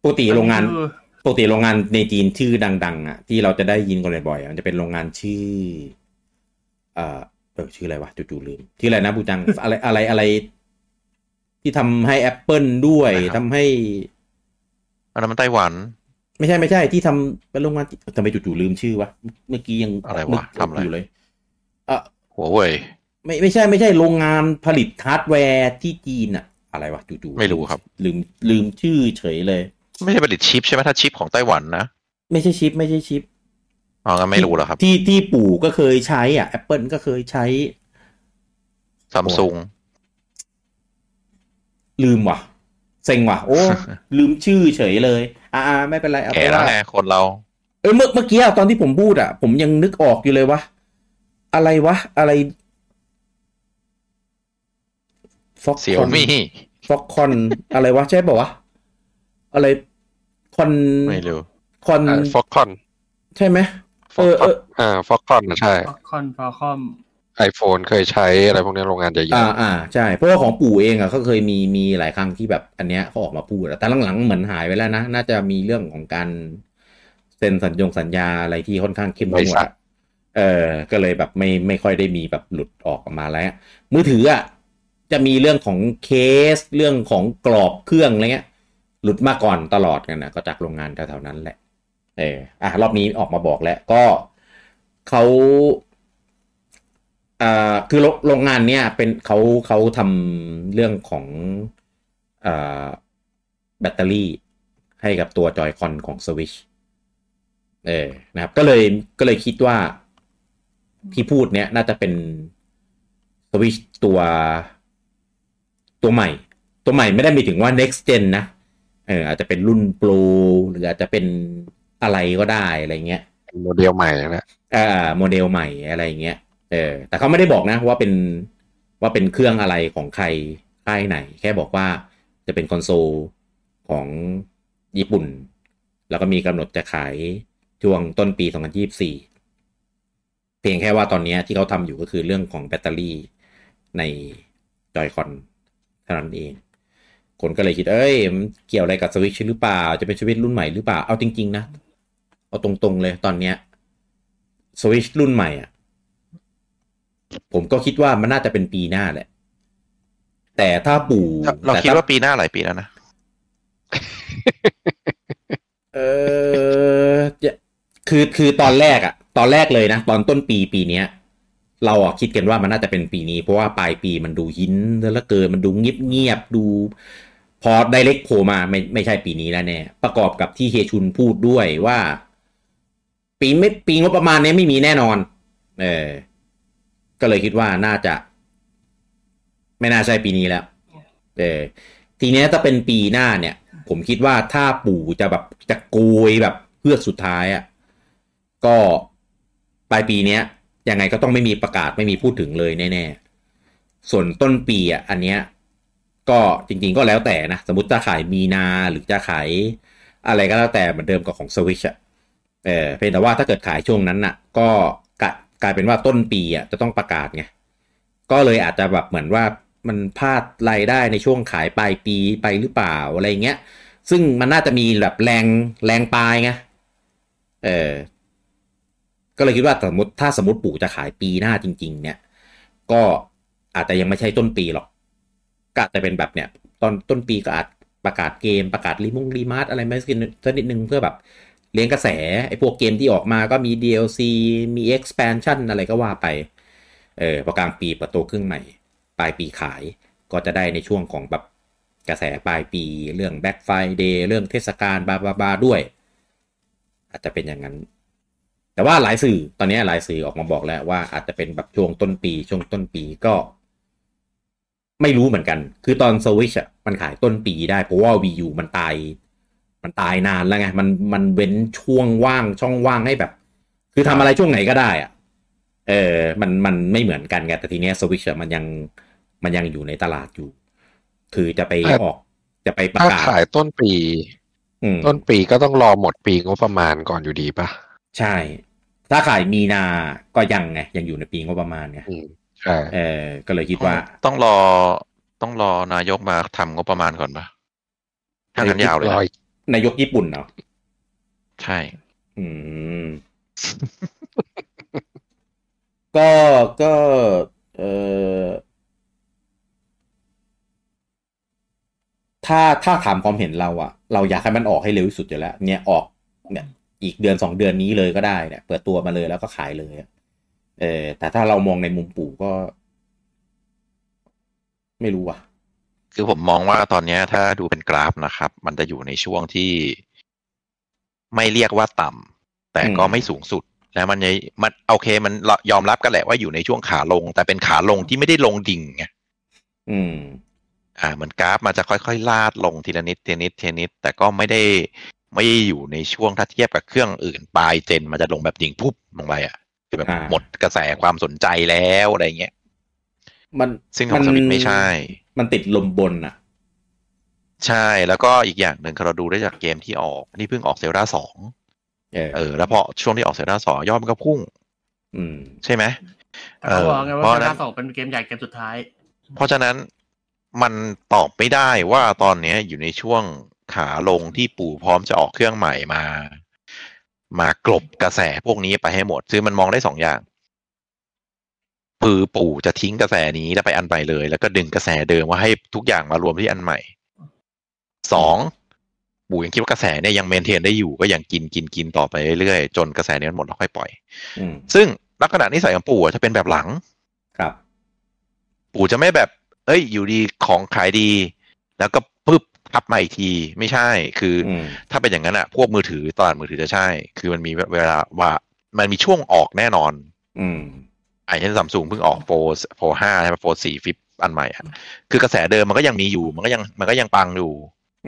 [SPEAKER 1] ปกติโรงงาน
[SPEAKER 4] คือ
[SPEAKER 1] ปกติโรงงานในจีนชื่อดัง ๆ อ่ะ ที่เราจะได้ยินกันบ่อยๆอะมันจะเป็นโรงงานชื่อ เอ่อเออชื่ออะไรวะจู่ๆลืมชื่ออะไรนะบูจัง อะไรอะไรอะไร ที่ทำให้ Apple ด้วย
[SPEAKER 2] อะไรครับ
[SPEAKER 1] ทำให้
[SPEAKER 2] อันนั้นมันไต้หวัน
[SPEAKER 1] ไม่ใช่ไม่ใช่ที่ทำเป็นโรงงานจีนทำไมจู่ๆลืมชื่อวะเมื่อกี้ยัง
[SPEAKER 2] อะไรวะ
[SPEAKER 1] นึก
[SPEAKER 2] ทำอะไร
[SPEAKER 1] ยู่เลยเอ่อ
[SPEAKER 2] หัวเว่ย
[SPEAKER 1] ไม่ไม่ใช่ไม่ใช่โรงงานผลิตฮาร์ดแวร์ที่จีนอ่ะ อะไรวะจู่ๆ
[SPEAKER 2] ไม่รู้ครับ
[SPEAKER 1] ลืมลืมชื่อเฉยเลย
[SPEAKER 2] ไม่ใช่ผลิตชิปใช่ไหมถ้าชิปของไต้หวันนะ
[SPEAKER 1] ไม่ใช่ชิป ไม่ใช่ชิป
[SPEAKER 2] อ๋องั้นไม่รู้แล้วครับ
[SPEAKER 1] ที่ที่ปู่ก็เคยใช้อ่ะ Apple ก็เคยใช้
[SPEAKER 2] ซัมซุง
[SPEAKER 1] ลืมว่ะ เซ็งว่ะ โอ้ ลืมชื่อเฉยเลย อ่าๆไม่เป็นไรเอาไป
[SPEAKER 2] แก่
[SPEAKER 1] น
[SPEAKER 2] แล้ว
[SPEAKER 1] ว่า
[SPEAKER 2] ไงคนเรา
[SPEAKER 1] เอยเมื่อเมื่อกี้อะตอนที่ผมพูดอ่ะ ผมยังนึกออกอยู่เลยวะอะไรวะ อะไรฟ็อก
[SPEAKER 2] เสี่ยวมี่
[SPEAKER 1] ฟ็อกคอน อะไรวะ ใช่ป่าวะ อะไรคอน
[SPEAKER 2] ไม่รู้
[SPEAKER 1] คอน
[SPEAKER 3] ฟอกคอน
[SPEAKER 1] ใช่ไหมเออเออ
[SPEAKER 3] อ่าฟอกคอนใช่
[SPEAKER 4] คอนฟอลคอม
[SPEAKER 3] iPhone เคยใช้อะไรพวกเนี้ยโรงงานใหญ่
[SPEAKER 1] อ่าอ่าใช่ เพราะว่าของปู่เองอ่ะเขาเคยมีมีหลายครั้งที่แบบ อันเนี้ยเขาออกมาพูดอะแต่หลังๆเหมือนหายไปแล้วนะ น่าจะมีเรื่องของการเซ็นสัญญงสัญญาอะไรที่ค่อนข้างเข้มงวดอะเออ ก็เลยแบบไม่ไม่ค่อยได้มีแบบหลุดออกมาแล้ว มือถืออ่ะจะมีเรื่องของเคสเรื่องของกรอบเครื่องอะไรเงี้ย หลุดมาก่อนตลอดกันนะก็จากโรงงานแถวๆนั้นแหละ เอออ่ะรอบนี้ออกมาบอกแล้วก็เขาอ่าคือโรโรงงานเนี่ยเป็นเขาเขาทำเรื่องของอ่าแบตเตอรี่ให้กับตัวจอยคอนของ Switch เออนะครับ ก็เลยก็เลยคิดว่าที่พูดเนี่ยน่าจะเป็น Switch ตัวตัวใหม่ ตัวใหม่ไม่ได้มีถึงว่า next gen นะ เอออาจจะเป็นรุ่นโปรหรืออาจจะเป็นอะไรก็ได้อะไรเงี้ย
[SPEAKER 3] ๆโมเดลใหม่นะ
[SPEAKER 1] อ่าโมเดลใหม่อะไรอย่างเงี้ย เออ แต่เขาไม่ได้บอกนะว่าเป็นว่าเป็นเครื่องอะไรของใครค่ายไหน แค่บอกว่าจะเป็นคอนโซลของญี่ปุ่น แล้วก็มีกำหนดจะขายช่วงต้นปี 2024 เพียงแค่ว่าตอนเนี้ยที่เขาทำอยู่ก็คือเรื่องของแบตเตอรี่ในจอยคอนเท่านั้นเอง คนก็เลยคิด เอ้ยมันเกี่ยวอะไรกับสวิตชหรือเปล่า จะเป็นสวิตชรุ่นใหม่หรือเปล่า เอาจริง ๆ นะ เอาตรงๆเลยตอนเนี้ย สวิชรุ่นใหม่อ่ะ ผมก็คิดว่ามันน่าจะเป็นปีหน้าแหละ แต่ถ้าปู่
[SPEAKER 2] เรา
[SPEAKER 1] แต่
[SPEAKER 2] คิด
[SPEAKER 1] ถ้
[SPEAKER 2] ว่าปีหน้าหลายปีแล้วนะ
[SPEAKER 1] เออจะคือคือตอนแรกอะตอนแรกเลยนะ ตอนต้นปีปีเนี้ย เราอะคิดกันว่ามันน่าจะเป็นปีนี้ เพราะว่าปลายปีมันดูหินแล้วเหลือเกินมันดูเงียบเงียบๆดู พอไดเรกโผล่มาไม่ไม่ใช่ปีนี้แล้วแน่ประกอบกับที่เฮชุนพูดด้วยว่า ปีไม่ปีงบประมาณเนี้ยไม่มีแน่นอน เออ ก็เลยคิดว่าน่าจะ ไม่น่าใช่ปีนี้แล้ว เออ ทีเนี้ยถ้าเป็นปีหน้าเนี่ย ผมคิดว่าถ้าปู่จะแบบจะโกยแบบเพื่อกสุดท้ายอะ่ะก็ปลายปีเนี้ยยังไงก็ต้องไม่มีประกาศไม่มีพูดถึงเลยแน่ๆ ส่วนต้นปีอะ่ะอันเนี้ยก็จริงๆก็แล้วแต่นะ สมมติจะขายมีนาหรือจะขายอะไรก็แล้วแต่เหมือนเดิมกับของสวิชอะเออเพียงแต่ว่าถ้าเกิดขายช่วงนั้นน่ะ ก็กะกลายเป็นว่าต้นปีอะ่ะจะต้องประกาศไง ก็เลยอาจจะแบบเหมือนว่ามันพลาดรายได้ในช่วงขายปลายปีไปหรือเปล่าอะไรเงี้ย ซึ่งมันน่าจะมีแบบแรงแรงปลายไง เออ ก็เลยคิดว่าสมมติถ้าสมมติปู่จะขายปีหน้าจริง ๆ เนี่ย ก็อาจจะยังไม่ใช่ต้นปีหรอก ก็อาจจะเป็นแบบเนี่ย ตอนต้นปีก็อาจประกาศเกมประกาศรีมงรีมาร์ทอะไรไม่สักนิดสักนิดนึงเพื่อแบบเลี้ยงกระแสไอ้พวกเกมที่ออกมาก็มี DLC มี expansion อะไรก็ว่าไป เออพอกลางปีเปิดตัวเครื่องใหม่ ปลายปีขายก็จะได้ในช่วงของแบบกระแสปลายปีเรื่อง Black Friday เรื่องเทศกาลบาบาบาด้วย อาจจะเป็นอย่างนั้น แต่ว่าหลายสื่อตอนนี้หลายสื่อออกมาบอกแล้วว่าอาจจะเป็นแบบช่วงต้นปี ช่วงต้นปีก็ ไม่รู้เหมือนกัน คือตอน Switch อะมันขายต้นปีได้เพราะว่า Wii U มันตาย มันตายนานแล้วไง มันมันเว้นช่วงว่างช่องว่างให้แบบ คือทำอะไรช่วงไหนก็ได้อะเออ มันมันไม่เหมือนกันไงแต่ทีเนี้ยสวิชมันยังมันยังอยู่ในตลาดอยู่ คือจะไป
[SPEAKER 3] ครับ
[SPEAKER 1] ออก จะไปป
[SPEAKER 3] ถ้าก
[SPEAKER 1] ระาศ
[SPEAKER 3] ขายต้นปี
[SPEAKER 1] อืม
[SPEAKER 3] ต้นปีก็ต้องรอหมดปีงบประมาณก่อนอยู่ดีป่ะ
[SPEAKER 1] ใช่ ถ้าขายมีนาก็ยังไงยังอยู่ในปีงบประมาณไง
[SPEAKER 3] อืมใช่
[SPEAKER 1] เออ ก็เลยคิดว่า
[SPEAKER 2] ต้องรอต้องรอนายกมาทำงบประมาณก่อนปะถ้างั้นยาวเลย
[SPEAKER 3] รอ
[SPEAKER 2] นะ
[SPEAKER 3] อีก
[SPEAKER 1] นายกญี่ปุ่นเนาะ
[SPEAKER 2] ใช่
[SPEAKER 1] อืม ก็ก็เออถ้าถ้าถามความเห็นเราอะเราอยากให้มันออกให้เร็วที่สุดอยู่แล้ว เนี่ยออกเนี่ย อีกเดือนสองเดือนนี้เลยก็ได้เนี่ย เปิดตัวมาเลยแล้วก็ขายเลยอะเออ แต่ถ้าเรามองในมุมปู่ก็ ไม่รู้ว่ะ
[SPEAKER 2] คือผมมองว่าตอนเนี้ยถ้าดูเป็นกราฟนะครับ มันจะอยู่ในช่วงที่ไม่เรียกว่าต่ำแต่ก็
[SPEAKER 1] อืม
[SPEAKER 2] ไม่สูงสุด แล้วมันยังมันโอเคมันยอมรับกันแหละว่าอยู่ในช่วงขาลง แต่เป็นขาลงที่ไม่ได้ลงดิ่งไง
[SPEAKER 1] อืม
[SPEAKER 2] อ่าเหมือนกราฟมันจะค่อยๆ ลาดลงทีละนิดทีละนิดทีละนิด แต่ก็ไม่ได้ไม่ได้อยู่ในช่วงถ้าเทียบกับเครื่องอื่นปลายเจน มันจะลงแบบดิ่งปุ๊บลงไปอ่ะคือแบบ
[SPEAKER 1] อ่า
[SPEAKER 2] หมดกระแสความสนใจแล้วอะไรเงี้ย
[SPEAKER 1] มัน
[SPEAKER 2] ซึ่งของสวิตไม่ใช่
[SPEAKER 1] มันติดลมบนอะ
[SPEAKER 2] ใช่แล้วก็อีกอย่างหนึ่งเราดูได้จากเกมที่ออกนี่เพิ่งออกเซลดาสอง
[SPEAKER 1] เออ
[SPEAKER 2] เออแล้วพอช่วงที่ออกเซลดาสองยอดมันก็พุ่ง
[SPEAKER 1] อืม
[SPEAKER 2] ใช่ไหม
[SPEAKER 4] แต่เขาบอกไง
[SPEAKER 2] เออ
[SPEAKER 4] ว่า
[SPEAKER 2] เพราะ
[SPEAKER 4] เซ
[SPEAKER 2] ฉะนั้
[SPEAKER 4] ลาน สองเป็นเกมใหญ่เกมสุดท้าย
[SPEAKER 2] เพราะฉะนั้นมันตอบไม่ได้ว่าตอนเนี้ยอยู่ในช่วงขาลงที่ปู่พร้อมจะออกเครื่องใหม่มา มากลบกระแสพวกนี้ไปให้หมดซึ่งมันมองได้สองอย่างคือปู่จะทิ้งกระแสนี้แล้วไปอันใหม่เลย แล้วก็ดึงกระแสเดิมว่าให้ทุกอย่างมารวมที่อันใหม่สองปู่ยังคิดว่ากระแสเนี่ยยังเมนเทนได้อยู่ก็ยังกินกินกินต่อไปเรื่อยๆจนกระแสเนี้มันหมดแล้วค่อยปล่อย
[SPEAKER 1] อืม
[SPEAKER 2] ซึ่งลักษณะนิสัยของปู่อะจะเป็นแบบหลัง
[SPEAKER 1] ครับ
[SPEAKER 2] ปู่จะไม่แบบ เอ้ย อยู่ดีของขายดี แล้วก็ปึ๊บทับมาอีกที ไม่ใช่ คืออ
[SPEAKER 1] อืม
[SPEAKER 2] ถ้าเป็นอย่างนั้นอะพวกมือถือตลาดมือถือจะใช่ คือมันมีเวลาว่า มันมีช่วงออกแน่นอน
[SPEAKER 1] อืม
[SPEAKER 2] ไอ้เช่นซัมซุงเพิ่งออกโฟโฟห้าใช่ไหมโฟสี่ฟิปอันใหม่อะคือกระแสเดิมมันก็ยังมีอยู่ มันก็ยังมันก็ยังปังอยู่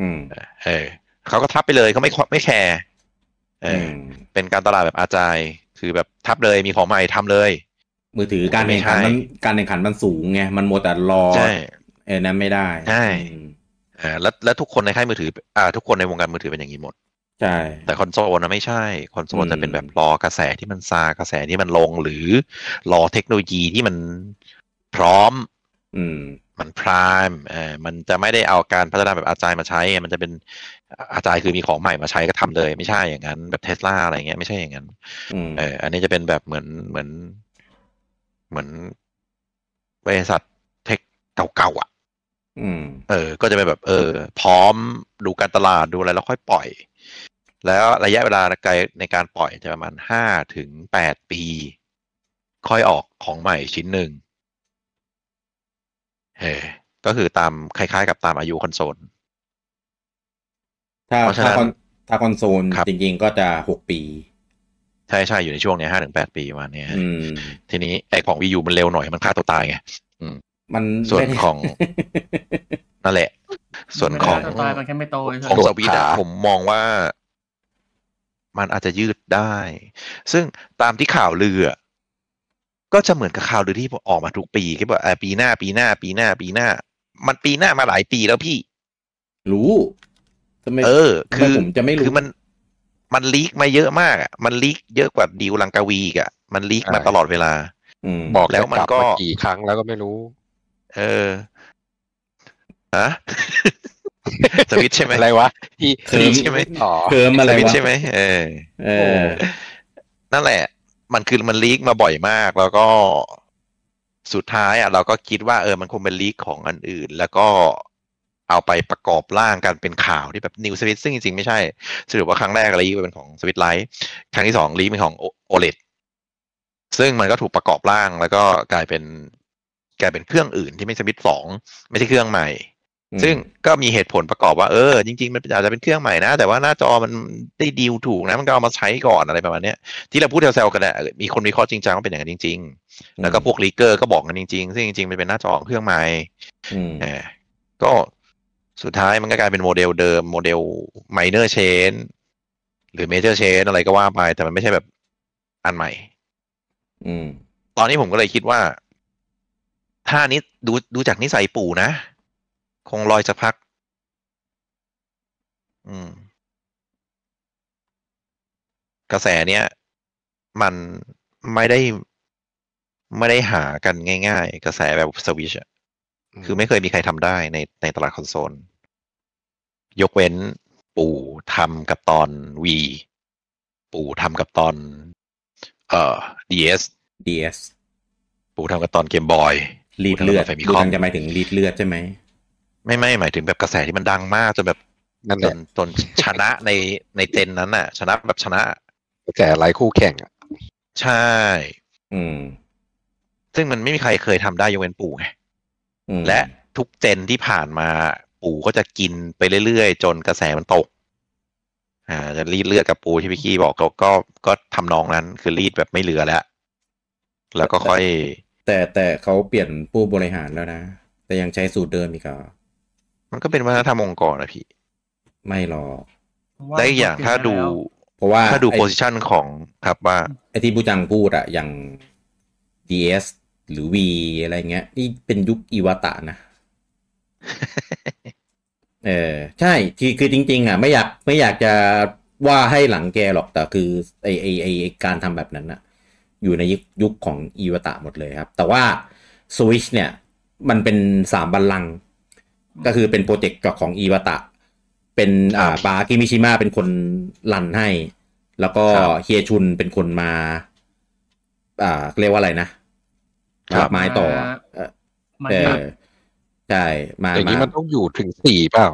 [SPEAKER 1] อืม
[SPEAKER 2] เออเขาก็ทับไปเลยเขาไม่ไม่แคร์เอออเป็นการตลาดแบบอาจายคือแบบทับเลยมีของใหม่ทำเลย
[SPEAKER 1] มือถือการแข่งขัน
[SPEAKER 2] ไม่
[SPEAKER 1] มัน
[SPEAKER 2] ใช่
[SPEAKER 1] การแข่งขันมันสูงไง มันโมวแต่รอ
[SPEAKER 2] ใช่
[SPEAKER 1] เออนั้นไม่ได้
[SPEAKER 2] ใช่
[SPEAKER 1] อืม
[SPEAKER 2] อ่าแล้วแล้วทุกคนในค่ายมือถืออ่าทุกคนในวงการมือถือเป็นอย่างนี้หมด
[SPEAKER 1] ใช่
[SPEAKER 2] แต่คอนโซลนะไม่ใช่คอนโซล
[SPEAKER 1] อื
[SPEAKER 2] จะ
[SPEAKER 1] ม
[SPEAKER 2] เป็นแบบรอกระแสที่มันซากระแสที่มันลงหรือรอเทคโนโลยีที่มันพร้อม
[SPEAKER 1] อืม
[SPEAKER 2] มันพรามเออมันจะไม่ได้เอาการพัฒนาแบบอาจายมาใช้ มันจะเป็นอาจายคือมีของใหม่มาใช้ก็ทำเลย ไม่ใช่อย่างนั้น แบบเทสลาอะไรเงี้ยไม่ใช่อย่างนั้น
[SPEAKER 1] อืม
[SPEAKER 2] เอออันนี้จะเป็นแบบเหมือนเหมือน เหมือนบริษัทเทคเก่าๆอ่ะ
[SPEAKER 1] อืม
[SPEAKER 2] เออ ก็จะเป็นแบบ เออ พร้อมดูการตลาดดูอะไรแล้วค่อยปล่อย แล้วระยะเวลาไกลในการปล่อยจะประมาณห้าถึงแปดปี ค่อยออกของใหม่ชิ้นหนึ่งเออก็คือตามคล้ายๆ กับตามอายุคอนโซล
[SPEAKER 1] ถ้า
[SPEAKER 2] เพราะฉะนั้
[SPEAKER 1] ถ้าน คอนถ้าคอนโซล
[SPEAKER 2] ครับ
[SPEAKER 1] จริงๆก็จะหกปี
[SPEAKER 2] ใช่ใช่อยู่ในช่วงเนี้ยห้าถึงแปดปีประมาณเนี้ย
[SPEAKER 1] อืม
[SPEAKER 2] ทีนี้ไอของวียูมันเร็วหน่อยมันฆ่าตัวตายไง
[SPEAKER 1] มัน
[SPEAKER 2] ส่วนของ นั่นแหละ ส่วนของ
[SPEAKER 4] ไม่ได้ตัวตายมันแค่ไม่โตเฉย
[SPEAKER 2] ของสวิตช์อะผมมองว่ามันอาจจะยืดได้ ซึ่งตามที่ข่าวลืออะก็จะเหมือนกับข่าวลือที่ออกมาทุกปีก็แบบเอ่อปีหน้าปีหน้า ปีหน้า ปีหน้า มันปีหน้ามาหลายปีแล้วพี่
[SPEAKER 1] รู้ทำไม
[SPEAKER 2] เออ
[SPEAKER 1] ทำไม
[SPEAKER 2] คือ
[SPEAKER 1] ผมจะไม่รู้
[SPEAKER 2] คือมันมันลีกมาเยอะมากอะมันลีกเยอะกว่าดีลลังกาวีอีกอะมันลีกมาตลอดเวลา
[SPEAKER 1] ม
[SPEAKER 3] บอก
[SPEAKER 2] แล้วมัน
[SPEAKER 3] จะ
[SPEAKER 2] ก็
[SPEAKER 3] ลับากี่ครั้งแล้วก็ไม่รู้
[SPEAKER 2] เออฮะ สวิตช์ใช่ไหม
[SPEAKER 3] อะไร วะที่
[SPEAKER 1] เคิม
[SPEAKER 2] ใช่ไหม
[SPEAKER 3] ต่อ
[SPEAKER 1] เคิมอะ
[SPEAKER 2] ส
[SPEAKER 1] ไร
[SPEAKER 2] วิตช์
[SPEAKER 1] วะ
[SPEAKER 2] ใช่ไหมเออ
[SPEAKER 1] เออ
[SPEAKER 2] นั่นแหละ มันคือมันลีกมาบ่อยมาก แล้วก็สุดท้ายอ่ะ เราก็คิดว่าเออมันคงเป็นลีกของอันอื่น แล้วก็เอาไปประกอบร่างกันเป็นข่าวที่แบบนิวสวิตซึ่งจริงๆไม่ใช่สรุปว่าครั้งแรกลีกเป็นของสวิตไลท์ครั้งที่สองลีกเป็นของโอเลดซึ่งมันก็ถูกประกอบร่าง แล้วก็กลายเป็นกลายเป็นเครื่องอื่นที่ไม่สวิตสองไม่ใช่เครื่องใหม่ ซึ่งก็มีเหตุผลประกอบว่าเออจริงๆ มันอาจจะเป็นเครื่องใหม่นะ แต่ว่าหน้าจอมันได้ดีลถูกนะ มันก็เอามาใช้ก่อนอะไรประมาณเนี้ยที่เราพูดแซวๆกันแหละมีคนวิเคราะห์จริงจังว่าเป็นอย่างนั้นจริง ๆ แล้วก็พวกลีกเกอร์ก็บอกกันจริงๆ ซึ่งจริงๆมันเป็นหน้าจอของเครื่องใหม่
[SPEAKER 1] อืม
[SPEAKER 2] เออก็สุดท้ายมันก็กลายเป็นโมเดลเดิมโมเดลไมเนอร์เชนหรือเมเจอร์เชนอะไรก็ว่าไปแต่มันไม่ใช่แบบ อันใหม่
[SPEAKER 1] อืม
[SPEAKER 2] ตอนนี้ผมก็เลยคิดว่า ถ้านี้ดูดูจากนิสัยปู่นะ คงลอยสักพัก อืม กระแสเนี้ยมันไม่ได้ไม่ได้หากันง่าย ๆ กระแสแบบสวิชคือไม่เคยมีใครทำได้ในในตลาดคอนโซล ยกเว้นปู่ทำกับตอนวี ปู่ทำกับตอน เอ่อดีเอส
[SPEAKER 1] DS
[SPEAKER 2] ปู่ทำกับตอนเกมบอย
[SPEAKER 1] รีดเลือด
[SPEAKER 2] ไฟมิ
[SPEAKER 1] ดู
[SPEAKER 2] คอ
[SPEAKER 1] ทาม งจะหมายถึงรีดเลือดใช่ไหม
[SPEAKER 2] ไม่ไม่หมายถึงแบบกระแสที่มันดังมากจนแบบ
[SPEAKER 3] นั่น
[SPEAKER 2] จ
[SPEAKER 3] แหละ
[SPEAKER 2] นจนชนะในในเจนนั้นน่ะ ชนะแบบชนะ
[SPEAKER 3] แต่หลายคู่แข่งอะ
[SPEAKER 2] ใช่
[SPEAKER 1] อืม
[SPEAKER 2] ซึ่งมันไม่มีใครเคยทำได้ยกเว้นปู่ไง
[SPEAKER 1] อืม
[SPEAKER 2] และทุกเจนที่ผ่านมาปู่ก็จะกินไปเรื่อยๆ จนกระแสมันตก อ่า จะรีดเลือดกับปูที่พี่กี้บอกก็ก็ก็ทำนองนั้น คือรีดแบบไม่เหลือแล้ว แล้วก็ค่อย
[SPEAKER 1] แต่แต่เขาเปลี่ยนผู้บริหารแล้วนะ แต่ยังใช้สูตรเดิมอีกเหรอ
[SPEAKER 2] มันก็เป็นวัฒนธรรมองค์กรนะพี่
[SPEAKER 1] ไม่หรอก
[SPEAKER 2] และอีกอย่างถ้าดู
[SPEAKER 1] เพราะว่า
[SPEAKER 2] ถ้าดู
[SPEAKER 1] ไอ้
[SPEAKER 2] โพสิชันของครับว่า
[SPEAKER 1] ไอ้ที่ผู้จังพูดอะอย่าง DS หรือ V อะไรเงี้ย นี่เป็นยุคอิวตะนะ เออใช่ที่คือจริง ๆ อ่ะ ไม่อยากไม่อยากจะว่าให้หลังแกหรอกแต่คือไอไอไอไอ้การทำแบบนั้นอะอยู่ในยุคยุคของอีวตะหมดเลยครับ แต่ว่าสวิชเนี่ย มันเป็นสามบัลลังก์ก็คือเป็นโปรเจกต์ของอีวตะ เป็นอ่าปากิมิชิมะเป็นคนรันให้ แล้วก็
[SPEAKER 2] ครับ
[SPEAKER 1] เฮียชุนเป็นคนมา อ่าเรียกว่าอะไรนะครับ รับไม้ต่อเอ่อ
[SPEAKER 4] มัน
[SPEAKER 1] เอ
[SPEAKER 4] เยอะ
[SPEAKER 1] อใช่มา
[SPEAKER 3] อย่างนี้
[SPEAKER 1] ม
[SPEAKER 3] มันต้องอยู่ถึงสี่เปล่า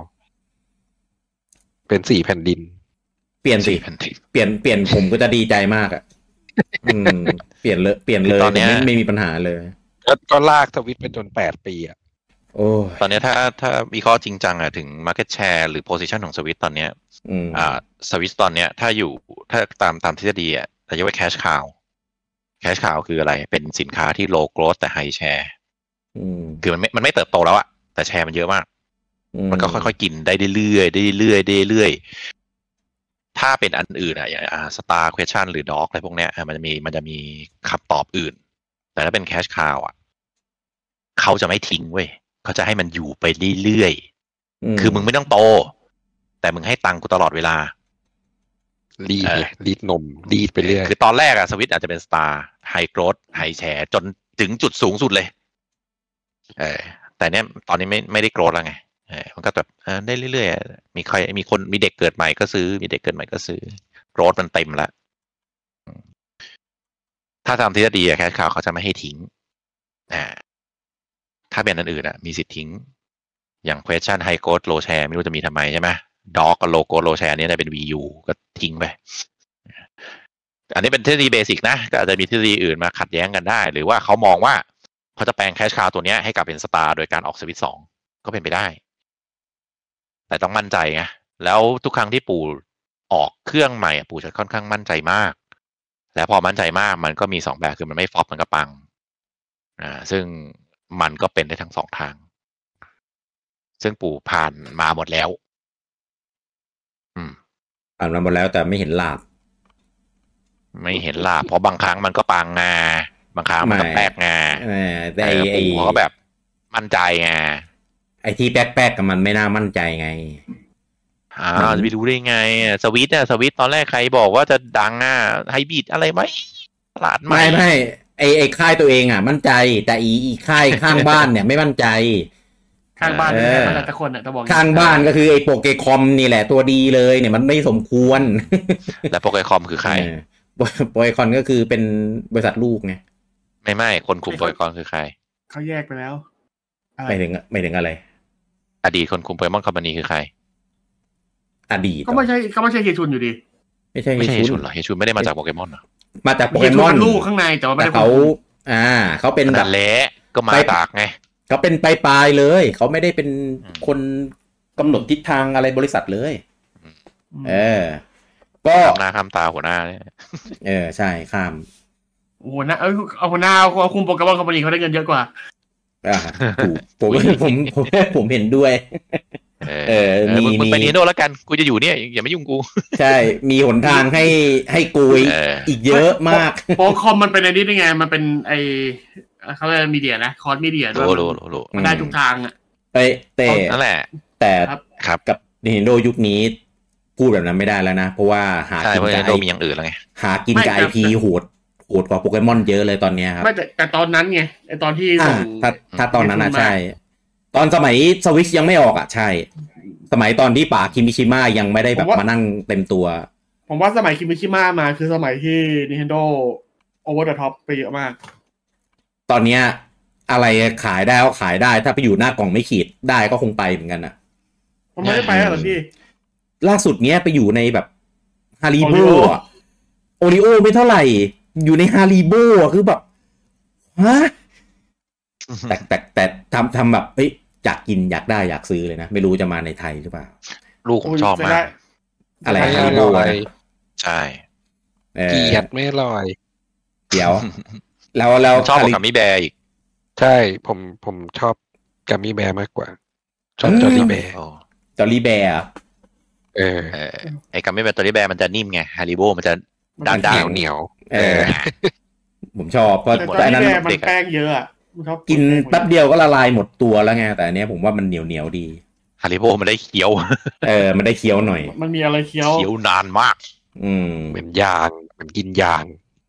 [SPEAKER 3] เป็นสี่แผ่นดิน
[SPEAKER 1] เปลี่ยนสิ
[SPEAKER 2] แผ่นดิน
[SPEAKER 1] เปลี่ยนเปลี่ยนผมก็จะดีใจ มากอ่ะ อืม เปลี่ยนเลยเปลี่ยนเลย
[SPEAKER 2] คือตอนเนี้ย
[SPEAKER 1] ผมไม่ไม่มีปัญหาเลย
[SPEAKER 3] แล้วก็ลากทวิตไปจนแปดปีอ่ะ
[SPEAKER 1] โอ้ย
[SPEAKER 2] ตอนเนี้ยถ้าถ้าวิเคราะห์จริงจังอะถึง Market Share หรือ Position ของสวิตตอนเนี้ย
[SPEAKER 1] อืม
[SPEAKER 2] อ่าสวิตตอนเนี้ยถ้าอยู่ถ้าตามตามทฤษฎีอะจะเรียกว่า Cash Cow Cash Cow คืออะไร เป็นสินค้าที่ Low Growth แต่ High Share
[SPEAKER 1] อืม
[SPEAKER 2] คือมันไม่มันไม่เติบโตแล้วอะแต่แชร์มันเยอะมาก มันก็ค่อยๆกินได้เรื่อยๆได้เรื่อยๆได้เรื่อยๆถ้าเป็นอันอื่นอะอย่างสตาร์ควสชันหรือด็อกอะไรพวกเนี้ยอ่ะมันจะมีมันจะมีคำตอบอื่น แต่ถ้าเป็นแคชคาวอะเขาจะไม่ทิ้งเว้ยเขาจะให้มันอยู่ไปเรื่อยๆ คือมึงไม่ต้องโต แต่มึงให้ตังค์กูตลอดเวลา
[SPEAKER 3] รีด
[SPEAKER 2] เออ
[SPEAKER 3] ไงรีดนม รีดไปเรื่อย
[SPEAKER 2] คือตอนแรกอะสวิตอาจจะเป็นสตาร์ไฮโกรดไฮแชร์จนถึงจุดสูงสุดเลย เออ แต่เนี้ยตอนนี้ไม่ไม่ได้โกรดแล้วไงเออมันก็แบบเออได้เรื่อยๆอะมีใครมีคนมีเด็กเกิดใหม่ก็ซื้อ มีเด็กเกิดใหม่ก็ซื้อโกรดมันเต็มละอืมถ้าทำทฤษฎีอะแคชข่าวเขาจะไม่ให้ทิ้งอ่าถ้าเป็นอันอื่นอะมีสิทธิ์ทิ้ง อย่าง question high growth low share ไม่รู้จะมีทำไมใช่ไหมด็อกกับ low growth low share เนี้ยจะเป็น VU ก็ทิ้งไป อันนี้เป็นทฤษฎีเบสิกนะ ก็อาจจะมีทฤษฎีอื่นมาขัดแย้งกันได้ หรือว่าเขามองว่าเขาจะแปลงแคชคาวตัวเนี้ยให้กลับเป็นสตาร์โดยการออกสวิตสองก็เป็นไปได้ แต่ต้องมั่นใจไงแล้วทุกครั้งที่ปู่ออกเครื่องใหม่อะปู่จะค่อนข้างมั่นใจมาก แล้วพอมั่นใจมากมันก็มีสองแบบคือมันไม่ฟอปมันก็ปังอ่าซึ่งมันก็เป็นได้ทั้งสองทาง ซึ่งปู่ผ่านมาหมดแล้ว อืม
[SPEAKER 1] อ่านมาหมดแล้วแต่ไม่เห็นลาบ
[SPEAKER 2] ไม่เห็นลาบเพราะบางครั้งมันก็ปางงา บางครั้งมันก็
[SPEAKER 1] ไม่
[SPEAKER 2] แปลกงา
[SPEAKER 1] เออแต่
[SPEAKER 2] แต่
[SPEAKER 1] ไอไอ
[SPEAKER 2] ปู่เขาแบบมั่นใจไง
[SPEAKER 1] ไอที่แป๊กๆกับมันไม่น่ามั่นใจไง
[SPEAKER 2] อ้าวจะไปรู้ได้ไงอ่ะสวิตเนี่ยสวิตตอนแรกใครบอกว่าจะดังอ่ะไฮบริดอะไรไหมตลาดใหม่
[SPEAKER 1] ไม่ไม่ไอไอค่ายตัวเองอ่ะ มั่นใจ แต่อีอีค่าย ข้างบ้านเนี่ยไม่มั่นใจ
[SPEAKER 4] ข้างบ้าน
[SPEAKER 1] เออ
[SPEAKER 4] ไม่ใช่บ้านแต่คนอ่ะจะบอกอย่
[SPEAKER 1] ข้างบ้านก็คือไอโปเกคอมนี่แหละตัวดีเลยเนี่ยมันไม่สมควร
[SPEAKER 2] แล้วโปเกคอมคือใคร
[SPEAKER 1] เออโปเกคอนก็คือเป็นบริษัทลูกไง
[SPEAKER 2] ไม่ไม่คนคุมโปเกคอมคือใคร
[SPEAKER 4] เขาแยกไปแล้วอะไร
[SPEAKER 1] ไม่ถึงไม่ถึงอะไร
[SPEAKER 2] อดีตคนคุมโปเกมอนคอมพานีคือใคร
[SPEAKER 1] อดีตเหร
[SPEAKER 4] ก็
[SPEAKER 1] อ
[SPEAKER 4] ไม่ใช่ก็ไม่ใช่เฮยชุนอยู่ดี
[SPEAKER 1] ไม่ใช่
[SPEAKER 2] ไม่ใช่เฮ
[SPEAKER 1] เฮ
[SPEAKER 2] ชุ
[SPEAKER 1] ชุ
[SPEAKER 2] น
[SPEAKER 1] น
[SPEAKER 2] เหรอเฮชุนไม่ได้มาจากโปเกมอนเหรอ
[SPEAKER 1] มาจากโป
[SPEAKER 4] เฮ
[SPEAKER 1] เก
[SPEAKER 4] ยชุ
[SPEAKER 1] ม
[SPEAKER 4] น
[SPEAKER 1] อน
[SPEAKER 4] เป็นลูกข้างในแต่ว่าไม่
[SPEAKER 1] แต่
[SPEAKER 4] ได้
[SPEAKER 1] เขา
[SPEAKER 4] คนคุม
[SPEAKER 1] อ่า เขาเป็นแบ
[SPEAKER 2] นั่
[SPEAKER 1] บ
[SPEAKER 2] นแหละก็มาตากไง
[SPEAKER 1] เขาเป็นปลายปลายๆเลย เขาไม่ได้เป็น
[SPEAKER 2] อืม
[SPEAKER 1] คนกำหนดทิศทางอะไรบริษัทเลย
[SPEAKER 4] อืม
[SPEAKER 1] เออ ก็
[SPEAKER 2] ข้ามหน้าข้ามตาหัวหน้าเนี่ย
[SPEAKER 1] เออใช่ข้าม
[SPEAKER 4] โอ้โหนะเอ้ยเอาหัวหน้าเอาคุมโปเกมอนคอมพานีเขาได้เงินเยอะกว่า
[SPEAKER 1] อ่าถูกผมผมผมผมเห็นด้วย เออ
[SPEAKER 2] เออ
[SPEAKER 1] มี
[SPEAKER 2] มึงมึง
[SPEAKER 1] มี
[SPEAKER 2] ไปนีโน่แล้วกันกูจะอยู่เนี่ย อย่ามายุ่งกู
[SPEAKER 1] ใช่มีหนทางให้ให้กูอีก
[SPEAKER 2] เออ
[SPEAKER 1] อีกเยอะมาก
[SPEAKER 4] โปรคอมมันเป็นไอ้นี่ได้ไง มันเป็นไอเขาเรียกมีเดียนะ คอร์สมีเดียด้วย
[SPEAKER 2] รู้รู้รู้รู้
[SPEAKER 4] มันได้ทุกทางอ่ะ
[SPEAKER 1] เอ้ยแต่
[SPEAKER 2] นั่นแหละ
[SPEAKER 1] แต่
[SPEAKER 4] ครับ
[SPEAKER 2] ครับ
[SPEAKER 1] กับ Nintendo ยุคนี้พูดแบบนั้นไม่ได้แล้วนะ เพราะว่าหา
[SPEAKER 2] ใช่
[SPEAKER 1] กิ
[SPEAKER 2] เพราะ
[SPEAKER 1] น
[SPEAKER 2] นี
[SPEAKER 1] กับ
[SPEAKER 2] โน่
[SPEAKER 1] ไอ
[SPEAKER 2] มีอย่างอื่นแล้วไง
[SPEAKER 1] หากินกับไอ
[SPEAKER 4] ไม่ครับ
[SPEAKER 1] พีโหดโหดกว่าโปเกมอนเยอะเลยตอนเนี้ยครับ
[SPEAKER 4] ไม่แต่แต่ตอนนั้นไงไอตอนที่
[SPEAKER 1] อ่า
[SPEAKER 4] ส่ง
[SPEAKER 1] ถ้าถ้าตอนนั้นอ่ะ
[SPEAKER 4] ไม่
[SPEAKER 1] ใช่ ตอนสมัยสวิชยังไม่ออกอ่ะใช่ สมัยตอนที่ป่าคิมิชิมายังไม่ได้แบบมานั่งเต็มตัว
[SPEAKER 4] ผมว่าสมัยคิมิชิมามาคือสมัยที่ Nintendo Over the Top ไปเยอะมาก
[SPEAKER 1] ตอนเนี้ยอะไรขายได้ก็ขายได้ ถ้าไปอยู่หน้ากล่องไม่ขีดได้ก็คงไปเหมือนกันอ่ะ
[SPEAKER 4] มันไม่ได้ไปแล้วเหรอพี่
[SPEAKER 1] ล่าสุดเนี้ยไปอยู่ในแบบฮาริโบ
[SPEAKER 4] Oreo
[SPEAKER 1] โอริโอไม่เท่าไหร่ อยู่ในฮาริโบคือแบบฮะแต่แต่แต่ทำทำแบบเอ้ยอยากกินอยากได้อยากซื้อเลยนะ ไม่รู้จะมาในไทยหรือเปล่า
[SPEAKER 2] ลูกผมชอบ
[SPEAKER 4] จะ
[SPEAKER 2] มา
[SPEAKER 4] ได้
[SPEAKER 2] ก
[SPEAKER 1] อะไร
[SPEAKER 3] ไม่
[SPEAKER 1] ฮา
[SPEAKER 3] อ
[SPEAKER 1] ริโบ
[SPEAKER 3] ร่อย
[SPEAKER 2] ใช่
[SPEAKER 1] เออ
[SPEAKER 3] เกลียดไม่อร่อย
[SPEAKER 1] เดี๋ ยว แล้วแล้ว
[SPEAKER 2] ชอบกว่ากั
[SPEAKER 1] ฮา
[SPEAKER 2] บ
[SPEAKER 1] ริ
[SPEAKER 2] มิแบร์อีก
[SPEAKER 3] ใช่ผมผมชอบกัมมี่แบร์มากกว่า ชอบจอร์ลี่แบร์
[SPEAKER 2] โอ้
[SPEAKER 1] จอรี่แบร์
[SPEAKER 3] เออ
[SPEAKER 2] เออไอ้กับมิแบร์ตัวนี้แบร์มันจะนิ่มไงฮาริโบมันจะด้าน
[SPEAKER 1] มั
[SPEAKER 2] ด้า
[SPEAKER 3] เห
[SPEAKER 1] แข็
[SPEAKER 2] น
[SPEAKER 3] นียว
[SPEAKER 1] ง
[SPEAKER 3] เหนียว
[SPEAKER 1] เอ อ ผมชอบเพราะ
[SPEAKER 4] แต่ตอน
[SPEAKER 1] แต่อัน
[SPEAKER 4] นี้
[SPEAKER 1] นั้น
[SPEAKER 4] แม่มันแป้งเยอะอ่ะมันชอบ
[SPEAKER 1] กินแป๊บเดียวก็ละลายหมดตัวแล้วไงแต่อันเนี้ยผมว่ามันเหนียวเหนียวๆดี
[SPEAKER 2] ฮาริโบมันได้เคี้ยว
[SPEAKER 1] เออ มันได้เคี้ยวหน่อย
[SPEAKER 4] มันมีอะไรเคี้ยว
[SPEAKER 2] เคี้ยวนานมาก
[SPEAKER 1] อืม
[SPEAKER 3] เหมือนยางเหมือนกินยาง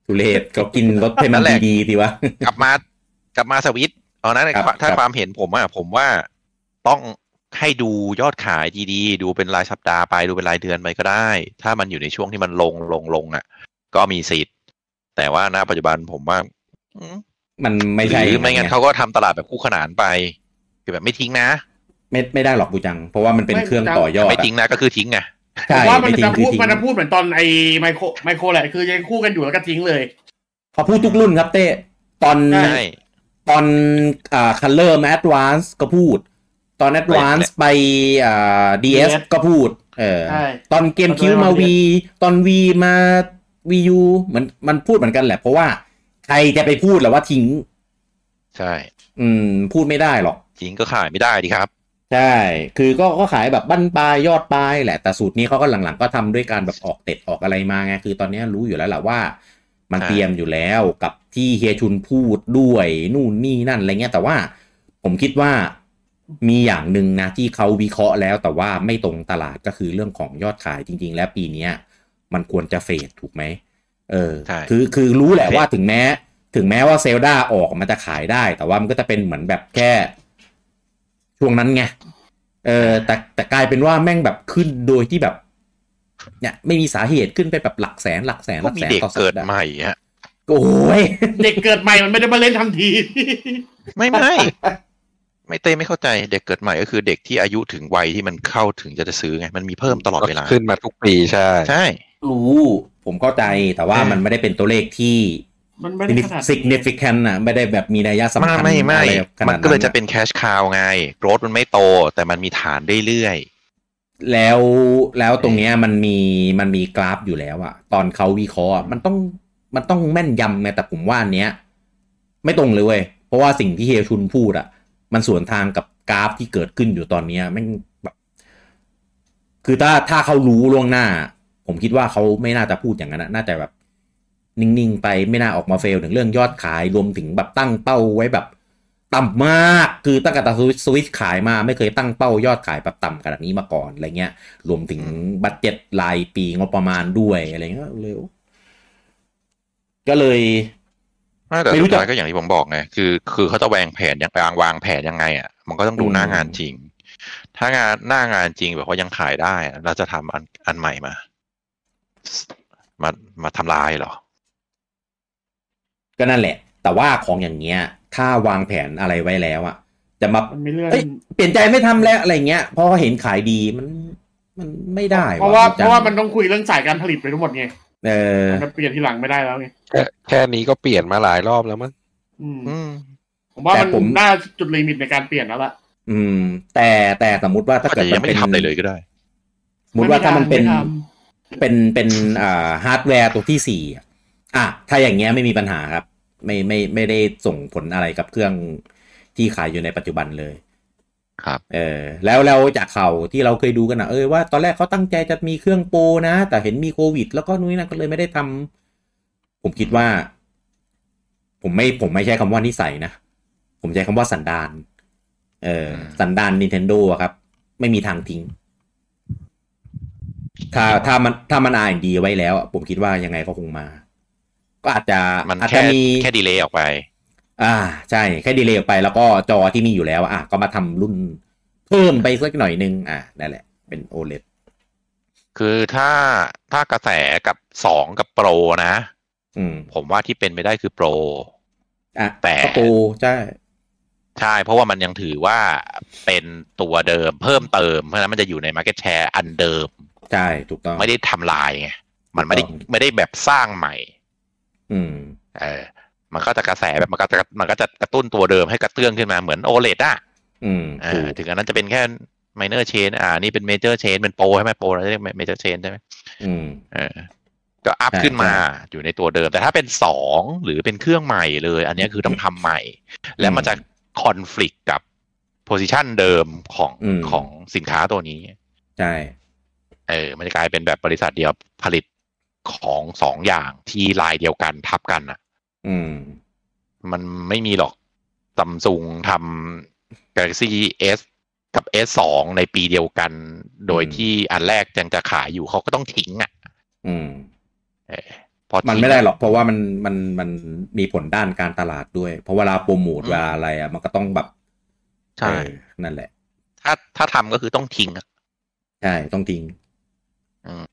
[SPEAKER 1] ทุเรศก็กินรสให้มัน
[SPEAKER 2] นั่นแหละ
[SPEAKER 1] ดีๆดีวะ
[SPEAKER 2] กลับมากลับมาสวิตช์เอานะ
[SPEAKER 1] ครั
[SPEAKER 2] ถ้า
[SPEAKER 1] บ
[SPEAKER 2] ถ้า
[SPEAKER 1] ครับ
[SPEAKER 2] ความเห็นผมอะผมว่าต้องให้ดูยอดขายดีๆ ดูเป็นรายสัปดาห์ไปดูเป็นรายเดือนไปก็ได้ ถ้ามันอยู่ในช่วงที่มันลงลงลงอะก็มีสิทธิ์แต่ว่าณปัจจุบันผมว่าอืม
[SPEAKER 1] มันไม่ใช่
[SPEAKER 2] หรือไม่งั้นเขาก็ทำตลาดแบบคู่ขนานไปคือแบบไม่ทิ้งนะ
[SPEAKER 1] ไม่ไม่ได้หรอกกูจัง เพราะว่ามันเป็น
[SPEAKER 4] ไม่
[SPEAKER 1] เครื่อง
[SPEAKER 4] กูจัง
[SPEAKER 1] ต่อยอด
[SPEAKER 2] ไม่ทิ้งนะก็คือทิ้งไง
[SPEAKER 1] ใช่
[SPEAKER 4] ผมว่ามัน
[SPEAKER 1] ไม่ทิ้
[SPEAKER 4] จะ
[SPEAKER 1] งคื
[SPEAKER 4] พู
[SPEAKER 1] อ
[SPEAKER 4] ด
[SPEAKER 1] ทิ้ง
[SPEAKER 4] มันจะพูดเหมือนตอนไอไมโครไมโครแหละ คือยังคู่กันอยู่แล้วก็ทิ้งเลย
[SPEAKER 1] เขาพูดทุกรุ่นครับเต้ตอน
[SPEAKER 4] ใช่
[SPEAKER 2] ใช่
[SPEAKER 1] ตอนอ่าคัลเลอร์มาแอดวานซ์ก็พูด ตอนแอดวานซ์ไปอ่าดีเอส
[SPEAKER 4] DS
[SPEAKER 1] ก็พูด เออ
[SPEAKER 4] ใช่
[SPEAKER 1] ตอนเกมคิวมาวีตอนวีมาวียูเหมือนมันพูดเหมือนกันแหละ เพราะว่าใครจะไปพูดหรอว่าทิ้ง
[SPEAKER 2] ใช่
[SPEAKER 1] อืม พูดไม่ได้หรอก
[SPEAKER 2] ทิ้งก็ขายไม่ได้ดีครับ
[SPEAKER 1] ใช่ คือก็ก็ขายแบบบั้นปลายยอดปลายแหละ แต่สูตรนี้เขาก็หลังๆ ก็ทำด้วยการแบบออกเต็ดออกอะไรมาไง คือตอนนี้รู้อยู่แล้วแหละว่า มัน
[SPEAKER 2] อ่า
[SPEAKER 1] เตรียมอยู่แล้วกับที่เฮียชุนพูดด้วยนู่นนี่นั่นอะไรเงี้ย แต่ว่าผมคิดว่ามีอย่างหนึ่งนะที่เขาวิเคราะห์แล้ว แต่ว่าไม่ตรงตลาดก็คือเรื่องของยอดขายจริง ๆ แล้วปีเนี้ยมันควรจะเฟดถูกไหม เออ
[SPEAKER 2] ใช่
[SPEAKER 1] คือคือรู้แหละว่าถึงแม้ ถึงแม้ว่าเซลดาออกมันจะขายได้ แต่ว่ามันก็จะเป็นเหมือนแบบแค่ ช่วงนั้นไง เออ แต่แต่กลายเป็นว่าแม่งแบบขึ้นโดยที่แบบ เนี่ย ไม่มีสาเหตุขึ้นไปแบบหลักแสนหลักแสนห
[SPEAKER 2] ก็
[SPEAKER 1] ลัก
[SPEAKER 2] มี
[SPEAKER 1] แสน
[SPEAKER 2] เด็ก
[SPEAKER 1] ต่อสัป
[SPEAKER 2] เกิด
[SPEAKER 1] ดาห์
[SPEAKER 2] ใหม่ฮะ
[SPEAKER 1] โอ้ย
[SPEAKER 4] เด็กเกิดใหม่มันไม่ได้มาเล่นทันที
[SPEAKER 2] ไม่ไม่ ไม่เต้ไม่เข้าใจเด็กเกิดใหม่ก็คือเด็กที่อายุถึงวัยที่มันเข้าถึงจะจะซื้อไงมันมีเพิ่มตลอดเวลา
[SPEAKER 3] ขึ้นมาทุกปีใช่
[SPEAKER 2] ใช่
[SPEAKER 1] รู้ผมเข้าใจแต่ว่า
[SPEAKER 2] เออ
[SPEAKER 1] มันไม่ได้เป็นตัวเลขที่
[SPEAKER 4] มันไม่ได้ขนาดนั้น
[SPEAKER 1] significant นะไม่ได้แบบมีนัยสำ
[SPEAKER 2] ไม่
[SPEAKER 1] คัญ
[SPEAKER 2] ไม่ไม่
[SPEAKER 1] อะไรขนาด
[SPEAKER 2] มันก็เลยจะ
[SPEAKER 1] นั้น
[SPEAKER 2] เป็นแคชคาวไงโกรธมันไม่โต แต่มันมีฐานเรื่อย
[SPEAKER 1] แล้วแล้วตรงเนี้ยมันมีมันมีกราฟอยู่แล้วอะตอนเขาวิเคราะห์อะมันต้องมันต้องแม่นยำไงแต่ผมว่าอันเนี้ย ไม่ตรงเลยเว้ยเพราะว่าสิ่งที่เฮียชุนพูดอะมันสวนทางกับกราฟที่เกิดขึ้นอยู่ตอนเนี้ยแม่งแบบ คือถ้าถ้าเขารู้ล่วงหน้า ผมคิดว่าเขาไม่น่าจะพูดอย่างนั้นนะน่าจะแบบ นิ่ง ๆ ไปไม่น่าออกมาเฟลถึงเรื่องยอดขายรวมถึงแบบตั้งเป้าไว้แบบ ต่ำมาก คือตั้งแต่ตาสวิตขายมาไม่เคยตั้งเป้ายอดขายแบบต่ำขนาดนี้มาก่อนอะไรเงี้ย รวมถึงบัตเจ็ตรายปีงบประมาณด้วยอะไรเงี้ยเร็วก็เลย
[SPEAKER 2] ๆไม่แต่
[SPEAKER 1] ไม่รู้
[SPEAKER 2] สุด
[SPEAKER 1] จะ
[SPEAKER 2] ท้ายก็อย่างที่ผมบอกไงคือ คือเขาจะวางแผนยังวางวางแผนยังไงอ่ะมันก็ต้องดู
[SPEAKER 1] อืม
[SPEAKER 2] หน้างานจริง ถ้างานหน้างานจริงแบบว่ายังขายได้อะเราจะทำอันอันใหม่มา มามาทำลายเหรอ
[SPEAKER 1] ก็นั่นแหละ แต่ว่าของอย่างเงี้ย ถ้าวางแผนอะไรไว้แล้วอะจะมา
[SPEAKER 4] มันไม่เลื่อน
[SPEAKER 1] เอ้ยเปลี่ยนใจไม่ทำแล้วอะไรเงี้ยเพราะเห็นขายดีมันมันไม่ได้
[SPEAKER 4] เพราะว่า
[SPEAKER 1] จ
[SPEAKER 4] เพราะว่ามันต้องคุยเรื่องสายการผลิตไปทั้งหมดไง
[SPEAKER 1] เออ
[SPEAKER 4] มันเปลี่ยนทีหลังไม่ได้แล้วไง
[SPEAKER 3] แค่แค่นี้ก็เปลี่ยนมาหลายรอบแล้วมั้ง
[SPEAKER 4] อืม
[SPEAKER 2] อืม
[SPEAKER 4] ผมว่า
[SPEAKER 1] แต่
[SPEAKER 4] มัน
[SPEAKER 1] ผม
[SPEAKER 4] น่าจุดลิมิตในการเปลี่ยนแล้วล่ะ
[SPEAKER 1] อืม แต่แต่สมมุติว่า
[SPEAKER 2] อา
[SPEAKER 1] ถ้า
[SPEAKER 2] จ
[SPEAKER 1] เกิด
[SPEAKER 2] จะยังไม่
[SPEAKER 1] น
[SPEAKER 2] ทำอะไรเลยก็ได้
[SPEAKER 1] สมมติว่าถ้ามันเป็น
[SPEAKER 4] ไม่ท
[SPEAKER 1] เป็นเป็นอ่าฮาร์ดแวร์ตัวที่สี่อะอ่ะถ้าอย่างเงี้ยไม่มีปัญหาครับ ไม่ไม่ไม่ได้ส่งผลอะไรกับเครื่องที่ขายอยู่ในปัจจุบันเลย
[SPEAKER 2] ครับ
[SPEAKER 1] เออแล้วเราจากข่าวที่เราเคยดูกันนะเออว่าตอนแรกเขาตั้งใจจะมีเครื่องโปรนะ แต่เห็นมีโควิด แล้วก็นู่นนนั่นก็เลยไม่ได้ทำผมคิดว่า ผมไม่ผมไม่ใช้คำว่านิสัยนะ ผมใช้คำว่าสันดานเออ
[SPEAKER 2] อืม
[SPEAKER 1] สันดาน Nintendo อะครับ ไม่มีทางทิ้ง ถ้าถ้ามันถ้ามันอ่านดีไว้แล้วอะผมคิดว่ายังไงก็คงมา ก็อาจจะ
[SPEAKER 2] มัน
[SPEAKER 1] อาจ
[SPEAKER 2] แค่
[SPEAKER 1] จะมี
[SPEAKER 2] แค่ดีเลย์ออกไป
[SPEAKER 1] อ่าใช่แค่ดีเลย์ออกไปแล้วก็จอที่มีอยู่แล้ว อ่ะ ก็มาทำรุ่นเพิ่มไปสักหน่อยนึง อ่ะนั่นแหละ เป็น OLED
[SPEAKER 2] คือถ้าถ้ากระแสกับสองกับโปรนะ
[SPEAKER 1] อืม
[SPEAKER 2] ผมว่าที่เป็นไปได้คือโปร
[SPEAKER 1] อ่ะ
[SPEAKER 2] แต่
[SPEAKER 1] ก็โปรใช่
[SPEAKER 2] ใช่ เพราะว่ามันยังถือว่าเป็นตัวเดิมเพิ่มเติม เพราะฉะนั้นมันจะอยู่ใน Market Share อันเดิม
[SPEAKER 1] ใช่ถูกต้อง
[SPEAKER 2] ไม่ได้ทำลายไง มันไม่ได้
[SPEAKER 1] ถูกต้อง
[SPEAKER 2] ไม่ได้แบบสร้างใหม่
[SPEAKER 1] อืม
[SPEAKER 2] เออ มันก็จะกระแสแบบมันก็จะมันก็จะกระตุ้นตัวเดิมให้กระเตื้องขึ้นมาเหมือนโอเลดอ่ะ
[SPEAKER 1] อืม
[SPEAKER 2] อ่า
[SPEAKER 1] ถูก
[SPEAKER 2] ถึงอันนั้นจะเป็นแค่มเนอร์เชน อ่า นี่เป็นเมเจอร์เชนเป็นโปรใช่ไหมโปรเราจะเรียกเมเจอร์เชนใช่ไหม
[SPEAKER 1] อืม
[SPEAKER 2] เออ ก็อัพ
[SPEAKER 1] ใช่
[SPEAKER 2] ขึ้นมา
[SPEAKER 1] ใช่
[SPEAKER 2] อยู่ในตัวเดิม แต่ถ้าเป็นสองหรือเป็นเครื่องใหม่เลย อันเนี้ยคือต้องทำใหม่ แล้วมันจะคอน FLICT กับโพซิชันเดิมของ
[SPEAKER 1] อืม
[SPEAKER 2] ของสินค้าตัวนี้
[SPEAKER 1] ใช่
[SPEAKER 2] เออ มันจะกลายเป็นแบบบริษัทเดียวผลิตของสองอย่างที่ลายเดียวกันทับกันอ่ะ
[SPEAKER 1] อืม
[SPEAKER 2] มันไม่มีหรอกซัมซุงทำ Galaxy S กับ S2 ในปีเดียวกัน โดย
[SPEAKER 1] อืม
[SPEAKER 2] ที่อันแรกยังจะขายอยู่เขาก็ต้องทิ้งอ่ะ
[SPEAKER 1] อืม
[SPEAKER 2] เออพอทิ้ง
[SPEAKER 1] มันไม่ได้หรอกเพราะว่ามันมันมันมีผลด้านการตลาดด้วย เพราะเวลาโปรโมท
[SPEAKER 2] อืม
[SPEAKER 1] เวลาอะไรอ่ะมันก็ต้องแบบ
[SPEAKER 2] ใช่
[SPEAKER 1] เออนั่นแหละ
[SPEAKER 2] ถ้าถ้าทำก็คือต้องทิ้งอ่ะ
[SPEAKER 1] ใช่ ต้องทิ้ง
[SPEAKER 2] อืม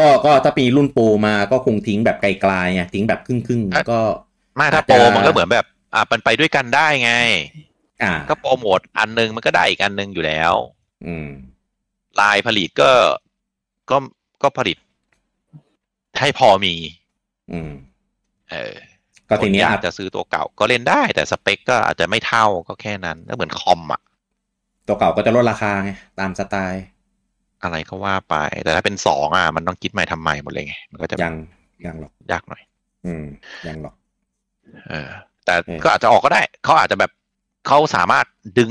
[SPEAKER 1] ก็ก็ถ้าปีรุ่นโปรมาก็คงทิ้งแบบไกลๆไงทิ้งแบบครึ่ง
[SPEAKER 2] เอ๊ะ
[SPEAKER 1] ๆก็
[SPEAKER 2] ไม่
[SPEAKER 1] อา
[SPEAKER 2] ถ้า
[SPEAKER 1] จจะ
[SPEAKER 2] โปรมันก็เหมือนแบบ อ่ะมันไปด้วยกันได้ไง
[SPEAKER 1] อ่า
[SPEAKER 2] ก็โปรโมทอันหนึงมันก็ได้อีกอันหนึงอยู่แล้ว
[SPEAKER 1] อืม
[SPEAKER 2] ลายผลิตก็ก็ก็ผลิต ให้พอมี
[SPEAKER 1] อืม
[SPEAKER 2] เออ
[SPEAKER 1] ก็ทีเนี้ย
[SPEAKER 2] ค
[SPEAKER 1] อาย
[SPEAKER 2] อา
[SPEAKER 1] จ
[SPEAKER 2] ก
[SPEAKER 1] จะ
[SPEAKER 2] จะซื้อตัวเก่าก็เล่นได้แต่สเปคก็อาจจะไม่เท่าก็แค่นั้นก็เหมือนคอมอะ
[SPEAKER 1] ตัวเก่าก็จะลดราคาไง ตามสไตล์
[SPEAKER 2] อะไรก็ว่าไป แต่ถ้าเป็นสองอะมันต้องคิดใหม่ทำใหม่หมดเลยไง มันก็จะ
[SPEAKER 1] ยังยังหรอก
[SPEAKER 2] ยากหน่อย
[SPEAKER 1] อืม ยังหรอก
[SPEAKER 2] เออ แต่
[SPEAKER 1] เออ
[SPEAKER 2] ก็อาจจะออกก็ได้ เขาอาจจะแบบเขาสามารถดึง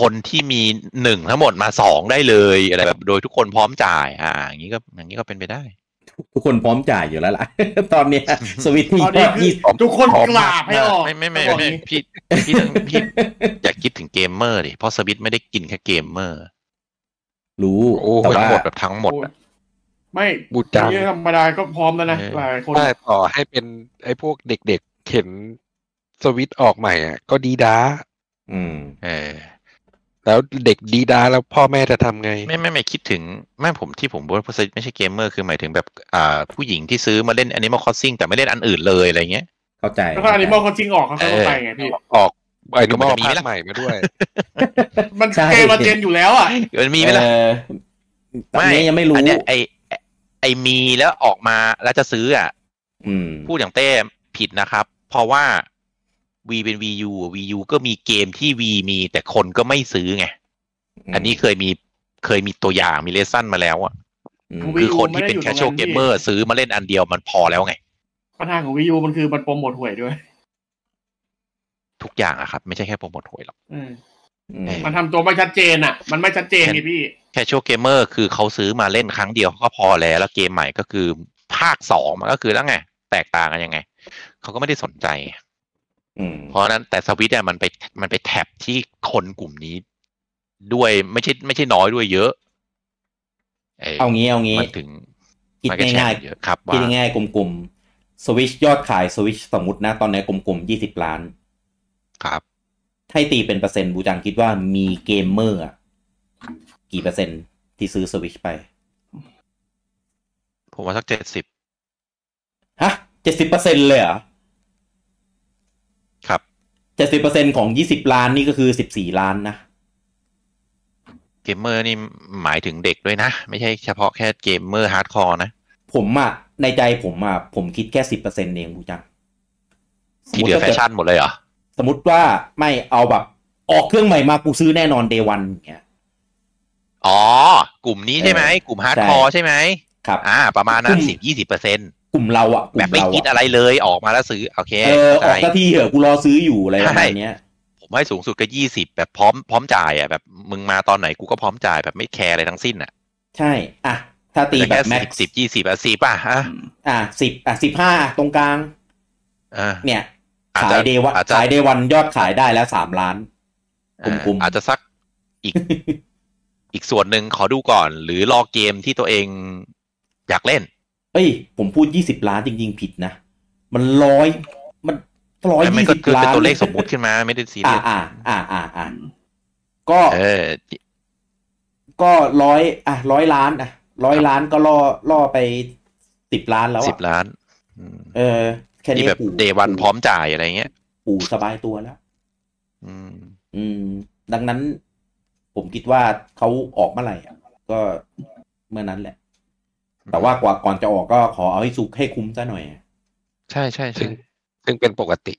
[SPEAKER 2] คนที่มีหนึ่งทั้งหมดมาสองได้เลยอะไรแบบโดยทุกคนพร้อมจ่าย อ่า อย่างนี้ก็อย่างนี้ก็เป็นไปได้
[SPEAKER 1] ทุกคนพร้อมจ่ายอยู่แล้วล่ะ ตอนเนี้ยสวิตช์นี่
[SPEAKER 4] ตอน
[SPEAKER 1] ก็
[SPEAKER 4] นี้คื
[SPEAKER 1] ยี่
[SPEAKER 4] อทุกคนกราบให้ออก
[SPEAKER 2] ไม่ไม่ไม่
[SPEAKER 4] ต้องบอกอ
[SPEAKER 2] ไม่
[SPEAKER 4] ย่างนี้
[SPEAKER 2] พี่พี่ต้องพี่อย่าคิดถึงเกมเมอร์ดิเพราะสวิตไม่ได้กินแค่เกมเมอร์
[SPEAKER 1] รู้
[SPEAKER 3] โอ้โห
[SPEAKER 1] แต่ว่าง
[SPEAKER 2] ทั้หมดแบบทั้งหมดอะ
[SPEAKER 4] ไม่
[SPEAKER 3] บูจัง
[SPEAKER 4] เนี่ยธรรมดาก็พร้อมแล้วนะ
[SPEAKER 2] เออ
[SPEAKER 4] หลายคน
[SPEAKER 3] ถ้าต่อให้เป็นไอ้พวกเด็กๆเห็นสวิตช์ออกใหม่อ่ะ ก็ดีด้า
[SPEAKER 1] อืม
[SPEAKER 2] เออ
[SPEAKER 3] แล้วเด็กดีด้าแล้วพ่อแม่จะทำไง
[SPEAKER 2] ไม่ไม่ไม่คิดถึงไม่ผมที่ผมบอกว่าไม่ใช่เกมเมอร์คือหมายถึงแบบอ่าผู้หญิงที่ซื้อมาเล่น Animal Crossing แต่ไม่เล่นอันอื่นเลยอะไรเงี้ย
[SPEAKER 1] เข้าใจ
[SPEAKER 4] ถ้าอันนี้มอคนจริงออกเขาเข้าใจไงพี่
[SPEAKER 3] ออกไอ้นุมอ
[SPEAKER 2] มันจะมี
[SPEAKER 3] ภา
[SPEAKER 2] ไหมล่ะ
[SPEAKER 3] คใหม่มาด้วย
[SPEAKER 4] มัน
[SPEAKER 1] ใช่
[SPEAKER 4] เกมมาเจนอยู่แล้วอ่ะ
[SPEAKER 2] มันมีไหมล่ะ
[SPEAKER 1] เออตอนนี้ยังไม่รู้
[SPEAKER 2] อันเนี้ยไอไอ้ไอมีแล้วออกมาแล้วจะซื้ออ่ะ
[SPEAKER 1] อืม
[SPEAKER 2] พูดอย่างเต้ผิดนะครับ เพราะว่า V เป็น V U V U ก็มีเกมที่ V มีแต่คนก็ไม่ซื้อไง อันนี้เคยมีเคยมีตัวอย่างมีเลสันมาแล้วอ่ะ
[SPEAKER 1] อืม
[SPEAKER 4] Wii
[SPEAKER 2] คือคน
[SPEAKER 4] ไม่
[SPEAKER 2] ที่
[SPEAKER 4] ได้
[SPEAKER 2] เป็น
[SPEAKER 4] อยู่
[SPEAKER 2] แค
[SPEAKER 4] ต
[SPEAKER 2] ช
[SPEAKER 4] รง
[SPEAKER 2] ชวล
[SPEAKER 4] นั้น
[SPEAKER 2] เกม
[SPEAKER 4] พี่
[SPEAKER 2] เมอร์ซื้อมาเล่นอันเดียวมันพอแล้วไง
[SPEAKER 4] ปัญหาของวิวมันคือมันโปรโมทหวยด้วย
[SPEAKER 2] ทุกอย่างอะครับไม่ใช่แค่โปรโมทหวยหรอก
[SPEAKER 4] เออ
[SPEAKER 1] อืม
[SPEAKER 4] มันทำตัวไม่ชัดเจนอ่ะ มันไม่ชัดเจนไงพี่
[SPEAKER 2] แคชชวลเกมเมอร์คือเขาซื้อมาเล่นครั้งเดียวเขาก็พอแล้ว แล้วเกมใหม่ก็คือภาคสองมันก็คือแล้วไง แตกต่างกันยังไง เขาก็ไม่ได้สนใจ
[SPEAKER 1] อืม
[SPEAKER 2] เพราะฉะนั้นแต่สวิตเนี่ยมันไปมันไปแท็บที่คนกลุ่มนี้ ด้วยไม่ใช่ไม่ใช่น้อยด้วยเยอะเออ
[SPEAKER 1] เอางี้เอางี้
[SPEAKER 2] มันถึง
[SPEAKER 1] คิด
[SPEAKER 2] มันก็แช
[SPEAKER 1] ง่าย
[SPEAKER 2] ร์เยอะครับ
[SPEAKER 1] ๆ
[SPEAKER 2] ว่า
[SPEAKER 1] คิดง่ายๆกลมๆสวิชยอดขายสวิชสมมตินะ ตอนนี้กลมๆยี่สิบล้าน
[SPEAKER 2] ครับ
[SPEAKER 1] ให้ตีเป็นเปอร์เซ็นต์บูจังคิดว่ามีเกมเมอร์อะกี่เปอร์เซ็นต์ที่ซื้อสวิชไป
[SPEAKER 2] ผมว่าสักเจ็ดสิบ
[SPEAKER 1] ฮะเจ็ดสิบเปอร์เซ็นต์เลยเหรอ
[SPEAKER 2] ครับ
[SPEAKER 1] เจ็ดสิบเปอร์เซ็นต์ของยี่สิบล้านนี่ก็คือสิบสี่ล้านนะ
[SPEAKER 2] เกมเมอร์นี่หมายถึงเด็กด้วยนะ ไม่ใช่เฉพาะแค่เกมเมอร์ฮาร์ดคอร์นะ
[SPEAKER 1] ผมอะในใจผมอะผมคิดแค่สิบเปอร์เซ็นต์เองบูจังสม
[SPEAKER 2] ที่
[SPEAKER 1] ม
[SPEAKER 2] เห
[SPEAKER 1] ติ
[SPEAKER 2] ลือ
[SPEAKER 1] ว่า
[SPEAKER 2] แฟชั่นหมดเลยเหรอ
[SPEAKER 1] สมมติว่าไม่เอาแบบ ออกเครื่องใหม่มากูซื้อแน่นอนเดวันอย่างเงี้ย
[SPEAKER 2] อ๋อกลุ่มนี้ใช่ไหมกลุ่มฮาร์ดคอร์ใช่ไหม
[SPEAKER 1] ครับ
[SPEAKER 2] อ่า ประมาณนั้
[SPEAKER 1] อื
[SPEAKER 2] น
[SPEAKER 1] ม
[SPEAKER 2] สิบยี่สิบเปอร์เซ็น
[SPEAKER 1] กลุ่มเราอะก
[SPEAKER 2] แบ
[SPEAKER 1] ลุ่
[SPEAKER 2] บ
[SPEAKER 1] ม
[SPEAKER 2] ไม่
[SPEAKER 1] เรา
[SPEAKER 2] คิด
[SPEAKER 1] อะ
[SPEAKER 2] อะไรเลย ออกมาแล้วซื้อ โอเค
[SPEAKER 1] เออออก
[SPEAKER 2] เข้าใจ
[SPEAKER 1] สักทีเหอะกูรอซื้ออยู่อะไรประมาณเนี้ย
[SPEAKER 2] ผม ให้สูงสุดก็ยี่สิบแบบพร้อมพร้อมจ่ายอ่ะแบบมึงมาตอนไหนกูก็พร้อมจ่ายแบบไม่แคร์อะไรทั้งสิ้นอ่ะ
[SPEAKER 1] ใช่ อ่ะ ถ้าตีแบ
[SPEAKER 2] แค่
[SPEAKER 1] บแม็
[SPEAKER 2] สิ
[SPEAKER 1] ก
[SPEAKER 2] บสิบยี่สิบอ่ะสิบอ่ะอ่ะ
[SPEAKER 1] อ่ะสิบอ่ะสิบห้าตรงกลาง
[SPEAKER 2] อ่ะ
[SPEAKER 1] เนี่ย
[SPEAKER 2] อาจ
[SPEAKER 1] ขา
[SPEAKER 2] จะ
[SPEAKER 1] ยเดวัน
[SPEAKER 2] อาจจะ
[SPEAKER 1] ขายเดวันยอดขายได้แล้วสามล้านกลุ่มๆ
[SPEAKER 2] อาจจะสักอีก อีกส่วนหนึ่งขอดูก่อน หรือรอเกมที่ตัวเองอยากเล่น
[SPEAKER 1] เอ้ย ผมพูดยี่สิบล้านจริง ๆ ผิดนะ มันร้อยมันร้อย
[SPEAKER 2] แต่มัน
[SPEAKER 1] ยี่
[SPEAKER 2] ก็
[SPEAKER 1] สิบ
[SPEAKER 2] คือ
[SPEAKER 1] ล้า
[SPEAKER 2] เป็น
[SPEAKER 1] น
[SPEAKER 2] ตัวเลขสมมุติขึ้นมาไม่ได้ซีเรี
[SPEAKER 1] อ่าย
[SPEAKER 2] ส
[SPEAKER 1] อ่าอ่าอ่าอ่าก็
[SPEAKER 2] เออ
[SPEAKER 1] ก็ร้อยอ่ะร้อยล้านอ่ะร้อยล้านก็ล่อล่อไปสิบล้านแล้ว
[SPEAKER 2] สิบ
[SPEAKER 1] อ่ะ
[SPEAKER 2] ล้านอืม
[SPEAKER 1] เออแค่
[SPEAKER 2] นี่
[SPEAKER 1] นี้
[SPEAKER 2] แบบ
[SPEAKER 1] ปู่
[SPEAKER 2] เดวันพร้อมจ่ายอะไรเงี้ย
[SPEAKER 1] ปู่สบายตัวแล้ว
[SPEAKER 2] อืม
[SPEAKER 1] อืม ดังนั้น ผมคิดว่าเขาออกเมื่อไหร่อ่ะก็เมื่อนั้นแหละ แต่ว่ากว่าก่อนจะออกก็ขอเอาให้สุกให้คุ้มซะหน่อยอะ
[SPEAKER 2] ใช่ใช่
[SPEAKER 3] ซึ่
[SPEAKER 2] ใช่
[SPEAKER 3] งซึ่งเป็นปกติ